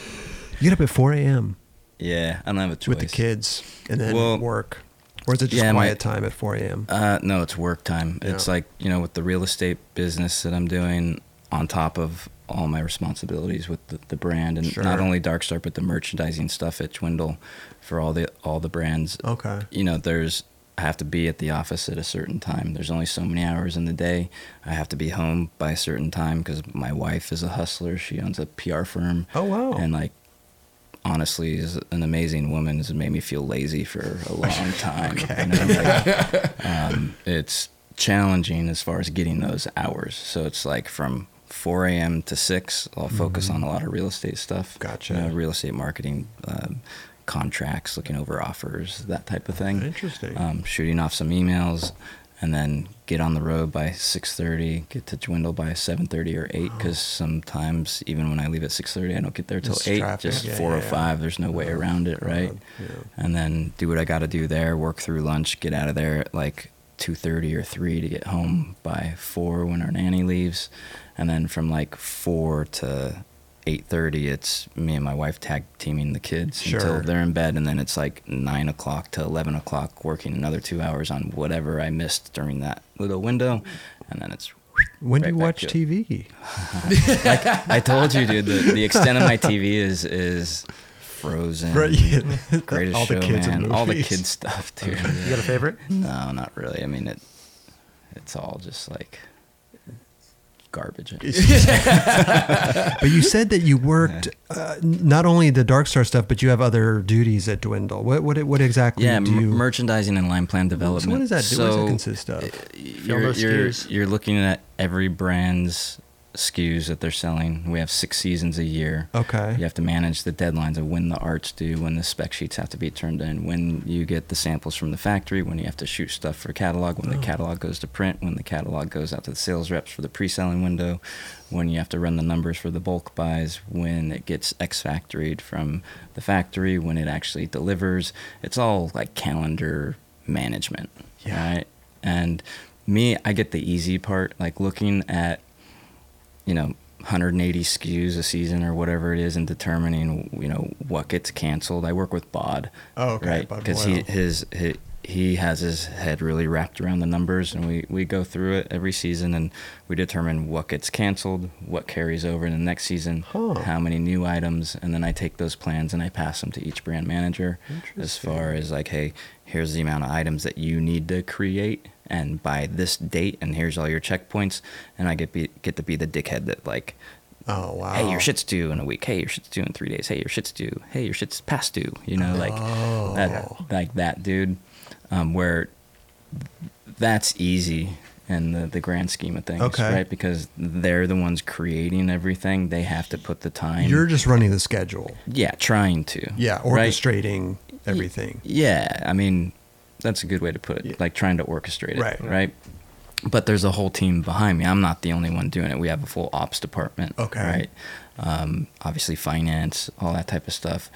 get up at four a.m.
Yeah, I don't have a choice
with the kids, and then
Well,
work, or is it just
yeah, my-
quiet time at four a.m.?
Uh, no, it's work time. It's
Yeah.
like you know, with the real estate business that I'm doing, on top of all my responsibilities with the, the brand, and
Sure.
not only Dark Star, but the merchandising stuff at Twindle for all the all the brands.
Okay.
You know, there's I have to be at the office at a certain time. There's only so many hours in the day. I have to be home by a certain time because my wife is a hustler. She owns a PR firm.
Oh, wow.
And like honestly is an amazing woman has made me feel lazy for a long time you know, like, um, it's challenging as far as getting those hours so it's like from 4 a.m to 6 i'll focus on a lot of real estate stuff
Mm-hmm. Gotcha.
you know, real estate marketing um, contracts looking over offers that type of thing
Interesting.
um, shooting off some emails and then get on the road by 6.30 get to dwindle by 7.30 or 8 because sometimes even when i leave at 6.30 i don't get there till
It's
8
traffic.
just
Yeah,
4 or
yeah, yeah.
5 there's no way around it right and then do what i gotta do there work through lunch get out of there at like 2.30 or 3 to get home by 4 when our nanny leaves and then from like 4 to 8.30 it's me and my wife tag teaming the kids
Sure.
until they're in bed and then it's like 9 o'clock to 11 o'clock working another two hours on whatever i missed during that little window and then it's
when do
right
you
back
watch
to it.
TV?
I told you, dude. The, the extent of my TV is is Frozen,
Right, yeah.
Greatest
All the kids and
Showman, all the
movies.
kids stuff, dude.
You got a favorite?
No, not really. I mean, it it's all just like garbage.
But you said that you worked uh, n- not only the Dark Star stuff, but you have other duties at Dwindle. What what what exactly
Yeah,
do you?
m- merchandising and line plan development.
so what does that do? what does
So,
that consist of?
you're,
those
you're,
SKUs.
you're looking at every brand's SKUs that they're selling. We have six seasons a year.
Okay.
You have to manage the deadlines of when the art's due, when the spec sheets have to be turned in, when you get the samples from the factory, when you have to shoot stuff for catalog, when
Oh.
the catalog goes to print, when the catalog goes out to the sales reps for the pre-selling window, when you have to run the numbers for the bulk buys, when it gets X-factoried from the factory, when it actually delivers. It's all like calendar management,
Yeah.
right? And me, I get the easy part, like looking at you know 180 SKUs a season or whatever it is and determining you know what gets canceled. I work with Bod.
Oh, okay,
Right,
Bod
because he
Boyle.
his he, he has his head really wrapped around the numbers, and we we go through it every season, and we determine what gets canceled, what carries over in the next season,
Huh.
how many new items, and then I take those plans and I pass them to each brand manager as far as like, hey, here's the amount of items that you need to create and by this date and here's all your checkpoints and I get be, get to be the dickhead that like
Oh wow!
hey your shit's due in a week hey your shit's due in 3 days hey your shit's due hey your shit's past due you know like
Oh.
that like that dude um, where that's easy in the, the grand scheme of things
Okay.
right because they're the ones creating everything they have to put the time
You're just running the schedule.
yeah trying to
Yeah,
right?
orchestrating everything.
Yeah, I mean, that's a good way to put it.
Yeah.
Like trying to orchestrate it,
Right.
right? But there's a whole team behind me. I'm not the only one doing it. We have a full ops department.
Okay.
Right. Um, obviously, finance, all that type of stuff.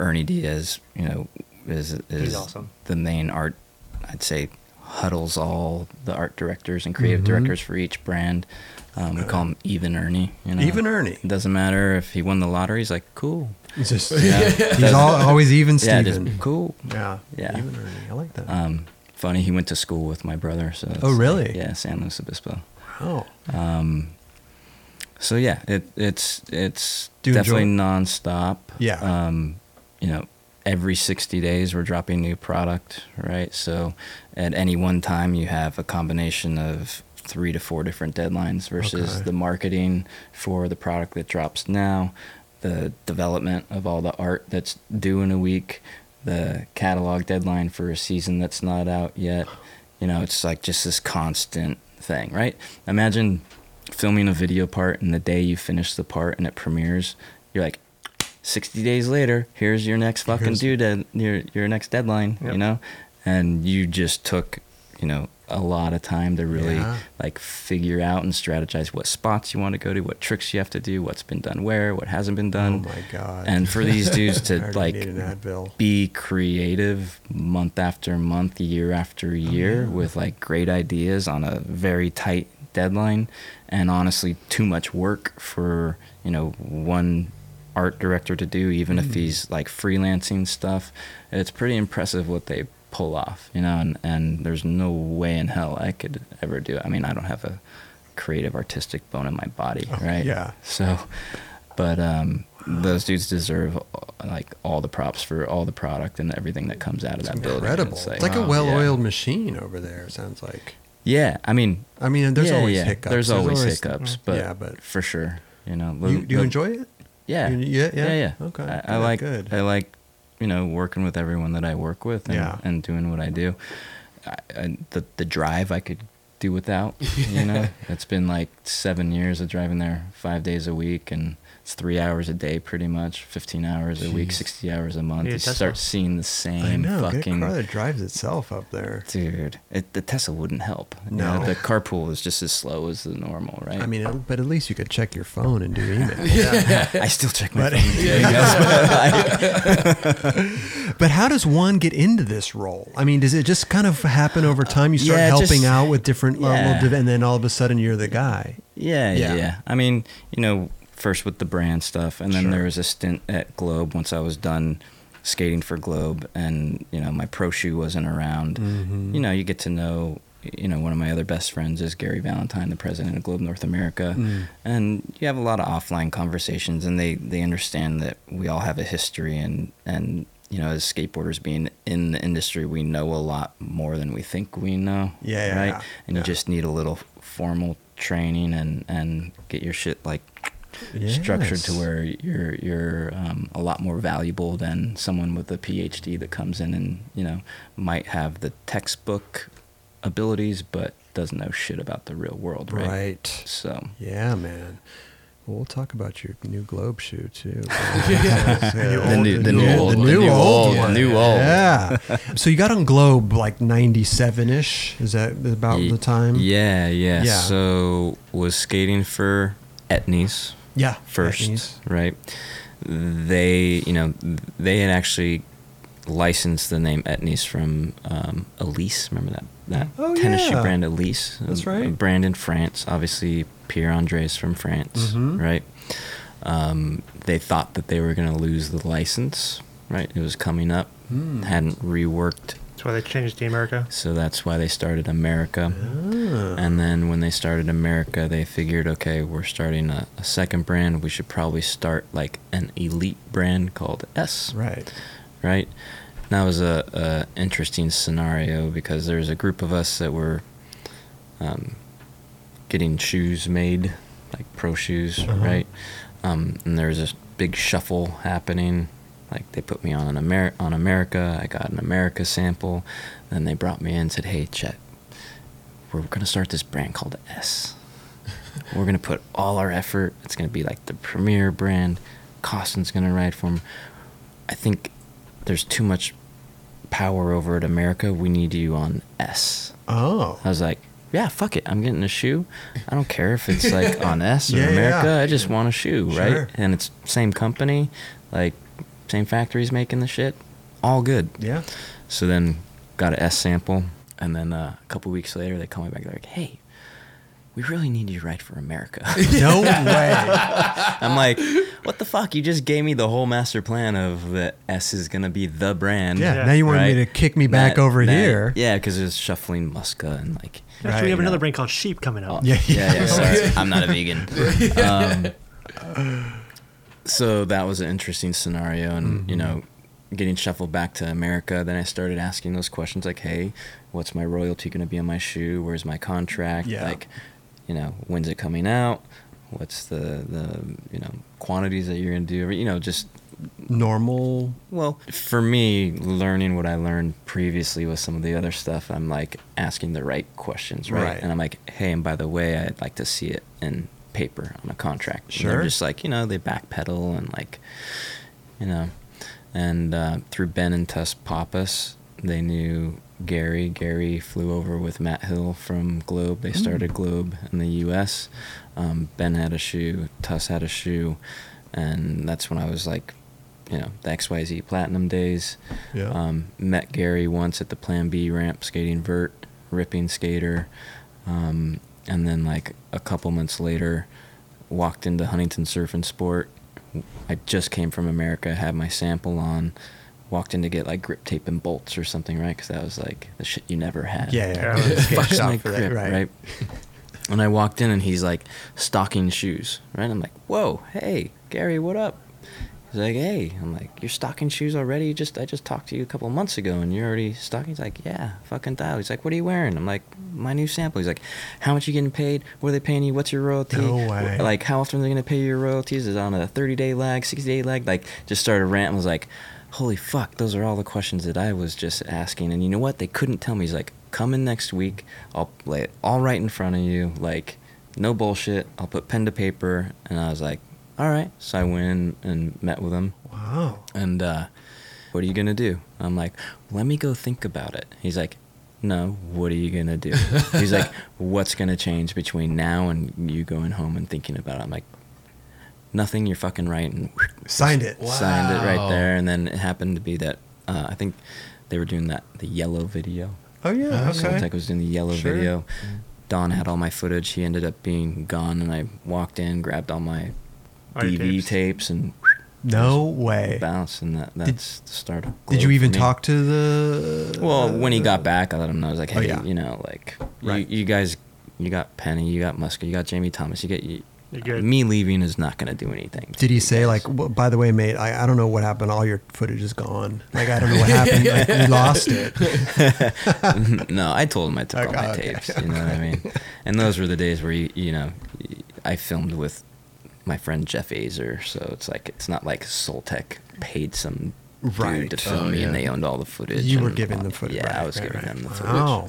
Ernie Diaz, you know, is is
awesome.
the main art.
Mm-hmm.
I'd say huddles all the art directors and creative directors for each brand. Um, we call him Even Ernie. You know?
Even Ernie.
It doesn't matter if he won the lottery. He's like, cool.
It's just he's al always even
Yeah,
Steven.
just cool.
Yeah,
Yeah.
even Ernie. I like that. Oh,
Um, funny, he went to school with my brother. So it's-
really? Oh.
yeah, San Luis Obispo.
wow.
Um, so yeah, it, it's it's
Do you
definitely
enjoy
nonstop.
Yeah.
Um, you know, every sixty days we're dropping new product, right? So at any one time you have a combination of three to four different deadlines versus
Okay.
the marketing for the product that drops now, the development of all the art that's due in a week, the catalog deadline for a season that's not out yet. You know, it's like just this constant thing, right? Imagine filming a video part and the day you finish the part and it premieres, you're like, 60 days later, here's your next fucking
Here's-
due dead, your, your next deadline,
Yep.
you know? And you just took, you know, a lot of time to really
Yeah.
like figure out and strategize what spots you want to go to, what tricks you have to do, what's been done where, what hasn't been
Oh
done.
my god.
And for these dudes
I
to
already
like
need an Advil.
be creative month after month, year
Oh,
after year with like great ideas on a very tight deadline and honestly too much work for, you know, one art director to do even
Mm-hmm.
if he's like freelancing stuff. It's pretty impressive what they pull off, you know, and and there's no way in hell I could ever do it. I mean, I don't have a creative artistic bone in my body, right?
Oh, yeah.
So, but um, those dudes deserve like all the props for all the product and everything that comes out of that building.
Incredible. It's like, a
wow,
well-oiled machine over there. it Sounds like.
Yeah, I mean,
I mean, there's
yeah,
always
yeah.
hiccups.
There's always, hiccups, but
yeah, but
for sure, you know.
you, do you
the-
enjoy it?
Yeah.
you- yeah, yeah?
Yeah. yeah.
Okay,
I, I
good,
like.
good.
I like, you know, working with everyone that I work with and,
Yeah.
and doing what I do. I, I, the the drive I could do without. You know, it's been like seven years of driving there five days a week and. It's three hours a day, pretty much. Fifteen hours a week,
Jeez.
sixty hours a month.
Need a
You
Tesla.
start seeing the
I
same
know.
fucking
Good car that drives itself up there.
dude. It, the Tesla wouldn't help. You
No.
know, the carpool is just as slow as the normal, right?
I mean, it- but at least you could check your phone and do email.
I still check my
But-
phone.
But how does one get into this role? I mean, does it just kind of happen over time? You start
Yeah,
helping
just-
out with different
yeah.
level, and then all of a sudden you're the guy.
Yeah,
Yeah.
yeah, yeah. I mean, you know, first with the brand stuff, and then
Sure.
there was a stint at Globe once I was done skating for Globe, and you know, my pro shoe wasn't around.
Mm-hmm.
You know, you get to know. You know, one of my other best friends is Gary Valentine, the president of Globe North America,
Mm.
and you have a lot of offline conversations, and they they understand that we all have a history, and and you know, as skateboarders being in the industry, we know a lot more than we think we know.
Yeah, yeah,
right.
yeah.
And
Yeah.
you just just need a little formal training and and get your shit like structured to
Yes.
where you're you're um, a lot more valuable than someone with a PhD that comes in and you know might have the textbook abilities but doesn't know shit about the real world, right?
Right.
So
Yeah, man. Well, we'll talk about your new globe shoe too.
the new, the new old,
the new old
the
one.
new old.
Yeah. so you got on Globe like 97 ish. Is that about
Ye-
the time?
Yeah, yeah.
Yeah.
So was skating for Etnies.
Yeah.
first,
Etnies.
right? They, you know, they had actually licensed the name Etnies from um, Elise. Remember that that
Oh,
tennis shoe
yeah.
brand Elise?
That's
A- a
right.
brand in France, obviously. Pierre Andres from France,
Mhm.
right? Um, they thought that they were going to lose the license, right? It was coming up,
Hmm.
hadn't reworked
That's why they changed to America.
so that's why they started America.
Ah.
And then when they started America, they figured, okay, we're starting a, a second brand. We should probably start like an elite brand called S,
Right.
right? And that was a, a interesting scenario because there's a group of us that were um, getting shoes made, like pro shoes,
Uh-huh.
right? Um, and there was this big shuffle happening. Like they put me on an Amer- on America. I got an America sample. Then they brought me in and said, "Hey, Chet, we're gonna start this brand called S. We're gonna put all our effort. It's gonna be like the premier brand. Costin's gonna ride for him. I think there's too much power over at America. We need you on S.
Oh.
I was like, yeah, fuck it. I'm getting a shoe. I don't care if it's like on S or
Yeah, yeah,
America.
yeah.
I just want a shoe,
Sure.
right? And it's same company, like same factories making the shit. All good.
Yeah.
So then got an S sample, and then uh, a couple weeks later they call me back. They're like, "Hey, we really need you to write for America.
No way.
I'm like, what the fuck? You just gave me the whole master plan of the S is gonna be the brand.
Yeah. Now you want
right?
me to kick me back
That-
over
that-
here.
Yeah, because there's shuffling Muska and like. oh,
Actually, we have another brand called Sheep coming
Uh,
up.
Yeah.
yeah, yeah. Sorry, I'm not a vegan. Um, so that was an interesting scenario, and
Mm-hmm.
you know, getting shuffled back to America. Then I started asking those questions like, "Hey, what's my royalty going to be on my shoe? Where's my contract?
Yeah.
Like, you know, when's it coming out? What's the the you know quantities that you're going to do? You know, just
Normal.
well, for me, learning what I learned previously with some of the other stuff, I'm like asking the right questions, right?
Right.
And I'm like, hey, and by the way, I'd like to see it in paper on a contract. And
Sure.
they're just like, you know, they backpedal and like, you know, and uh, through Ben and Tess Pappas, they knew Gary. Gary flew over with Matt Hill from Globe.
Hmm.
They started Globe in the U.S. Um, ben had a shoe. Tess had a shoe, and that's when I was like, you know, the XYZ Platinum days.
Yeah.
Um, met Gary once at the Plan B ramp skating vert, ripping skater, um, and then like a couple months later, walked into Huntington Surf and Sport. I just came from America, had my sample on, walked in to get like grip tape and bolts or something, right? Because that was like the shit you never had.
Yeah.
Yeah.
yeah.
Fuck
Shop
my
for that,
grip, right? and I walked in and he's like stocking shoes, right? I'm like, whoa, hey, Gary, what up? He's like, hey, I'm like, you're stocking shoes already? You just I just talked to you a couple of months ago and you're already stocking. He's like, yeah, fucking dial. He's like, what are you wearing? I'm like, my new sample. He's like, how much you getting paid? What are they paying you? What's your royalty?
No way.
Like, how often are they gonna pay you your royalties? Is it on a 30 day lag, 60 day lag? Like, just started ranting. Was like, holy fuck, those are all the questions that I was just asking. And you know what? They couldn't tell me. He's like, come in next week. I'll lay it all right in front of you. Like, no bullshit. I'll put pen to paper. And I was like, all right. So I went in and met with him.
Wow.
And uh, what are you gonna do? I'm like, let me go think about it. He's like, no, what are you gonna do? He's like, what's gonna change between now and you going home and thinking about it? I'm like, nothing. You're fucking right. And
Signed it.
signed it right
Wow.
there. And then it happened to be that uh, I think they were doing that the yellow video.
Oh yeah.
Soul Tech was doing the yellow
Sure. Mm-hmm.
video. Don had all my footage. He ended up being gone, and I walked in, grabbed all my
All your
DV tapes.
tapes.
and
No way.
bounce, and that, that's the start. Of
Did
Globe
you even
for me.
talk to the?
Well, when he got back, I let him know. I was like,
Uh, Oh,
hey,
yeah.
you know, like
Right.
you, you guys, you got Penny, you got Muska, you got Jamie Thomas, you get you.
You're good.
Me leaving is not going to do anything.
Did he say like, well, by the way, mate, I, I don't know what happened. All your footage is gone. Like I don't know what happened. like, we lost it.
no, I told him I took all
Okay,
my
Oh, okay,
tapes. You know what I mean? And those were the days where you, you know, I filmed with my friend Jeff Azer, so it's like it's not like Soltech paid some
Right.
dude to film
Oh,
me and
yeah.
they owned all the footage.
You were
and
given
all-
the Oh. footage.
Yeah, I
right,
was
right,
giving
right.
them the footage.
Wow.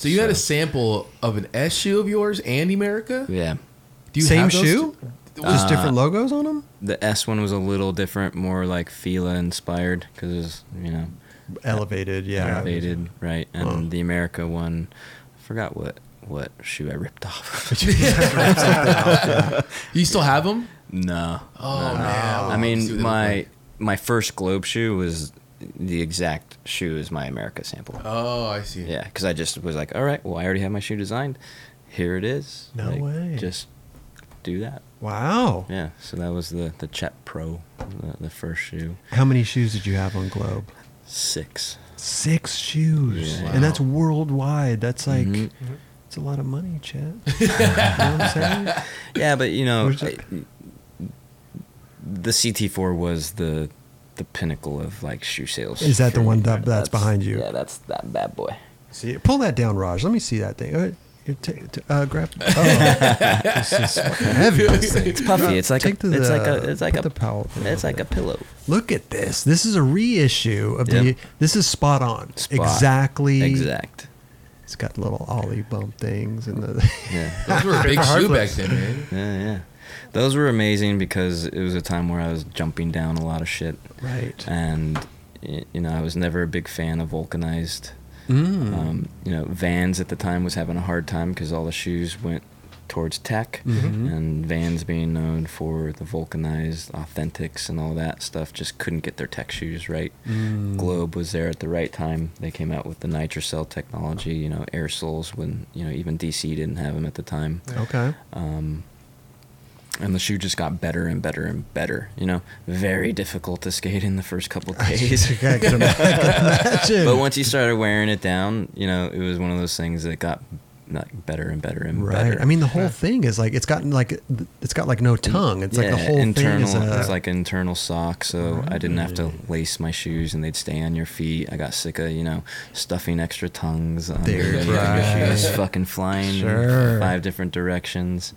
So you had a sample of an S shoe of yours and America.
Yeah.
Do you
Same
have those
shoe?
two?
Just different
Uh,
logos on them.
The S one was a little different, more like Fila inspired because it was, you know,
Elevated. Yeah.
elevated, right? And the America one, I forgot what what shoe I ripped off.
You still have them?
no.
Oh man!
I
See what
mean,
they
my
look like.
my first Globe shoe was the exact shoe as my America sample.
Oh, I see.
Yeah, because I just was like, all right, well, I already have my shoe designed. Here it is.
No
Like,
way.
Just do that.
Wow.
Yeah. So that was the the Chet Pro, the, the first shoe.
How many shoes did you have on Globe?
Six.
Six shoes,
Yeah.
and that's worldwide. That's like.
Mhm.
It's a lot of money, Chet. you know what I'm saying?
Yeah, but you know,
Where's it-
I- the CT4 was the the pinnacle of like shoe sales.
Is that the
for me,
one that-
right?
that's behind you?
Yeah, that's that bad boy.
See, pull that down, Raj. Let me see that thing. Uh, you ta- ta- uh, grab. Oh, this is fucking heavy. This thing.
It's puffy. It's like a,
Take the-
it's like a it's like
put
a
the palette down
it's
a
like a pillow.
Look at this. This is a reissue of the.
Yep.
This is spot on.
Spot.
E Exactly.
Exact.
He's got little ollie bump things and the
Yeah.
Those were a big shoe back then, man.
Yeah, yeah. Those were amazing because it was a time where I was jumping down a lot of shit.
right.
And, y- you know, I was never a big fan of vulcanized.
Mm-hmm. Mm.
Um, you know, Vans at the time was having a hard time because all the shoes went towards tech.
Mm-hmm.
And Vans, being known for the vulcanized authentics and all that stuff, just couldn't get their tech shoes right.
Mm-hmm. Mm.
Globe was there at the right time. They came out with the nitrocell technology, you know, air soles when, you know, even DC didn't have them at the time Um,
Okay.
and the shoe just got better and better and better. You know, very difficult to skate in the first couple days.
I can imagine.
but once you started wearing it down, you know, it was one of those things that got like better and better and
Right.
better.
I mean, the whole thing is like it's gotten like it's got like no tongue. It's like the whole
internal,
thing is a,
it's like an internal sock, so I didn't have to lace my shoes and they'd stay on your feet. I got sick of you know stuffing extra tongues on
Dude,
your your shoes,
right.
fucking flying in
Sure.
five different directions.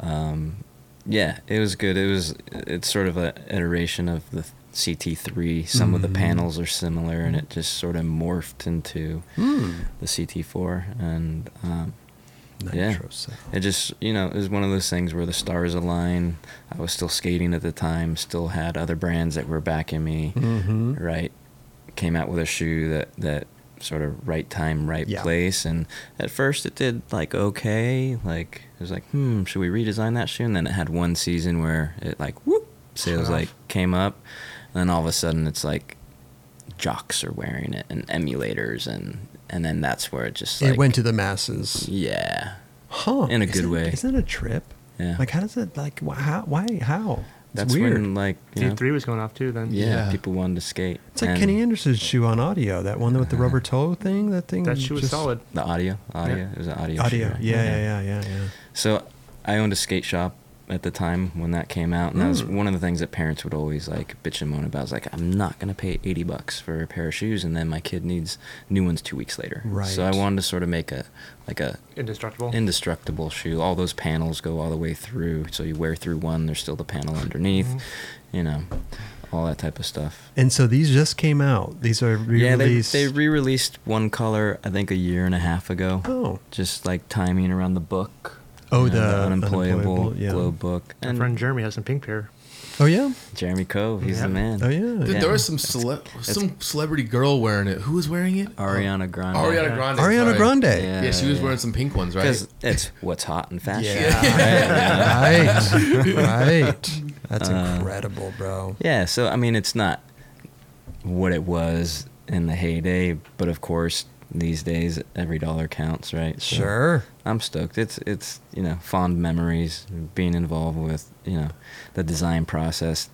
Um, yeah, it was good. It was it's sort of a iteration of the CT3. Some of the
Mm-hmm.
panels are similar, and it just sort of morphed into
Hmm.
the CT4 and. Um, yeah.
nitro cell.
it just, you know, it was one of those things where the stars align. I was still skating at the time, still had other brands that were backing me,
Mhm.
right? Came out with a shoe that, that sort of right time, right
Yeah.
place. And at first it did like okay. Like, it was like, hmm, should we redesign that shoe? And then it had one season where it like, whoop, sales
off.
like came up. And then all of a sudden it's like, jocks are wearing it and emulators and and then that's where it just like
it went to the masses.
yeah
Huh.
in a
Isn't-
good way.
Isn't that a trip?
Yeah.
Like, how does it, like, wh- how, why, how? It's
That's
weird.
when like you know,
D3 was going off too then.
yeah,
Yeah.
people wanted to skate.
it's like
And
Kenny Anderson's shoe on audio, that one with the rubber toe thing. That thing.
Mm,
That shoe was
just-
solid.
The audio, audio, it was an audio. shoe,
Audio.
right?
Yeah, yeah, yeah, yeah, yeah.
So I owned a skate shop at the time when that came out, and that was
Mm.
one of the things that parents would always like bitch and moan about. Is like, I'm not gonna pay 80 bucks for a pair of shoes, and then my kid needs new ones two weeks later.
Right.
So I wanted to sort of make a like a
Indestructible.
indestructible shoe. All those panels go all the way through, so you wear through one, there's still the panel underneath,
Mm-hmm.
you know, all that type of stuff.
And so these just came out. These are
Yeah, they,
re-released.
they re-released one color I think a year and a half ago.
Oh.
just like timing around the book.
Oh,
you know,
the
unemployable,
Unemployable, yeah.
globe book.
My
And
friend Jeremy has some pink pair.
oh yeah.
Jeremy Cove, he's
Yeah.
the man.
Oh yeah.
Dude, there was some cele- some celebrity girl wearing it. Who was wearing it?
Ariana Grande.
Ariana Grande.
Ariana
sorry.
Grande.
Yeah.
Yeah, she was wearing some pink ones, right?
because it's what's hot in fashion.
right. right. That's incredible, bro.
Uh. Yeah, so I mean, it's not what it was in the heyday, but of course, these days every dollar counts, right? So
Sure.
I'm stoked. It's it's you know fond memories being involved with you know the design process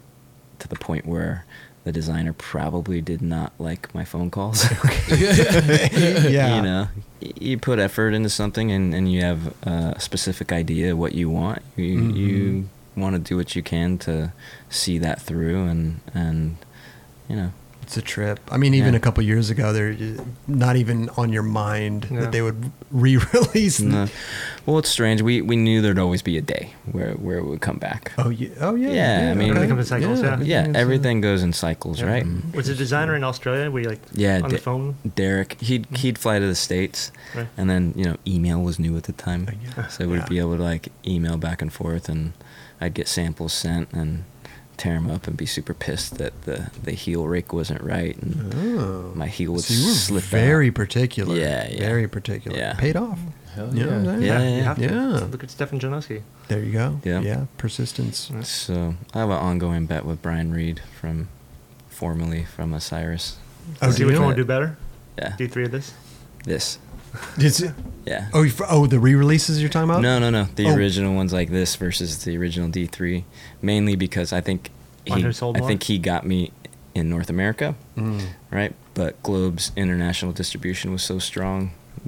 to the point where the designer probably did not like my phone calls.
Yeah.
you know Y- you put effort into something and, and you have a specific idea of what you want you,
Mm-hmm.
you want to do what you can to see that through and and you know
It's a trip. I mean, even
Yeah.
a couple years ago, they're uh, not even on your mind
Yeah.
that they would re-release.
no. well it's strange we we knew there'd always be a day where where it would come back
Oh yeah. Oh yeah.
Yeah, I mean- Everything
comes in cycles, yeah.
yeah
it's, uh,
everything goes in cycles right
Was a designer in Australia? We like
yeah
on the
De-
phone.
derek he'd he'd fly to the states
Right.
and then you know email was new at the time
Yeah.
so we'd
Yeah.
be able to like email back and forth and i'd get samples sent and tear them up and be super pissed that the the heel rake wasn't right and
Oh.
my heel would
So you were
slip
very
out.
particular.
Yeah, yeah.
Very particular.
Yeah.
Paid off.
Hell
You know what I'm
yeah.
saying?
Yeah, Oh, yeah,
you have to.
yeah.
Look at Stefan Janowski.
There you go.
Yeah.
Yeah. Persistence.
so i have an ongoing bet with brian reed from formerly from osiris
Oh,
See
do
which
you?
one would do better.
yeah
D3 of this.
this
Is it-
yeah
Oh, you- oh, the re-releases you're talking about?
No, no, no. The
Oh.
original ones like this versus the original D3, mainly because I think
On
he,
who sold
I
more?
think he got me in North America,
Mm.
right? But Globe's international distribution was so strong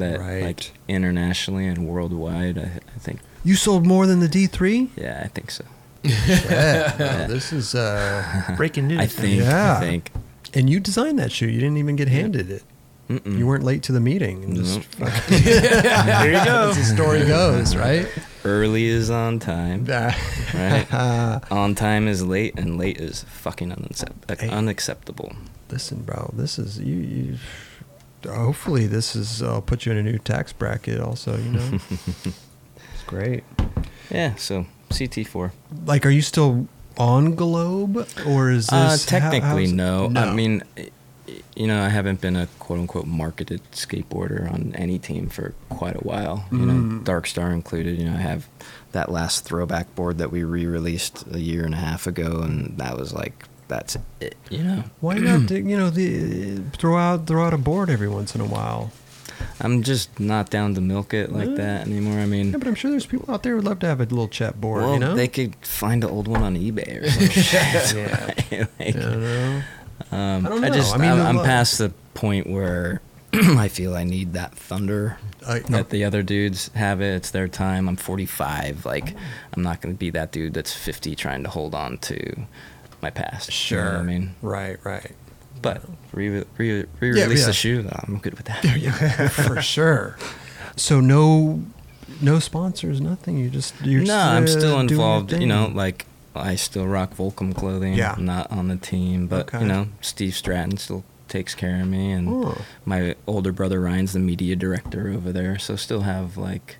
that
Right.
like internationally and worldwide, I, I think,
You sold more than the D3?
yeah, I think so.
Yeah. No, Oh, this is, uh,
Breaking news.
I think,
Yeah.
I think.
and you designed that shoe. You didn't even get handed it.
Mm-mm.
You weren't late to the meeting. And just,
there you go.
As the story goes, right?
Early is on time,
Uh,
right? on time is late, and late is fucking unaccept-
Hey.
unacceptable.
listen, bro, this is, you, you, hopefully this is uh, put you in a new tax bracket. Also, you know, it's great.
Yeah, so CT4.
Like, are you still on Globe or is this
Uh,
how-
technically,
how's-
no. I mean, y- you know, I haven't been a quote unquote marketed skateboarder on any team for quite a while. You know,
Mm.
Dark Star included. You know, I have that last throwback board that we re released a year and a half ago, and that was like, that's it, you know?
why not? do- You know, the, throw out throw out a board every once in a while.
I'm just not down to milk it like
Mm.
that anymore. I mean,
Yeah, but I'm sure there's people out there who would love to have a little chat board.
well,
you know,
they could find an old one on eBay or something. yeah. like,
You know?
Um,
I
I,
don't know.
just,
I
I
mean, the
am
lo-
past the point where I feel I need that thunder
I-
that the other dudes have it. It's their time. I'm 45. Like, I'm not going to be that dude that's 50 trying to hold on to my past. You know what I mean,
right, right.
but re re release
yeah.
the shoe. though, I'm good with that.
Yeah, for sure. So no, no sponsors, nothing. You just you're
no,
just,
I'm
uh,
still
doing your
involved. You
thing.
know, like I still rock Volcom clothing.
Yeah.
I'm not on the team, but
Okay.
you know, Steve Stratton still takes care of me, and
Oh.
my older brother Ryan's the media director over there. So still have like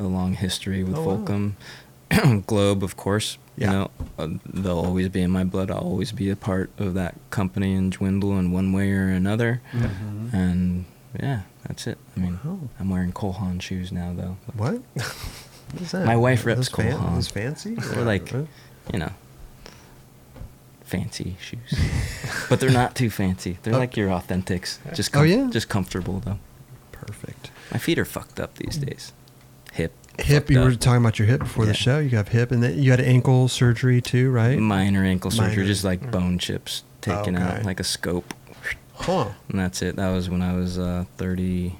a long history with
Oh, wow.
Volcom. Globe, of course.
Yeah.
You know, uh, they'll always be in my blood. I'll always be a part of that company and dwindle in one way or another. And yeah, that's it. I mean,
Mm-hmm. Wow.
I'm wearing Cole Haan shoes now, though.
what? What is that?
My wife
Uh, Those
reps Cole Haan.
those fancy.
They're like, you know, fancy shoes, but they're not too fancy. They're
Oh.
like your authentics, just
Oh,
com-
yeah?
just comfortable though.
perfect.
My feet are fucked up these days. Hip,
Mm. Hip.
fucked
You were
up.
talking about your hip before the
Yeah.
show. You have hip, and then you had ankle surgery too, right?
minor ankle surgery,
Minor. Mm.
just like bone chips taken
Okay.
out, like a scope,
Huh.
and that's it. That was when I was uh, 30,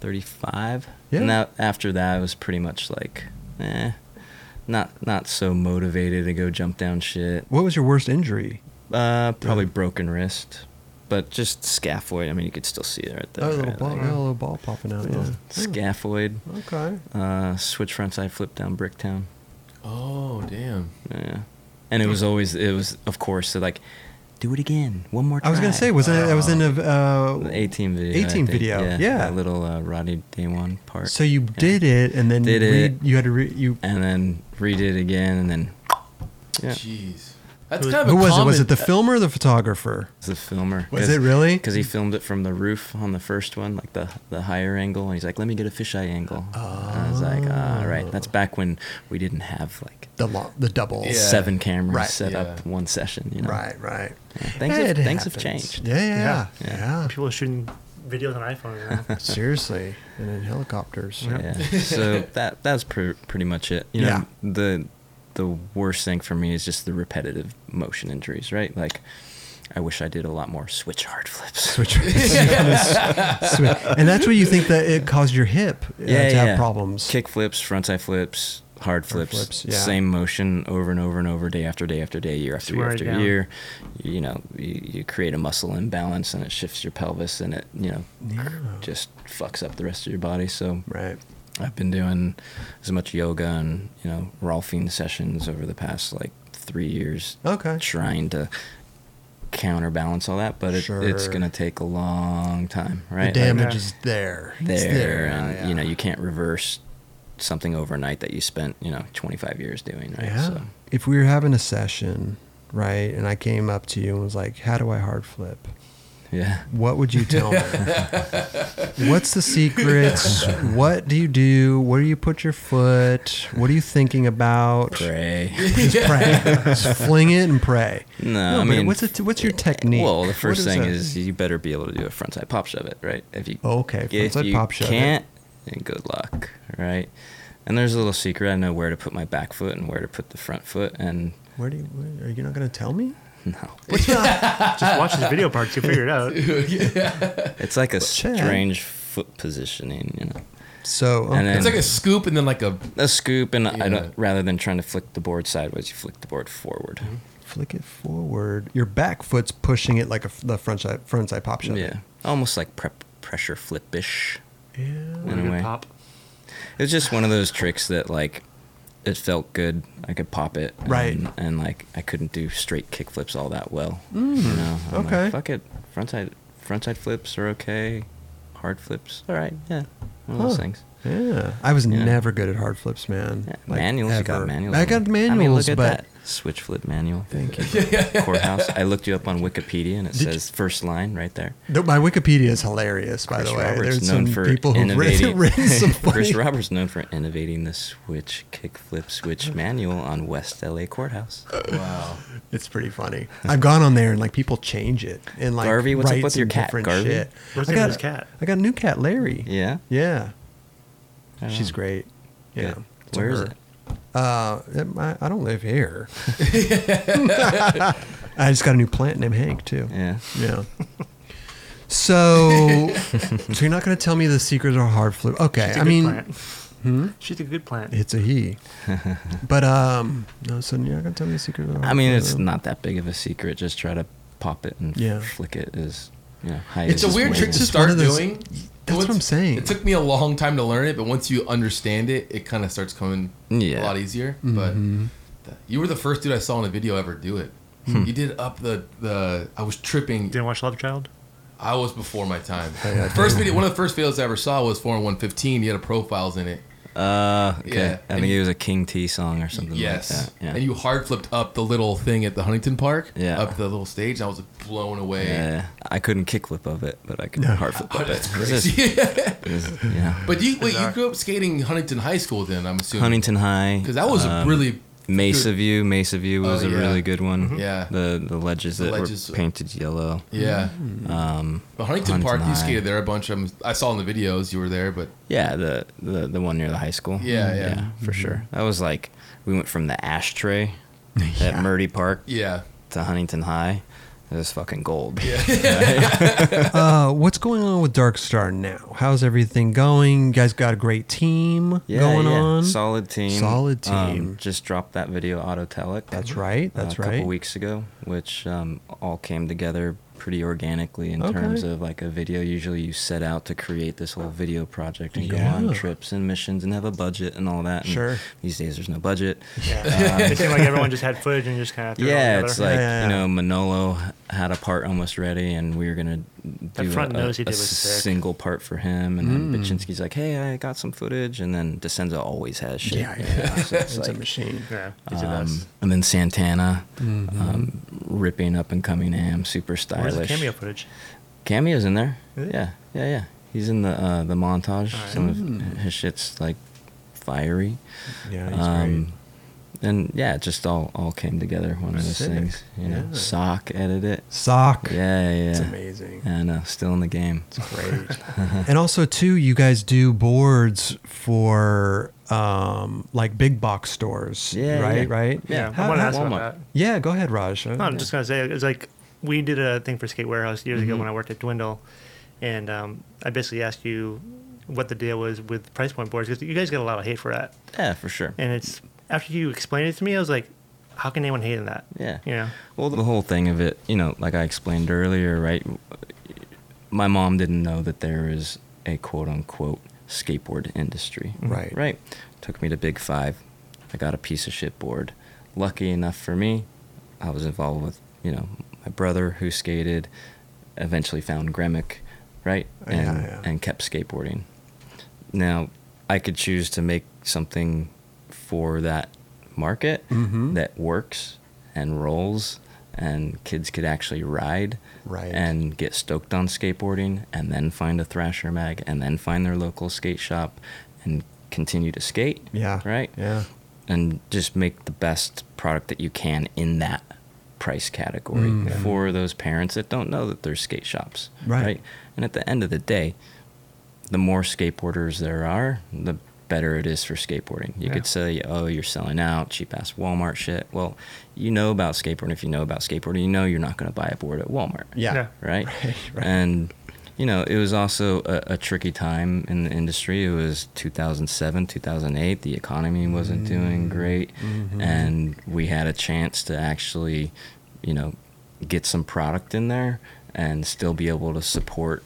35.
Yeah.
And that, after that, I was pretty much like, eh, not not so motivated to go jump down shit.
What was your worst injury?
Uh, probably broken wrist, but just scaphoid. I mean, you could still see it right there.
Oh, a little
right?
ball,
Like,
yeah, a little ball popping out.
yeah, Hmm.
Yeah. Oh.
Scaphoid.
Yeah. Okay.
Uh, switch front side flip down Bricktown.
Oh damn.
Yeah, and it was always it was of course they're like, do it again, one more. Try.
I was gonna say, was that? I was in a. Uh,
the eighteen video. I
18
think.
video, yeah.
that little uh, Roddy Day One part.
So you
Yeah.
did it, and then
Did
re-
it.
you had to re- you.
and then redid it again, and then yeah,
Jeez. That's
Who-
kind of a
Who was it? Was
common-
it the filmer or the photographer?
it's the filmer.
Was it really?
Because he filmed it from the roof on the first one, like the the higher angle, and he's like, "Let me get a fisheye angle." And I was like,
Oh.
"Ah, "All right." That's back when we didn't have like
The lo- the double.
Yeah.
seven cameras
Right.
set up
Yeah.
one session. You know,
Right, right.
Things have-
It
things have
happens.
changed.
Yeah, yeah, yeah.
Yeah. People are shooting videos on iPhone. You know?
Seriously, and in helicopters.
Yeah. so that that's pre- pretty much it. You know,
Yeah.
the the worst thing for me is just the repetitive motion injuries, right? Like, I wish I did a lot more switch hard flips.
Switch, switch. and that's what you think that it caused your hip uh, to have problems.
Kick flips, front side flips, hard flips,
flips, yeah.
same motion over and over and over, day after day after day, year after year
Wear it
after
down.
year. You know, you, you create a muscle imbalance and it shifts your pelvis and it, you know, just fucks up the rest of your body. So
Right.
I've been doing as much yoga and, you know, Rolfing sessions over the past like three years
Okay.
trying to counterbalance all that, but it, it's
Sure.
going to take a long time, right?
The
Like,
damage
Yeah.
is there. It's
there, and
yeah.
you know you can't reverse something overnight that you spent you know 25 years doing right
Yeah.
so
If we were having a session, right, and I came up to you and was like, "How do I hard flip?"
yeah
What would you tell me? What's the secrets? What do you do? Where do you put your foot? What are you thinking about?
pray
Just pray. Just fling it and pray.
no, Uh, i
but
mean
what's it, what's your technique?
well the
What
first thing
that?
is you better be able to do a front side pop shove it right if you
Okay,
if
frontside
you
pop shove it.
can't then good luck right and there's a little secret i know where to put my back foot and where to put the front foot and
where do you, where, are you not going to tell me?
no
Just watch this video parts. You figure it out.
it's like a
Chad.
strange foot positioning you know
So
And
okay.
then-
It's like a scoop and then like a
a scoop and I
Yeah.
don't, rather than trying to flick the board sideways you flick the board forward
Mm-hmm. flick it forward. Your back foot's pushing it like a, the front side front side pop shove.
Yeah, almost like prep pressure flipish.
Yeah.
In a
Good
way.
pop.
It was just one of those tricks that like it felt good. I could pop it, and-
Right.
And like I couldn't do straight kick flips all that well. you know? I'm
Mm.
like,
okay.
Fuck it, frontside frontside flips are okay. hard flips. All right, yeah, one of those
Huh.
things.
Yeah, I was
Yeah.
never good at hard flips, man.
Yeah,
Like,
manuals, you
ever.
got manuals.
I got manuals,
I mean, look at
but
that switch flip manual. Thank you. Courthouse. I looked you up on Wikipedia, and it says first line right there.
No, my Wikipedia is hilarious, by
Chris
the way.
Roberts
There's
known
some
for
people who've written,
innovating.
written some funny.
Chris Roberts known for innovating the switch kickflip switch manual on West LA Courthouse.
Wow.
It's pretty funny. I've gone on there and like people change it and like
Garvey, what's up
write
with your
some
cat,
different
Garvey?
shit.
What's
I
the name
got
of his cat?
I got a new cat, Larry.
Yeah.
Yeah,
I don't
she's
know.
great. Yeah,
Good.
It's
Where is
her.
it?
Uh, it- I, I don't live here. I just got a new plant named Hank too.
Yeah.
Yeah. So, so you're not going to tell me the secrets are hard flu? Okay,
She's a
I
good
mean,
plant.
hmm?
She's a good plant.
it's a he. but um, no, so you're not going to tell me the secrets are hard
I mean, it's
flu.
not that big of a secret. Just try to pop it and
Uh, Yeah.
flick it is, you know, high as
It's a
is
weird
waving.
trick
It's
to
one
start
of those-
doing.
That's what
Once-
I'm saying.
It took me a long time to learn it, but once you understand it, it kind of starts coming
Yeah.
a lot easier.
Mm-hmm.
But th- you were the first dude I saw in a video ever do it.
Hmm.
You did up the the. I was tripping.
Didn't watch Love Child?
I was before my time. First video, one of the first videos I ever saw was four and one fifteen. You had a profiles in it.
Uh, okay.
Yeah,
I
and
think
you-
it was a King T song or something
yes,
like that. Yeah.
and you hard flipped up the little thing at the Huntington Park.
Yeah.
up the little stage. And I was blown away.
yeah. Uh, I couldn't kickflip of it, but I could hard flip
Oh,
of
that's
it. It was just-
crazy.
it was- yeah.
but you wait, you
Bizarre.
grew up skating Huntington High School then? I'm assuming.
Huntington High.
Because that was
um,
a really
Mesa
good-
View. Mesa View was
Oh,
a
yeah.
really good one.
Mm-hmm.
Yeah.
The the ledges
The
that
ledges-
were painted yellow.
Yeah.
Mm-hmm.
Um,
But Huntington, Park,
Huntington
you
High.
skated there a bunch. I'm, I saw in the videos you were there, but
Yeah, the, the the one near the high school.
Yeah, yeah.
Mm-hmm.
for sure. That was like we went from the ashtray at Murdy Park
yeah.
to Huntington High. It was fucking gold.
uh, what's going on with Dark Star now? How's everything going? You guys got a great team
Yeah,
going
yeah.
on.
Solid team.
Solid
Um,
team.
just dropped that video, Autotelic.
That's right. That's
uh, a
right.
couple weeks ago, which um, all came together pretty organically in
Okay.
terms of like a video. Usually, you set out to create this whole video project and go
Yeah.
on trips and missions and have a budget and all that. And
Sure.
These days, there's no budget.
it seemed like everyone just had footage and just kind of threw
Uh, yeah,
it all
it's
together.
like
Yeah, yeah,
you know Manolo had a part almost ready, and we were gonna do
front
a,
nose he
a
did was
s-
sick.
single part for him, and
Mm.
then Baczynski's like, "Hey, I got some footage," and then Descenza always has shit.
Yeah,
you
yeah.
know, so it's
it's a
like-
machine.
yeah, he's the
um,
best.
and then Santana, um, ripping up and coming am, super
Where's
stylish.
the cameo footage?
Cameo's in there.
Is it?
Yeah, yeah, yeah. He's in the uh, the montage.
All right.
Some of his shit's like fiery.
Yeah, he's
Um, and yeah, it just all all came together. One of those
Sick.
things. You know,
Yeah.
sock edit
great.
it.
Sock.
Yeah, yeah.
It's
yeah.
amazing.
Yeah, I know. Still in the game.
Great. and also too, you guys do boards for um, like big box stores.
Yeah,
Right.
yeah.
Right.
Yeah.
I
How-
want to
how-
ask
Walmart.
about that.
yeah. Go ahead, Raj.
No, I'm just gonna say it's like we did a thing for Skate Warehouse years
Mm-hmm.
ago when I worked at Dwindle, and um, I basically asked you what the deal was with price point boards because you guys get a lot of hate for that,
Yeah, for sure.
and it's after you explained it to me, I was like, how can anyone hate on that?
Yeah.
you know,
Well, the whole thing of it, you know, like I explained earlier, right? My mom didn't know that there is a quote unquote skateboard industry.
Right.
Right. Took me to Big Five. I got a piece of shit board. Lucky enough for me, I was involved with, you know, my brother who skated, eventually found Gremick, right?
Oh, Yeah,
And,
yeah.
and kept skateboarding. Now, I could choose to make something for that market
Mhm.
that works and rolls and kids could actually ride
Right.
and get stoked on skateboarding and then find a thrasher mag and then find their local skate shop and continue to skate
Yeah.
right
Yeah.
and just make the best product that you can in that price category for those parents that don't know that there's skate shops
Right.
and at the end of the day the more skateboarders there are the better it is for skateboarding you
Yeah.
could say oh you're selling out cheap ass walmart shit well you know about skateboarding if you know about skateboarding you know you're not going to buy a board at walmart
Yeah.
Yeah.
right?
Right, right.
And you know, it was also a, a tricky time in the industry. It was 2007, 2008. The economy wasn't
Mm-hmm.
doing great, and we had a chance to actually, you know, get some product in there and still be able to support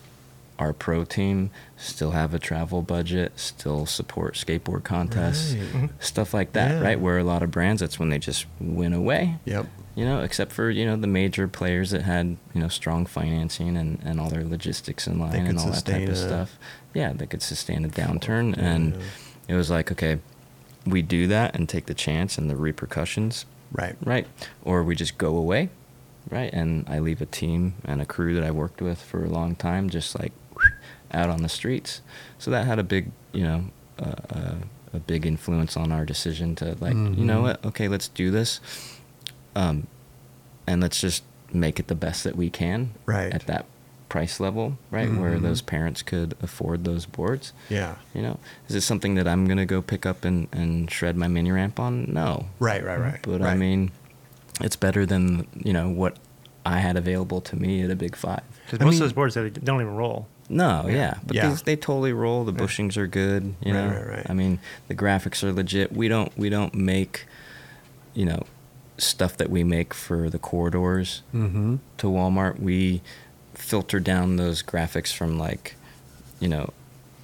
our pro team, still have a travel budget, still support skateboard contests,
Right. Mhm.
stuff like that,
Yeah.
right? Where a lot of brands, that's when they just went away
Yep.
You know, except for you know the major players that had you know strong financing and, and all their logistics in line
could
and all that type
sustain a-
of stuff. Yeah, they could sustain a downturn, and it was like, okay, we do that and take the chance and the repercussions,
Right.
right? Or we just go away, right? And I leave a team and a crew that I worked with for a long time, just like out on the streets. So that had a big, you know, uh, uh, a big influence on our decision to like, you know what? Okay, let's do this, um, and let's just make it the best that we can
Right.
at that price level, right? Where those parents could afford those boards.
Yeah.
You know, is it something that I'm gonna go pick up and, and shred my mini ramp on? No,
Right, right, right.
but I
right.
mean, it's better than you know what I had available to me at a big five.
'Cause
I
most
mean-
of those boards they don't even roll.
No, yeah, but
Yeah.
These, they totally roll. The bushings are good. You
Right,
know,
right, right.
I mean, the graphics are legit. We don't we don't make, you know, stuff that we make for the corridors
Mm-hmm.
to Walmart. We filter down those graphics from like, you know,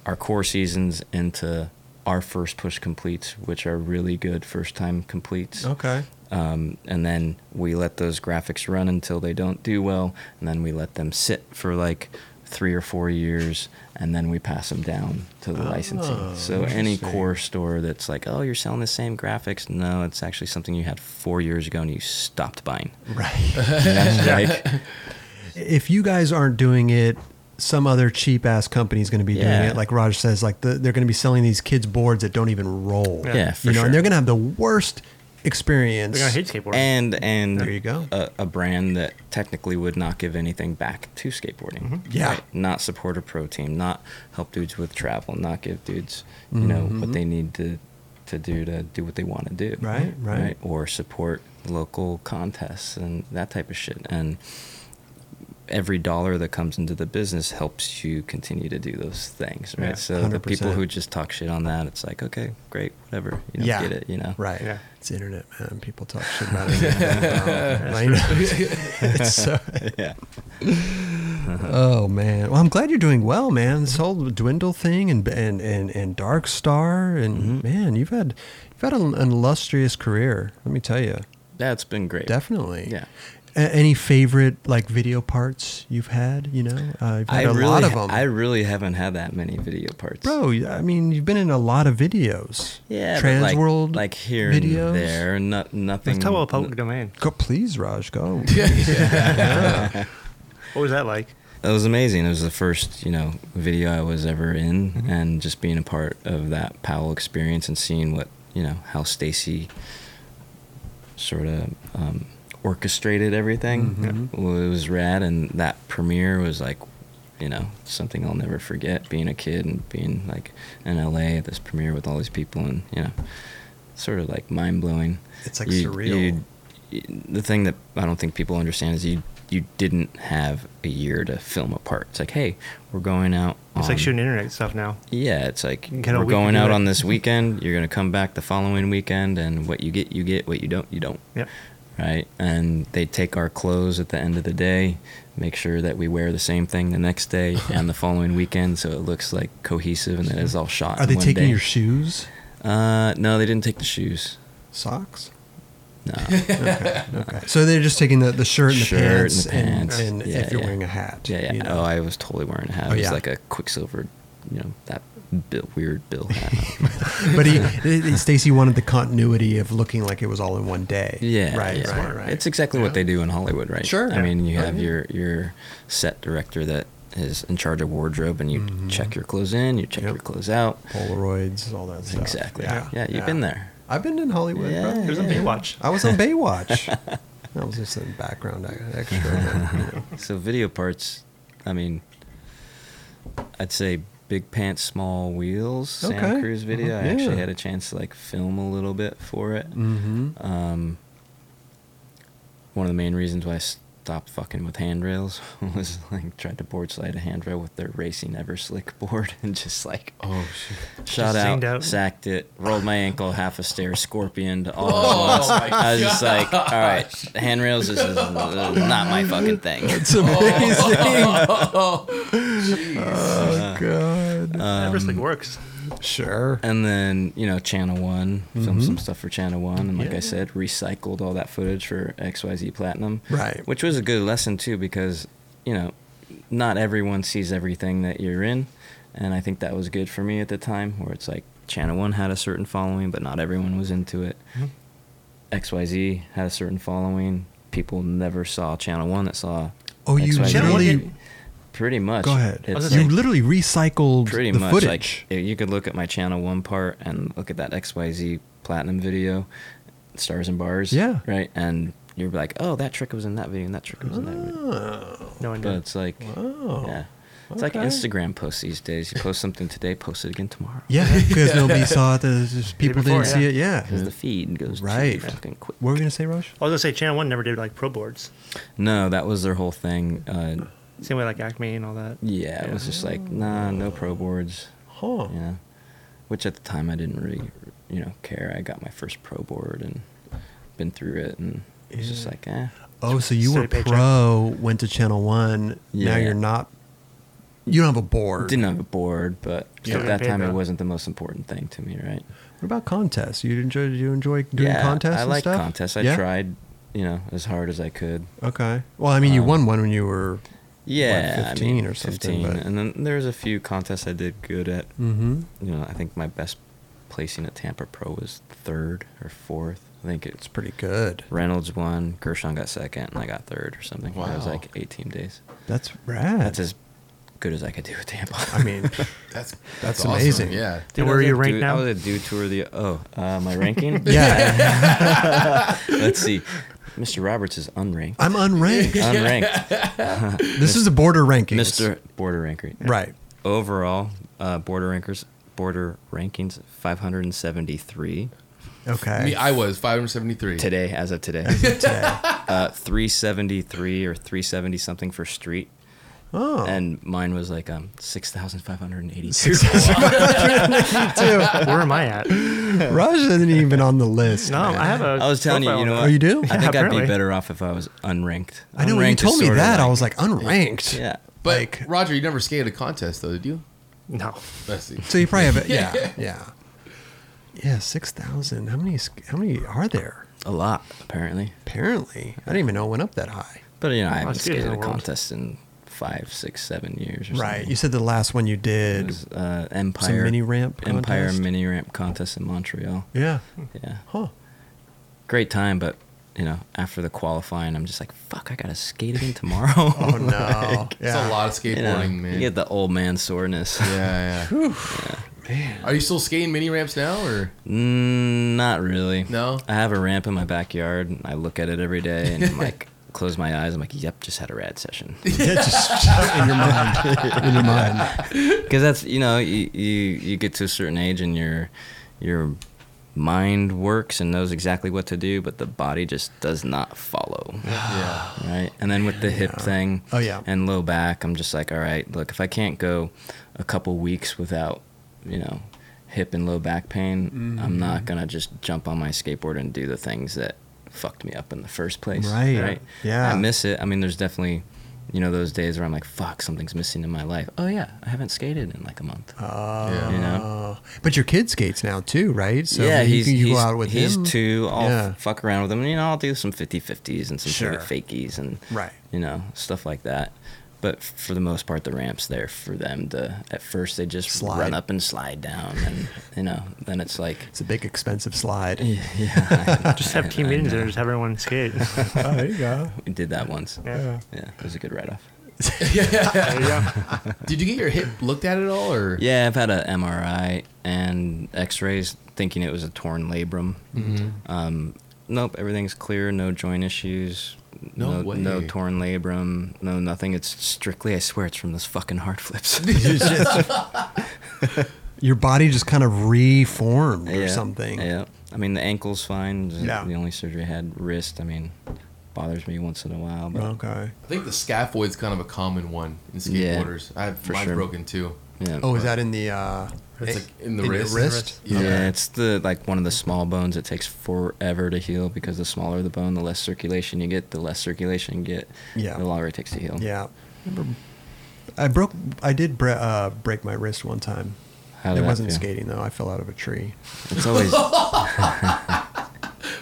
our core seasons into our first push completes, which are really good first time completes
Oh,
Okay.
um, and then we let those graphics run until they don't do well, and then we let them sit for like three or four years, and then we pass them down to the
Oh,
licensing. So any
interesting.
core store that's like, oh, you're selling the same graphics, no, it's actually something you had four years ago and you stopped buying.
Right.
Like,
if you guys aren't doing it, some other cheap ass company is going to be doing
Yeah.
it. Like Raj says, like the, they're going to be selling these kids boards that don't even roll.
Yeah.
yeah, for
you know,
sure.
and they're going to have the worst experience.
They're gonna hate skateboarding.
and and
There you go.
A, a brand that technically would not give anything back to skateboarding.
Yeah.
Not support a pro team. Not help dudes with travel. Not give dudes you know
Mm-hmm.
what they need to to do to do what they want to do.
Right, right.
Or support local contests and that type of shit. And every dollar that comes into the business helps you continue to do those things, right?
Yeah,
so the people
100%.
who just talk shit on that, it's like, okay, great, whatever. You don't
Yeah.
get it, you know?
Right.
Yeah.
It's the internet, man. People talk shit about it. I know. it's so,
yeah.
oh man. Well, I'm glad you're doing well, man. This whole dwindle thing and and and, and Dark Star and
Mm-hmm.
man, you've had you've had an, an illustrious career. Let me tell you.
That's been great.
Definitely.
Yeah.
A- any favorite like video parts you've had? You know, uh, you've had a
really,
lot of them.
I really haven't had that many video parts.
Bro, you- I mean, you've been in a lot of videos.
yeah, but
Trans
like,
world
like here
videos.
and there, no, nothing.
Let's talk about
Mm.
public domain.
Go, please, Raj, go.
What was that like?
It was amazing. It was the first, you know, video I was ever in,
Mm-hmm.
and just being a part of that Powell experience and seeing what you know how Stacy sort of um, orchestrated everything
Mm-hmm.
wa- was rad, and that premiere was like, you know, something I'll never forget. Being a kid and being like in LA at this premiere with all these people, and you know, sort of like mind blowing.
It's, like,
You-
surreal.
you- the thing that I don't think people understand is you you didn't have a year to film a part. It's like, hey, we're going out.
It's
on-
like shooting internet stuff now.
Um, Yeah, it's like
You get a
we're
week to
going
do
out
it.
on this weekend. You're gonna come back the following weekend, and what you get, you get. What you don't, you don't.
Yep.
Right, and they take our clothes at the end of the day, make sure that we wear the same thing the next day and the following weekend, so it looks like cohesive and it is all shot.
Are
in
they
one
taking
day.
your shoes,
Uh, no, they didn't take the shoes.
socks?
No.
Okay. So they're just taking the, the shirt and the
Shirt and
pants,
the
and,
pants.
and
Yeah,
if you're
yeah.
wearing a hat.
Yeah, yeah.
you know.
Oh, I was totally wearing a hat.
Oh,
it was
yeah.
like a Quicksilver, you know, that bill, weird bill hat.
but he, Stacy wanted the continuity of looking like it was all in one day.
yeah,
Right,
yeah.
right, right.
It's exactly what they do in Hollywood, right?
Sure.
I mean, you
Yeah.
have your your set director that is in charge of wardrobe, and you check your clothes in, you check
Mm-hmm. Yep.
your clothes out.
Polaroids, all that stuff.
Exactly. Yeah, you've been there.
I've been in Hollywood,
Yeah,
bro.
There's a Baywatch.
I was on Baywatch. I was just a background e-, extra. but, you know.
So video parts, I mean, I'd say big pants, small wheels.
Okay.
Santa Cruz video.
Uh-huh.
I
Yeah.
actually had a chance to like film a little bit for it.
Mm-hmm.
um, one of the main reasons why I s- stop fucking with handrails. was like tried to board slide a handrail with their racing ever slick board and just like
Oh shit!
shot out,
zinged out.
sacked it, rolled my ankle half a stair, scorpion to all
Oh,
at once.
my
I was just like, all right, handrails is, is not my fucking thing.
It's amazing.
Oh.
Uh,
Oh, God.
Ever Slick
Um,
works.
Sure.
And then, you know, Channel One, filmed some stuff for Channel One. And like
Yeah.
I said, recycled all that footage for XYZ Platinum.
Right.
Which was a good lesson, too, because, you know, not everyone sees everything that you're in. And I think that was good for me at the time, where it's like Channel One had a certain following, but not everyone was into it. XYZ had a certain following. People never saw Channel One that saw.
Oh, you
XYZ.
Channel One
really?
did-
Pretty much.
Go ahead.
It's
was
You
like-
gonna
literally recycled
pretty
the
much
footage.
like you could look at my channel one part and look at that xyz platinum video stars and bars
Yeah.
right and you're like oh that trick was in that video and that trick was in that video
Ah, Oh.
No one
but
did.
it's uh, like yeah it's like
Okay.
instagram posts these days you post something today post it again tomorrow
yeah, because nobody saw it. there's just people
before,
didn't see
yeah.
it. Yeah.
because the feed goes
Right.
right fucking quick
What were we gonna say, Roche?
I was gonna say Channel One never did like pro boards.
no that was their whole thing uh
Same way like Acme and all that.
yeah it was just like nah no pro boards
Huh.
you know which at the time i didn't really you know care i got my first pro board and been through it and it was just like eh
Oh, so you
Steady
were
paycheck.
pro, went to Channel One. Now
Yeah.
you're not. You don't have a board.
didn't have a board but
Yeah.
at that
Paid
time it
though.
wasn't the most important thing to me right
What about contests? You enjoy? Do you enjoy doing
yeah
contests?
i
and
like
stuff?
contests i
Yeah?
tried you know as hard as i could
Okay. Well, I mean, you
Um,
won one when you were.
yeah I
15
mean,
or something,
15.
but-
and then there's a few contests i did good at
Mm-hmm.
you know i think my best placing at tampa pro was third or fourth i think it's
It's pretty good.
reynolds won gershon got second and i got third or something it was
Wow.
like eight team days
That's rad.
That's as good as I could do with Tampa.
I mean,
That's
That's
awesome.
amazing.
Yeah.
Dude, where are you
right
ranked now?
I was a dude tour the oh uh, my ranking.
yeah.
Let's see, Mr. Roberts is unranked.
I'm unranked.
Unranked,
This is the border rankings.
Mr. Border Ranker.
Right.
Overall, uh, border rankers, border rankings, 573
Okay.
Me, I was 573.
today as of today.
Okay.
Uh, 373 or 370 something for street,
Oh.
and mine was like um 6,582.
Where am I at? No,
Raj isn't even on the list. man.
I have a.
I was telling you,
profile
you know
on
what?
Oh, you do?
I think I'd
apparently.
be better off if I was unranked.
I know when you
Unranked is
told me
sorta
that, I was like, unranked.
yeah.
But
Like-
Roger, you never skated a contest though, did you?
that. No.
Let's see.
So you probably have it. Yeah. Yeah. Yeah. Six thousand. How many? sk- How many are there?
A lot, apparently.
Apparently, I didn't even know it went up that high.
But you know, I
Well,
haven't
it's good in
skated
the
a
world.
contest in five, six, seven years. Or
Right.
something.
You said the last one you
It
did.
was, uh, Empire
mini ramp
Empire
contest?
mini ramp contest in Montreal.
yeah.
Yeah,
Huh.
great time, but you know, after the qualifying, I'm just like, fuck, I gotta skate again tomorrow. oh
No.
It's
yeah.
a lot of skateboarding,
you, know,
man.
you get the old man soreness.
yeah, yeah. Man. Are you still skating mini ramps now, or
Mm, not really.
No?
I have a ramp in my backyard, and I look at it every day, and I'm like, close my eyes. I'm like, yep, just had a rad session.
Yeah, just in your mind. In your mind.
because that's you know you, you you get to a certain age and your your mind works and knows exactly what to do but the body just does not follow
yeah,
right and then with the hip thing
Oh, yeah.
and low back i'm just like all right look if i can't go a couple weeks without you know hip and low back pain i'm
Mm-hmm.
not gonna just jump on my skateboard and do the things that fucked me up in the first place
Right.
right
Yeah.
i miss it i mean there's definitely you know those days where i'm like fuck something's missing in my life oh yeah i haven't skated in like a month
yeah.
you know
Oh, but your kid skates now too, right? So
yeah,
you
he's,
can you
he's,
go out with
he's
him.
two. I'll
Yeah.
fuck around with him. You know, I'll do some 50-50s and some
Sure.
sort of fakies and
Right.
you know stuff like that. But f- for the most part, the ramps there for them to. At first, they just
Slide.
run up and slide down, and you know, then it's like.
It's a big expensive slide.
Yeah,
Just have team meetings and just have everyone skate.
oh, there you go.
We did that once.
Yeah.
Yeah, it was a good write-off.
There you go.
Did you get your hip looked at at all, or
Yeah, I've had an MRI and X-rays, thinking it was a torn labrum. Um, nope, everything's clear. No joint issues.
No
no,
way.
torn labrum. No nothing. It's strictly, I swear, it's from those fucking hard flips.
It's just- your body just kind of reformed
Yeah,
or something.
Yeah. I mean, the ankle's fine. It was
Yeah.
The only surgery I had wrist. I mean, bothers me once in a while. But
Okay.
I think the scaphoid's kind of a common one in
Yeah,
skateboarders. I have
for
mine
sure.
broken too.
yeah.
Oh, is that in the? Uh,
It's
eh,
like in the
your
wrist.
Yeah,
Okay.
it's the like one of the small bones. It takes forever to heal because the smaller the bone, the less circulation you get. The less circulation you get,
Yeah.
the longer it takes to heal.
Yeah. Remember- I broke. I did bre- uh, break my wrist one time.
How did
it
that
wasn't
feel?
skating though. I fell out of a tree.
It's always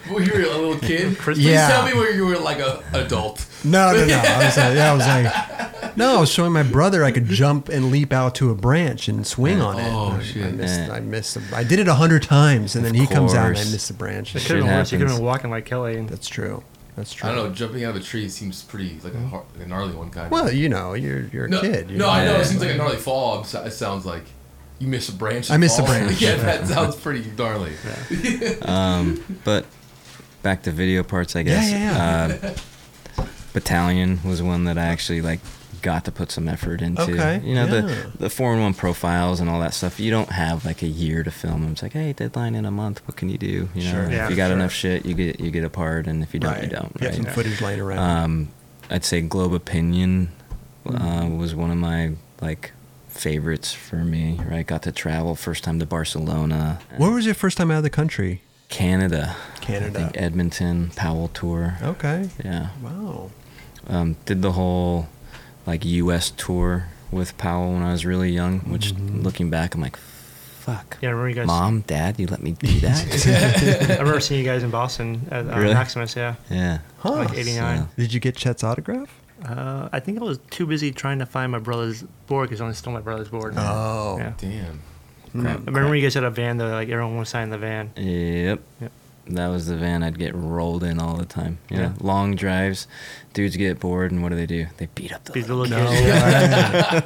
Well, you were a little kid. Please
Yeah.
tell me where you were like a adult.
No, no, no. I was like, yeah, I was like, no. I was showing my brother I could jump and leap out to a branch and swing on it.
Oh,
I, I
shit.
missed.
Yeah.
I missed. the- I did it a hundred times, and
Of
then he comes out and I
course.
missed the branch.
It
Shit
could have been worse. You could have
happens.
been walking like Kelly. And
That's true. That's true.
I don't know. Jumping out of a tree seems pretty like a, har a gnarly one kind. of.
Well, you know, you're you're a
no,
kid. you
no, I know.
Yeah.
It seems like a gnarly fall. I'm so- It sounds like you miss a branch.
I
and
miss a
fall.
branch.
yeah, that sounds pretty gnarly.
Um, but back to video parts, I
Yeah,
guess.
yeah,
Uh, Battalion was one that I actually like got to put some effort into.
Okay,
You know
yeah.
the the four and one profiles and all that stuff. You don't have like a year to film. them. It's like, hey, deadline in a month. What can you do? You know,
Sure.
Yeah,
if you got
sure.
enough shit, you get you get a part, and if you don't,
Right. Uh,
you don't.
You have
right?
some footage laying around.
Um, I'd say Globe Opinion uh,
Mm-hmm.
was one of my like favorites for me. Right, got to travel first time to Barcelona,
Where was your first time out of the country?
Canada, I
Canada. Oh.
think Edmonton, Powell tour.
Okay.
Yeah,
Wow.
um, did the whole like U.S. tour with Powell when I was really young. Which,
Mm-hmm.
looking back, I'm like, fuck.
Yeah, I remember you guys-
Mom, Dad, you let me do that.
I remember seeing you guys in Boston at uh,
Really?
Maximus. Yeah,
yeah.
like '89.
Did you get Chet's autograph?
Uh, I think I was too busy trying to find my brother's board because I only stole my brother's board.
Oh.
yeah.
Damn.
Mm-hmm.
I remember you guys had a van though. Like everyone was signing the van.
Yep.
Yep.
That was the van I'd get rolled in all the time. You
Yeah.
know, long drives, dudes get bored, and what do they do? They beat up the.
These
little-
little
No
kids,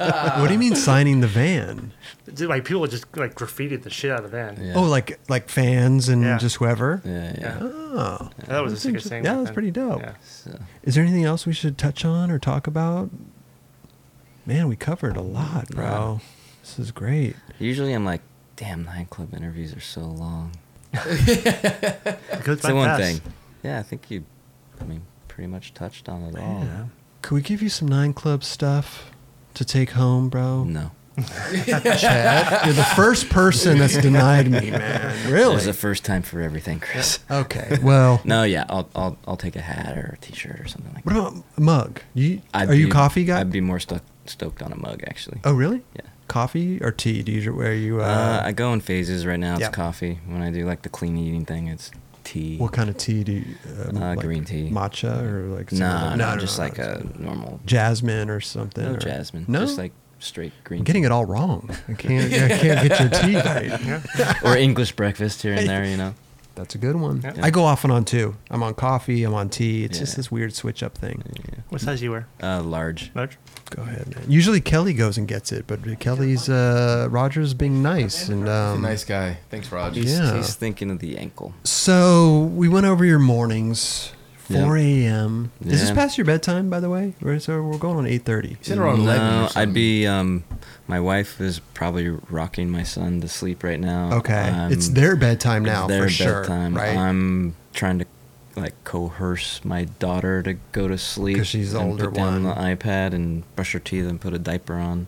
way. what do you mean signing the van?
Dude, like people just like graffitied the shit out of the van.
Yeah.
Oh, like like fans and
Yeah.
just whoever.
yeah, yeah.
Yeah.
Oh,
That was the
That's
sickest
inter-
thing.
yeah,
back
that's
then.
pretty dope.
Yeah.
So,
is there anything else we should touch on or talk about? Man, we covered a lot, bro. This is great.
usually, I'm like, damn, Nine Club interviews are so long.
It goes
It's
by
the one
fast.
thing. Yeah, I think you. I mean, pretty much touched on it all.
Yeah. Could we give you some nine club stuff to take home, bro?
No.
Chad, you're the first person that's denied me, man. Really?
There's a first time for everything, Chris.
okay. Well,
No, yeah, I'll, I'll I'll take a hat or a t-shirt or something like
what
that.
about a mug? You
I'd
are you
be-
a coffee guy?
I'd be more stuck, stoked on a mug actually.
oh, really?
Yeah.
Coffee or tea? Do you where you? Uh,
Uh, I go in phases. Right now, it's
yeah.
coffee. When I do like the clean eating thing, it's tea.
what kind of tea do you? um,
Uh, green tea.
matcha, or like some
Nah,
other-
no, just like
it's-
a normal
jasmine or something.
no
or-
jasmine.
No,
just like straight green.
I'm getting it all wrong. I can't. I can't get your tea right.
tea. or English breakfast here and there. You know.
That's a good one.
Yeah.
I go off and on too. I'm on coffee. I'm on tea. It's just
Yeah.
this weird switch up thing.
What size do you wear?
Uh, large.
Large.
Go ahead, man. Usually Kelly goes and gets it, but Kelly's uh, Rogers being nice and
He's
um,
a nice guy. Thanks, Roger.
He's,
Yeah.
he's thinking of the ankle.
So we went over your mornings. 4 a.m. Is this
Yeah.
past your bedtime, by the way? Or so we're going on 8:30.
He's in around 11 or
No,
something.
I'd be. Um, my wife is probably rocking my son to sleep right now.
Okay,
Um,
it's their bedtime now
it's their
for sure,
bedtime. Um,
right?
I'm trying to like coerce my daughter to go to sleep
'Cause she's the
and
older
put down
one.
the iPad and brush her teeth and put a diaper on.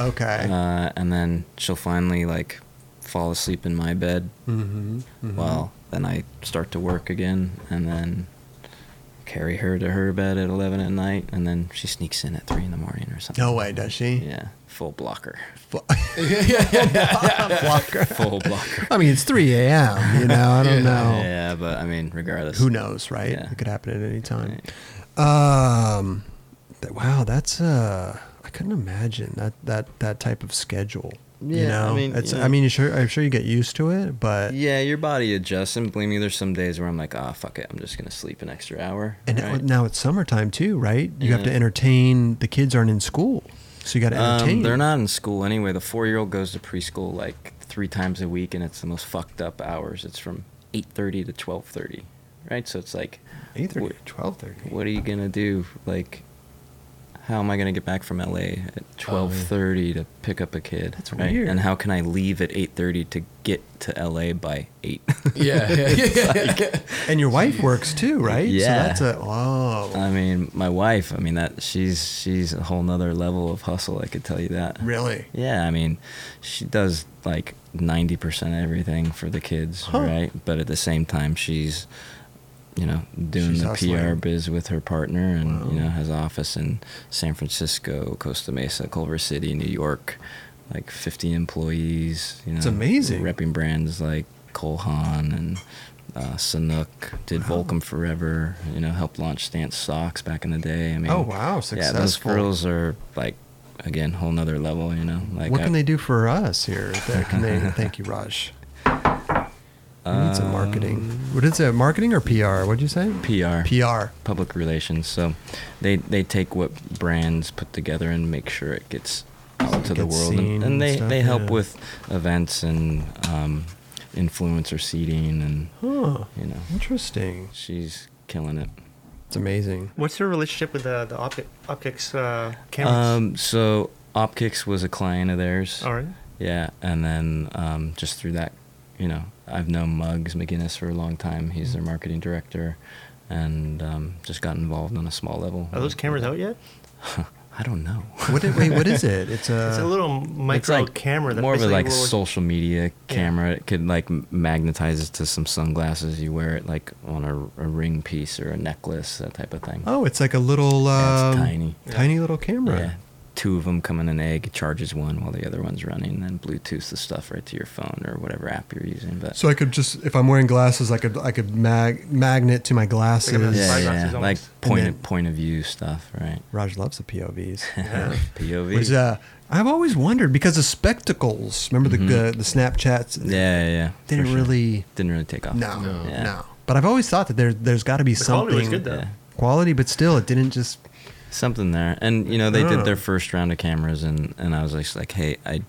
okay.
uh, and then she'll finally like fall asleep in my bed.
mm-hmm,
Well, then I start to work again, and then carry her to her bed at eleven at night, and then she sneaks in at three in the morning or something.
no way, does she?
Yeah, full blocker,
Blocker.
full blocker.
I mean, it's 3 a.m. You know, I don't know.
Yeah, but I mean, regardless,
Who knows, right?
Yeah.
It could happen at any time.
Right.
Um, th- wow, that's uh, I couldn't imagine that that that type of schedule. you
Yeah, I
know,
mean,
it's.
you
I
know.
mean, you sure. I'm sure you get used to it, but
Yeah, your body adjusts, and believe me, there's some days where I'm like, ah, fuck it, I'm just gonna sleep an extra hour.
And now-
right?
now it's summertime too, right? You have to
Yeah.
entertain. The kids aren't in school, so you got to entertain.
Um, they're not in school anyway. The four-year-old goes to preschool like three times a week, and it's the most fucked up hours. It's from eight thirty to twelve thirty, right? So it's like,
eight thirty,
What-
twelve thirty.
what are you gonna do? Like, how am I going to get back from
Oh,
LA at 12:30 to pick up a kid? That's
weird.
And how can I leave at 8:30 to get to LA by 8?
Yeah, yeah, yeah.
And your wife works too, right?
Yeah.
So that's a oh
I mean, my wife, I mean that she's she's a whole nother level of hustle, I could tell you that.
really.
Yeah, I mean, she does like 90% of everything for the kids, right? But at the same time, she's, you know, doing
She's
the PR
hustling.
biz with her partner and, you know, has office in San Francisco, Costa Mesa, Culver City, New York, like 50 employees, you know.
It's amazing.
Repping brands like Cole Haan and uh, Sanuk, did Volcom Forever, you know, helped launch Stance Socks back in the day. I mean,
Oh, wow,
Yeah, those
successful.
girls are like, again, whole nother level, you know. Like,
what
I-
can they do for us here? That- Can they? thank you, Raj. We need some
Um,
marketing. Um, What is it? Marketing or PR? What'd you say?
PR,
PR.
public relations. So they they take what brands put together and make sure it gets out to the
gets
world,
seen
and,
and
and they
stuff,
they help
yeah.
with events and um, influencer seeding, and
Huh.
you know
Interesting.
she's killing it.
It's amazing.
What's your relationship with the the optic, optics uh, cameras?
Um, so Opkicks was a client of theirs.
All right.
Yeah, and then um, just through that, you know, I've known Muggs McGinnis for a long time. He's
Mm-hmm.
their marketing director, and um, just got involved on a small level.
Are those cameras out yet?
I don't know.
What? It, wait, what is it? It's a.
It's a little micro
uh, It's like
camera. That
more of a
basically
like
will-
social media camera. It could like m- magnetize it to some sunglasses. You wear it like on a, a ring piece or a necklace, that type of thing.
oh, it's like a little.
Yeah,
Um,
it's tiny.
Tiny little camera.
Yeah. Two of them come in an egg, it charges one while the other one's running, and then Bluetooth the stuff right to your phone or whatever app you're using. But
So I could just, if I'm wearing glasses, I could, I could mag, magnet to my glasses.
Like a
yeah,
Spy
yeah,
glasses
like
almost.
point
And then-
point of view stuff, right?
Raj loves the POVs.
POV.
Which uh, I've always wondered because of spectacles. Remember the uh, the Snapchats?
Mm-hmm. yeah, yeah, yeah.
Didn't
for sure.
really.
didn't really take off.
No, no,
No.
Yeah.
But I've always thought that there, there's got to be
The
something
quality was good though.
Yeah.
Quality, but still, it didn't just.
something there. And you know, they
Oh.
did their first round of cameras, and and I was just like, hey, I,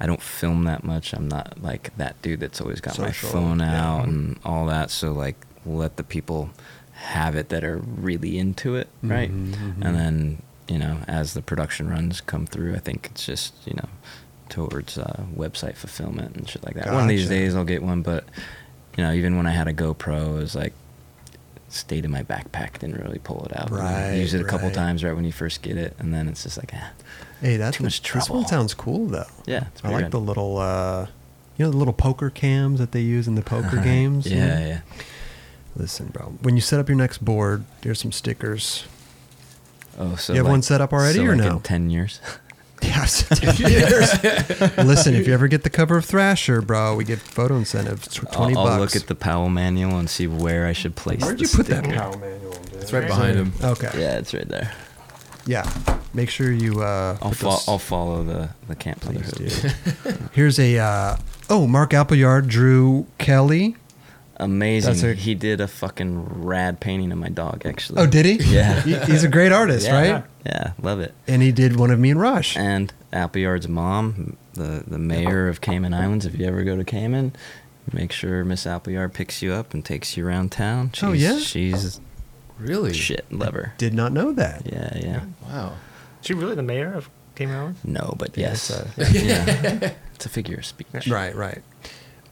I don't film that much. I'm not like that dude that's always got
Social,
my phone
yeah.
out and all that. So like, let the people have it that are really into it,
Mm-hmm,
right? And then you know, as the production runs come through, I think it's just you know, towards uh, website fulfillment and shit like that. One of these
Gotcha.
days I'll get one, but you know, even when I had a GoPro, it was like stayed in my backpack, didn't really pull it out. You know,
Right,
Use it a couple
right.
times right when you first get it, and then it's just like, ah.
Hey, that's
Too much
This one
trouble.
sounds cool though.
Yeah, it's
I
pretty
like the
good.
little, uh, you know, the little poker cams that they use in the poker games. you know?
Yeah, yeah.
Listen, bro. When you set up your next board, here's some stickers.
Oh, so
You have
like-
one set up already
so
or
like
no?
In Ten years.
Yes. Listen, if you ever get the cover of Thrasher, bro, we get photo incentives. tw-
I'll,
Twenty
I'll
bucks.
look at the Powell manual and see where I should place.
Where'd
the
you put that
sticker.
power manual? Dude?
It's right behind him.
Okay. Yeah.
Yeah, it's right there.
Make sure you. Uh,
I'll,
put
fo-
this-
I'll follow the the Camp to the
Please
Hood.
do. Here's a. Uh, oh, Mark Appleyard, Drew Kelly. That's
Amazing.
a-
He did a fucking rad painting of my dog, actually.
Oh, did he?
Yeah.
He- he's a great artist,
Yeah.
right?
Yeah, love it.
And he did one of me and Rush.
and Appleyard's mom, the the mayor of Cayman Islands. If you ever go to Cayman, make sure Miss Appleyard picks you up and takes you around town. She's,
Oh, yeah?
she's
Really?
shit lover.
Did not know that.
Yeah, yeah.
Wow.
Is she really the mayor of Cayman Islands?
No, but
Yeah,
yes,
it's
yeah. It's a figure of speech.
Right, right.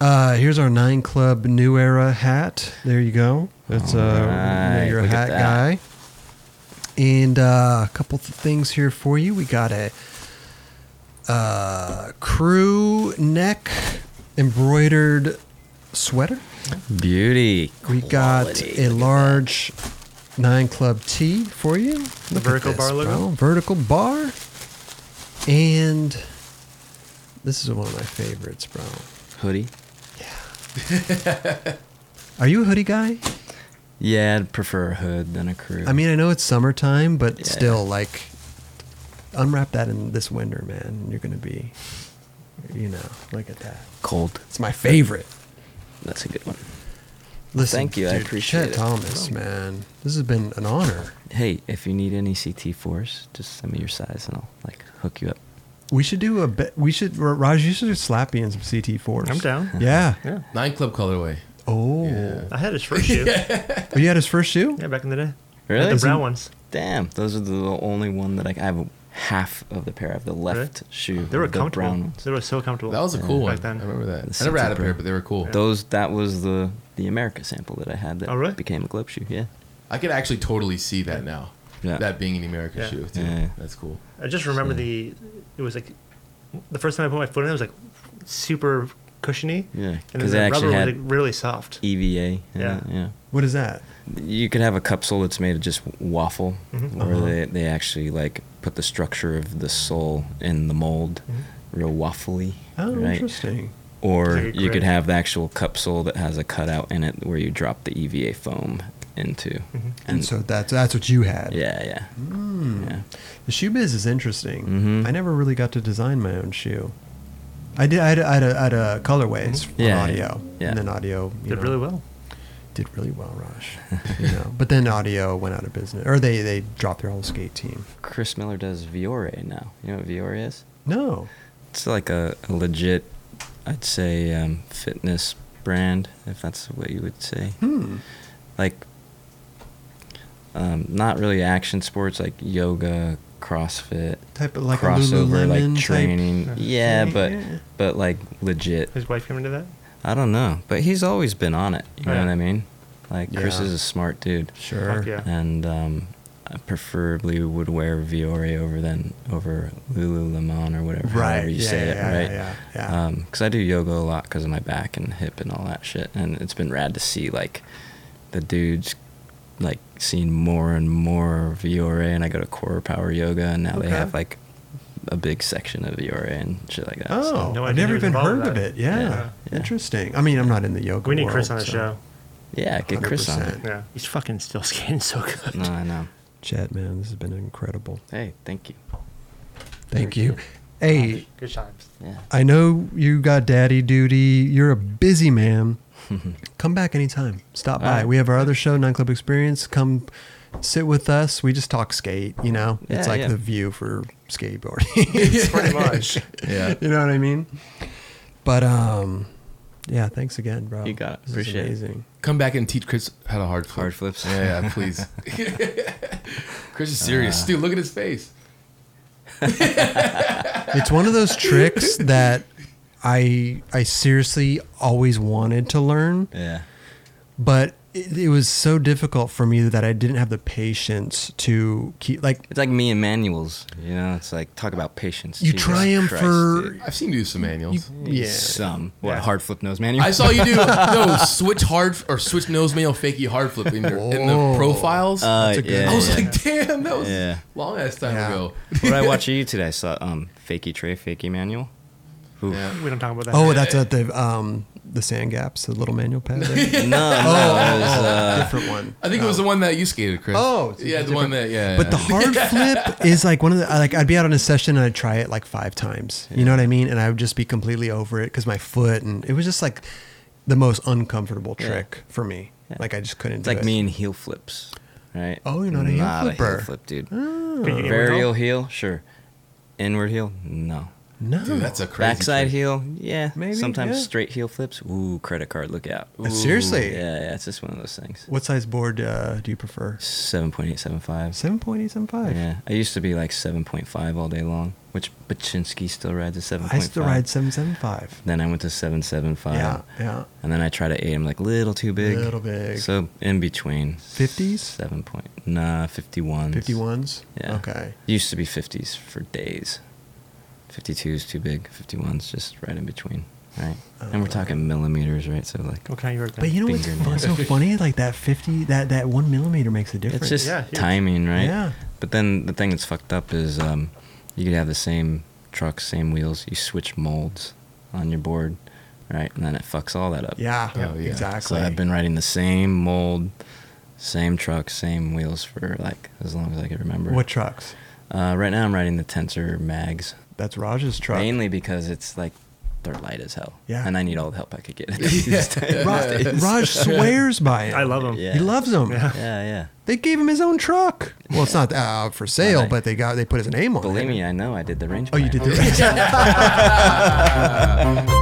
Uh, here's our Nine Club New Era hat. There you go. That's uh, you know,
Alright,
you're a
look at
hat
that.
guy. And uh, a couple th- things here for you. We got a uh, crew neck embroidered sweater.
Beauty.
We got
quality.
a large Nine Club tee for you. Look at
vertical
this,
bar logo?
bro. Vertical bar. And this is one of my favorites, bro.
hoodie.
Are you a hoodie guy?
Yeah, I'd prefer a hood than a crew.
I mean, I know it's summertime, but
Yeah.
still, like, unwrap that in this winter, man. You're gonna be, you know, look at that.
cold.
It's my favorite.
That's a good one.
Listen,
Thank you, I
dude,
appreciate
Chet
it.
Thomas, man, this has been an honor.
Hey, if you need any CT fours, just send me your size and I'll like hook you up.
We should do a bit. We should, Ra- Raj. You should just slap me in some CT 4s
I'm
Uh-huh.
down.
Yeah.
Yeah.
Nine Club colorway.
Oh,
Yeah.
I had his first shoe. yeah.
Oh, you had his first shoe.
back in the day.
Really?
The brown ones.
damn, those are the only one that I, I have half of the pair. I have the left
Really?
shoe.
They were
the
comfortable.
brown ones.
They were so comfortable.
That was a cool
back
one. I
Then.
remember that.
The
I never had a
Santa Pro.
pair, but they were cool.
Those that was the the America sample that I had that
Oh, really?
became a globe shoe. Yeah.
I could actually totally see that now.
Yeah.
That being an American
Yeah.
shoe, too.
Yeah.
That's cool.
I just remember
So-
the. It was like the first time I put my foot in it it was like super cushiony.
Yeah,
And then
'cause it
the rubber
actually
was
had- E,
like really soft.
EVA.
Yeah.
yeah.
What is that?
You could have a cupsole that's made of just waffle,
Mhm.
where
Uh-huh.
they, they actually like put the structure of the sole in the mold,
Mm-hmm.
real waffly.
Oh,
right?
interesting.
Or
Like a
you could
grid.
have the actual cupsole that has a cutout in it where you drop the EVA foam into.
Mm-hmm.
And, so that's that's what you had. Hmm.
yeah, yeah,
Mm.
yeah.
The shoe biz is interesting.
Mhm.
I never really got to design my own shoe. I did. I had, I had, a, I had a colorways for
Mm-hmm. Yeah,
audio,
yeah.
and then audio you
Did
know,
really well.
did really well, Raj. you know, but then audio went out of business, or they they dropped their whole skate team.
Chris Miller does Viore now. You know what Viore is?
No,
It's like a, a legit, I'd say, um, fitness brand, if that's what you would say.
hmm.
like um, not really action sports like yoga, CrossFit,
type of like
crossover
a Lululemon
like
type-
training. Yeah,
thing,
but
yeah.
but like legit.
His wife came into that.
I don't know, but he's always been on it. You know
Yeah.
what I mean? Like Chris
Yeah.
is a smart dude,
Sure.
Fuck yeah.
and um, I preferably would wear Viore over than over Lululemon or whatever.
Right.
however you
yeah,
say
yeah,
it,
yeah,
right?
Yeah. yeah.
because I do yoga a lot because of my back and hip and all that shit, and it's been rad to see like the dudes like seeing more and more Viore, and I go to Core Power Yoga, and now they
Okay.
have like a big section of Viore and shit like that. so-
oh,
No
I've
idea
never
he was
even
involved
heard
with
of
that.
it. Yeah.
Yeah.
Yeah.
Interesting. I mean, I'm not in the
Oh,
yoga.
We need
world,
Chris on the
so-
show.
yeah, get Chris on it.
100%.
Yeah. He's fucking still skating so good.
No, I know.
Chad, man, this has been incredible.
Hey, thank you.
Thank you. Hey,
Good times.
Yeah,
I know you got daddy duty. You're a busy man. Come back anytime. Stop
All
by.
right.
We have our other show, Nine Club Experience. Come sit with us. We just talk skate, you know? it's
Yeah,
like
yeah.
the view for skateboarding.
Pretty much.
Yeah.
you know what I mean? But um yeah, thanks again, bro.
You got it.
This is
Appreciate it.
amazing.
Come back and teach Chris how to hard flip.
Hard flips.
Yeah, yeah please. Chris is
Ah.
serious. Dude, look at his face.
It's one of those tricks that I I seriously always wanted to learn.
yeah,
but it, it was so difficult for me that I didn't have the patience to keep like
it's like me and manuals. You know, it's like talk about patience.
you
Jesus
try 'em
Christ,
for
dude.
I've seen you do some manuals.
yeah
some what
Yeah.
hard flip nose manual.
I saw you do no switch hard or switch nose manual fakie hard flip in, your, in the
Whoa.
profiles.
Uh,
That's a good-
yeah,
I was
yeah.
like, damn, that was
Yeah.
long ass time
Yeah.
ago.
what did I watch you today? I saw um, Fakey Trey, Fakey Manual. Oof.
Yeah.
We don't talk about that.
oh that's at the um the sand gaps the little manual pad there.
No,
Oh.
no, it was, uh,
different one
I think it was the one that you skated, Chris.
Oh, it's a
yeah, the one that yeah.
but
yeah.
the hard flip is like one of the like I'd be out on a session and I'd try it like five times you know what I mean and I would just be completely over it because my foot and it was just like the most uncomfortable
Yeah.
trick for me
Yeah.
like I just couldn't
it's
do
like
it.
me and heel flips, right?
Oh, you're not a heel flipper.
flip, dude.
Oh,
Could you get
Varial
involved?
heel, sure. Inward heel, no.
no
dude, that's a crazy
Backside
trick.
heel, yeah.
Maybe,
Sometimes
yeah.
straight heel flips. Ooh, credit card, look out.
Uh, seriously?
Ooh, Yeah, yeah. It's just one of those things.
what size board uh, do you prefer
Seven point eight seven five.
seven point eight seven five
Yeah, I used to be like seven point five all day long, which Baczynski still rides a seven
I
point five.
used to ride 775.
Then I went to seven seven five.
Yeah, yeah.
And then I tried to eight. I'm like little too big.
Little big.
So in between.
50s?
Seven point. Nah, fifty one.
51s?
Yeah.
Okay.
Used to be fifties for days. Fifty two is too big. Fifty one's just right in between. Right. and we're talking millimeters, right? So like.
What kind of York?
But you know what's
Fingernail.
fun, so funny? Like that 50, that, that one millimeter makes a difference.
It's just
Yeah, huge.
timing, right?
Yeah.
But then the thing that's fucked up is um, you could have the same truck, same wheels. You switch molds on your board, right? And then it fucks all that up.
Yeah,
Oh, yeah.
exactly.
So I've been riding the same mold, same truck, same wheels for like as long as I can remember.
What trucks?
Uh, right now I'm riding the Tensor mags,
That's Raj's truck.
mainly because it's like they're light as hell.
Yeah.
And I need all the help I could get. at these days.
Raj, Raj swears by it.
I love him.
Yeah.
He loves them.
Yeah, yeah.
They gave him his own truck. Well, it's not uh, for sale,
Right. Oh,
but they got they put his name on it.
Believe me, I know I did the range.
Oh, you
plan.
did the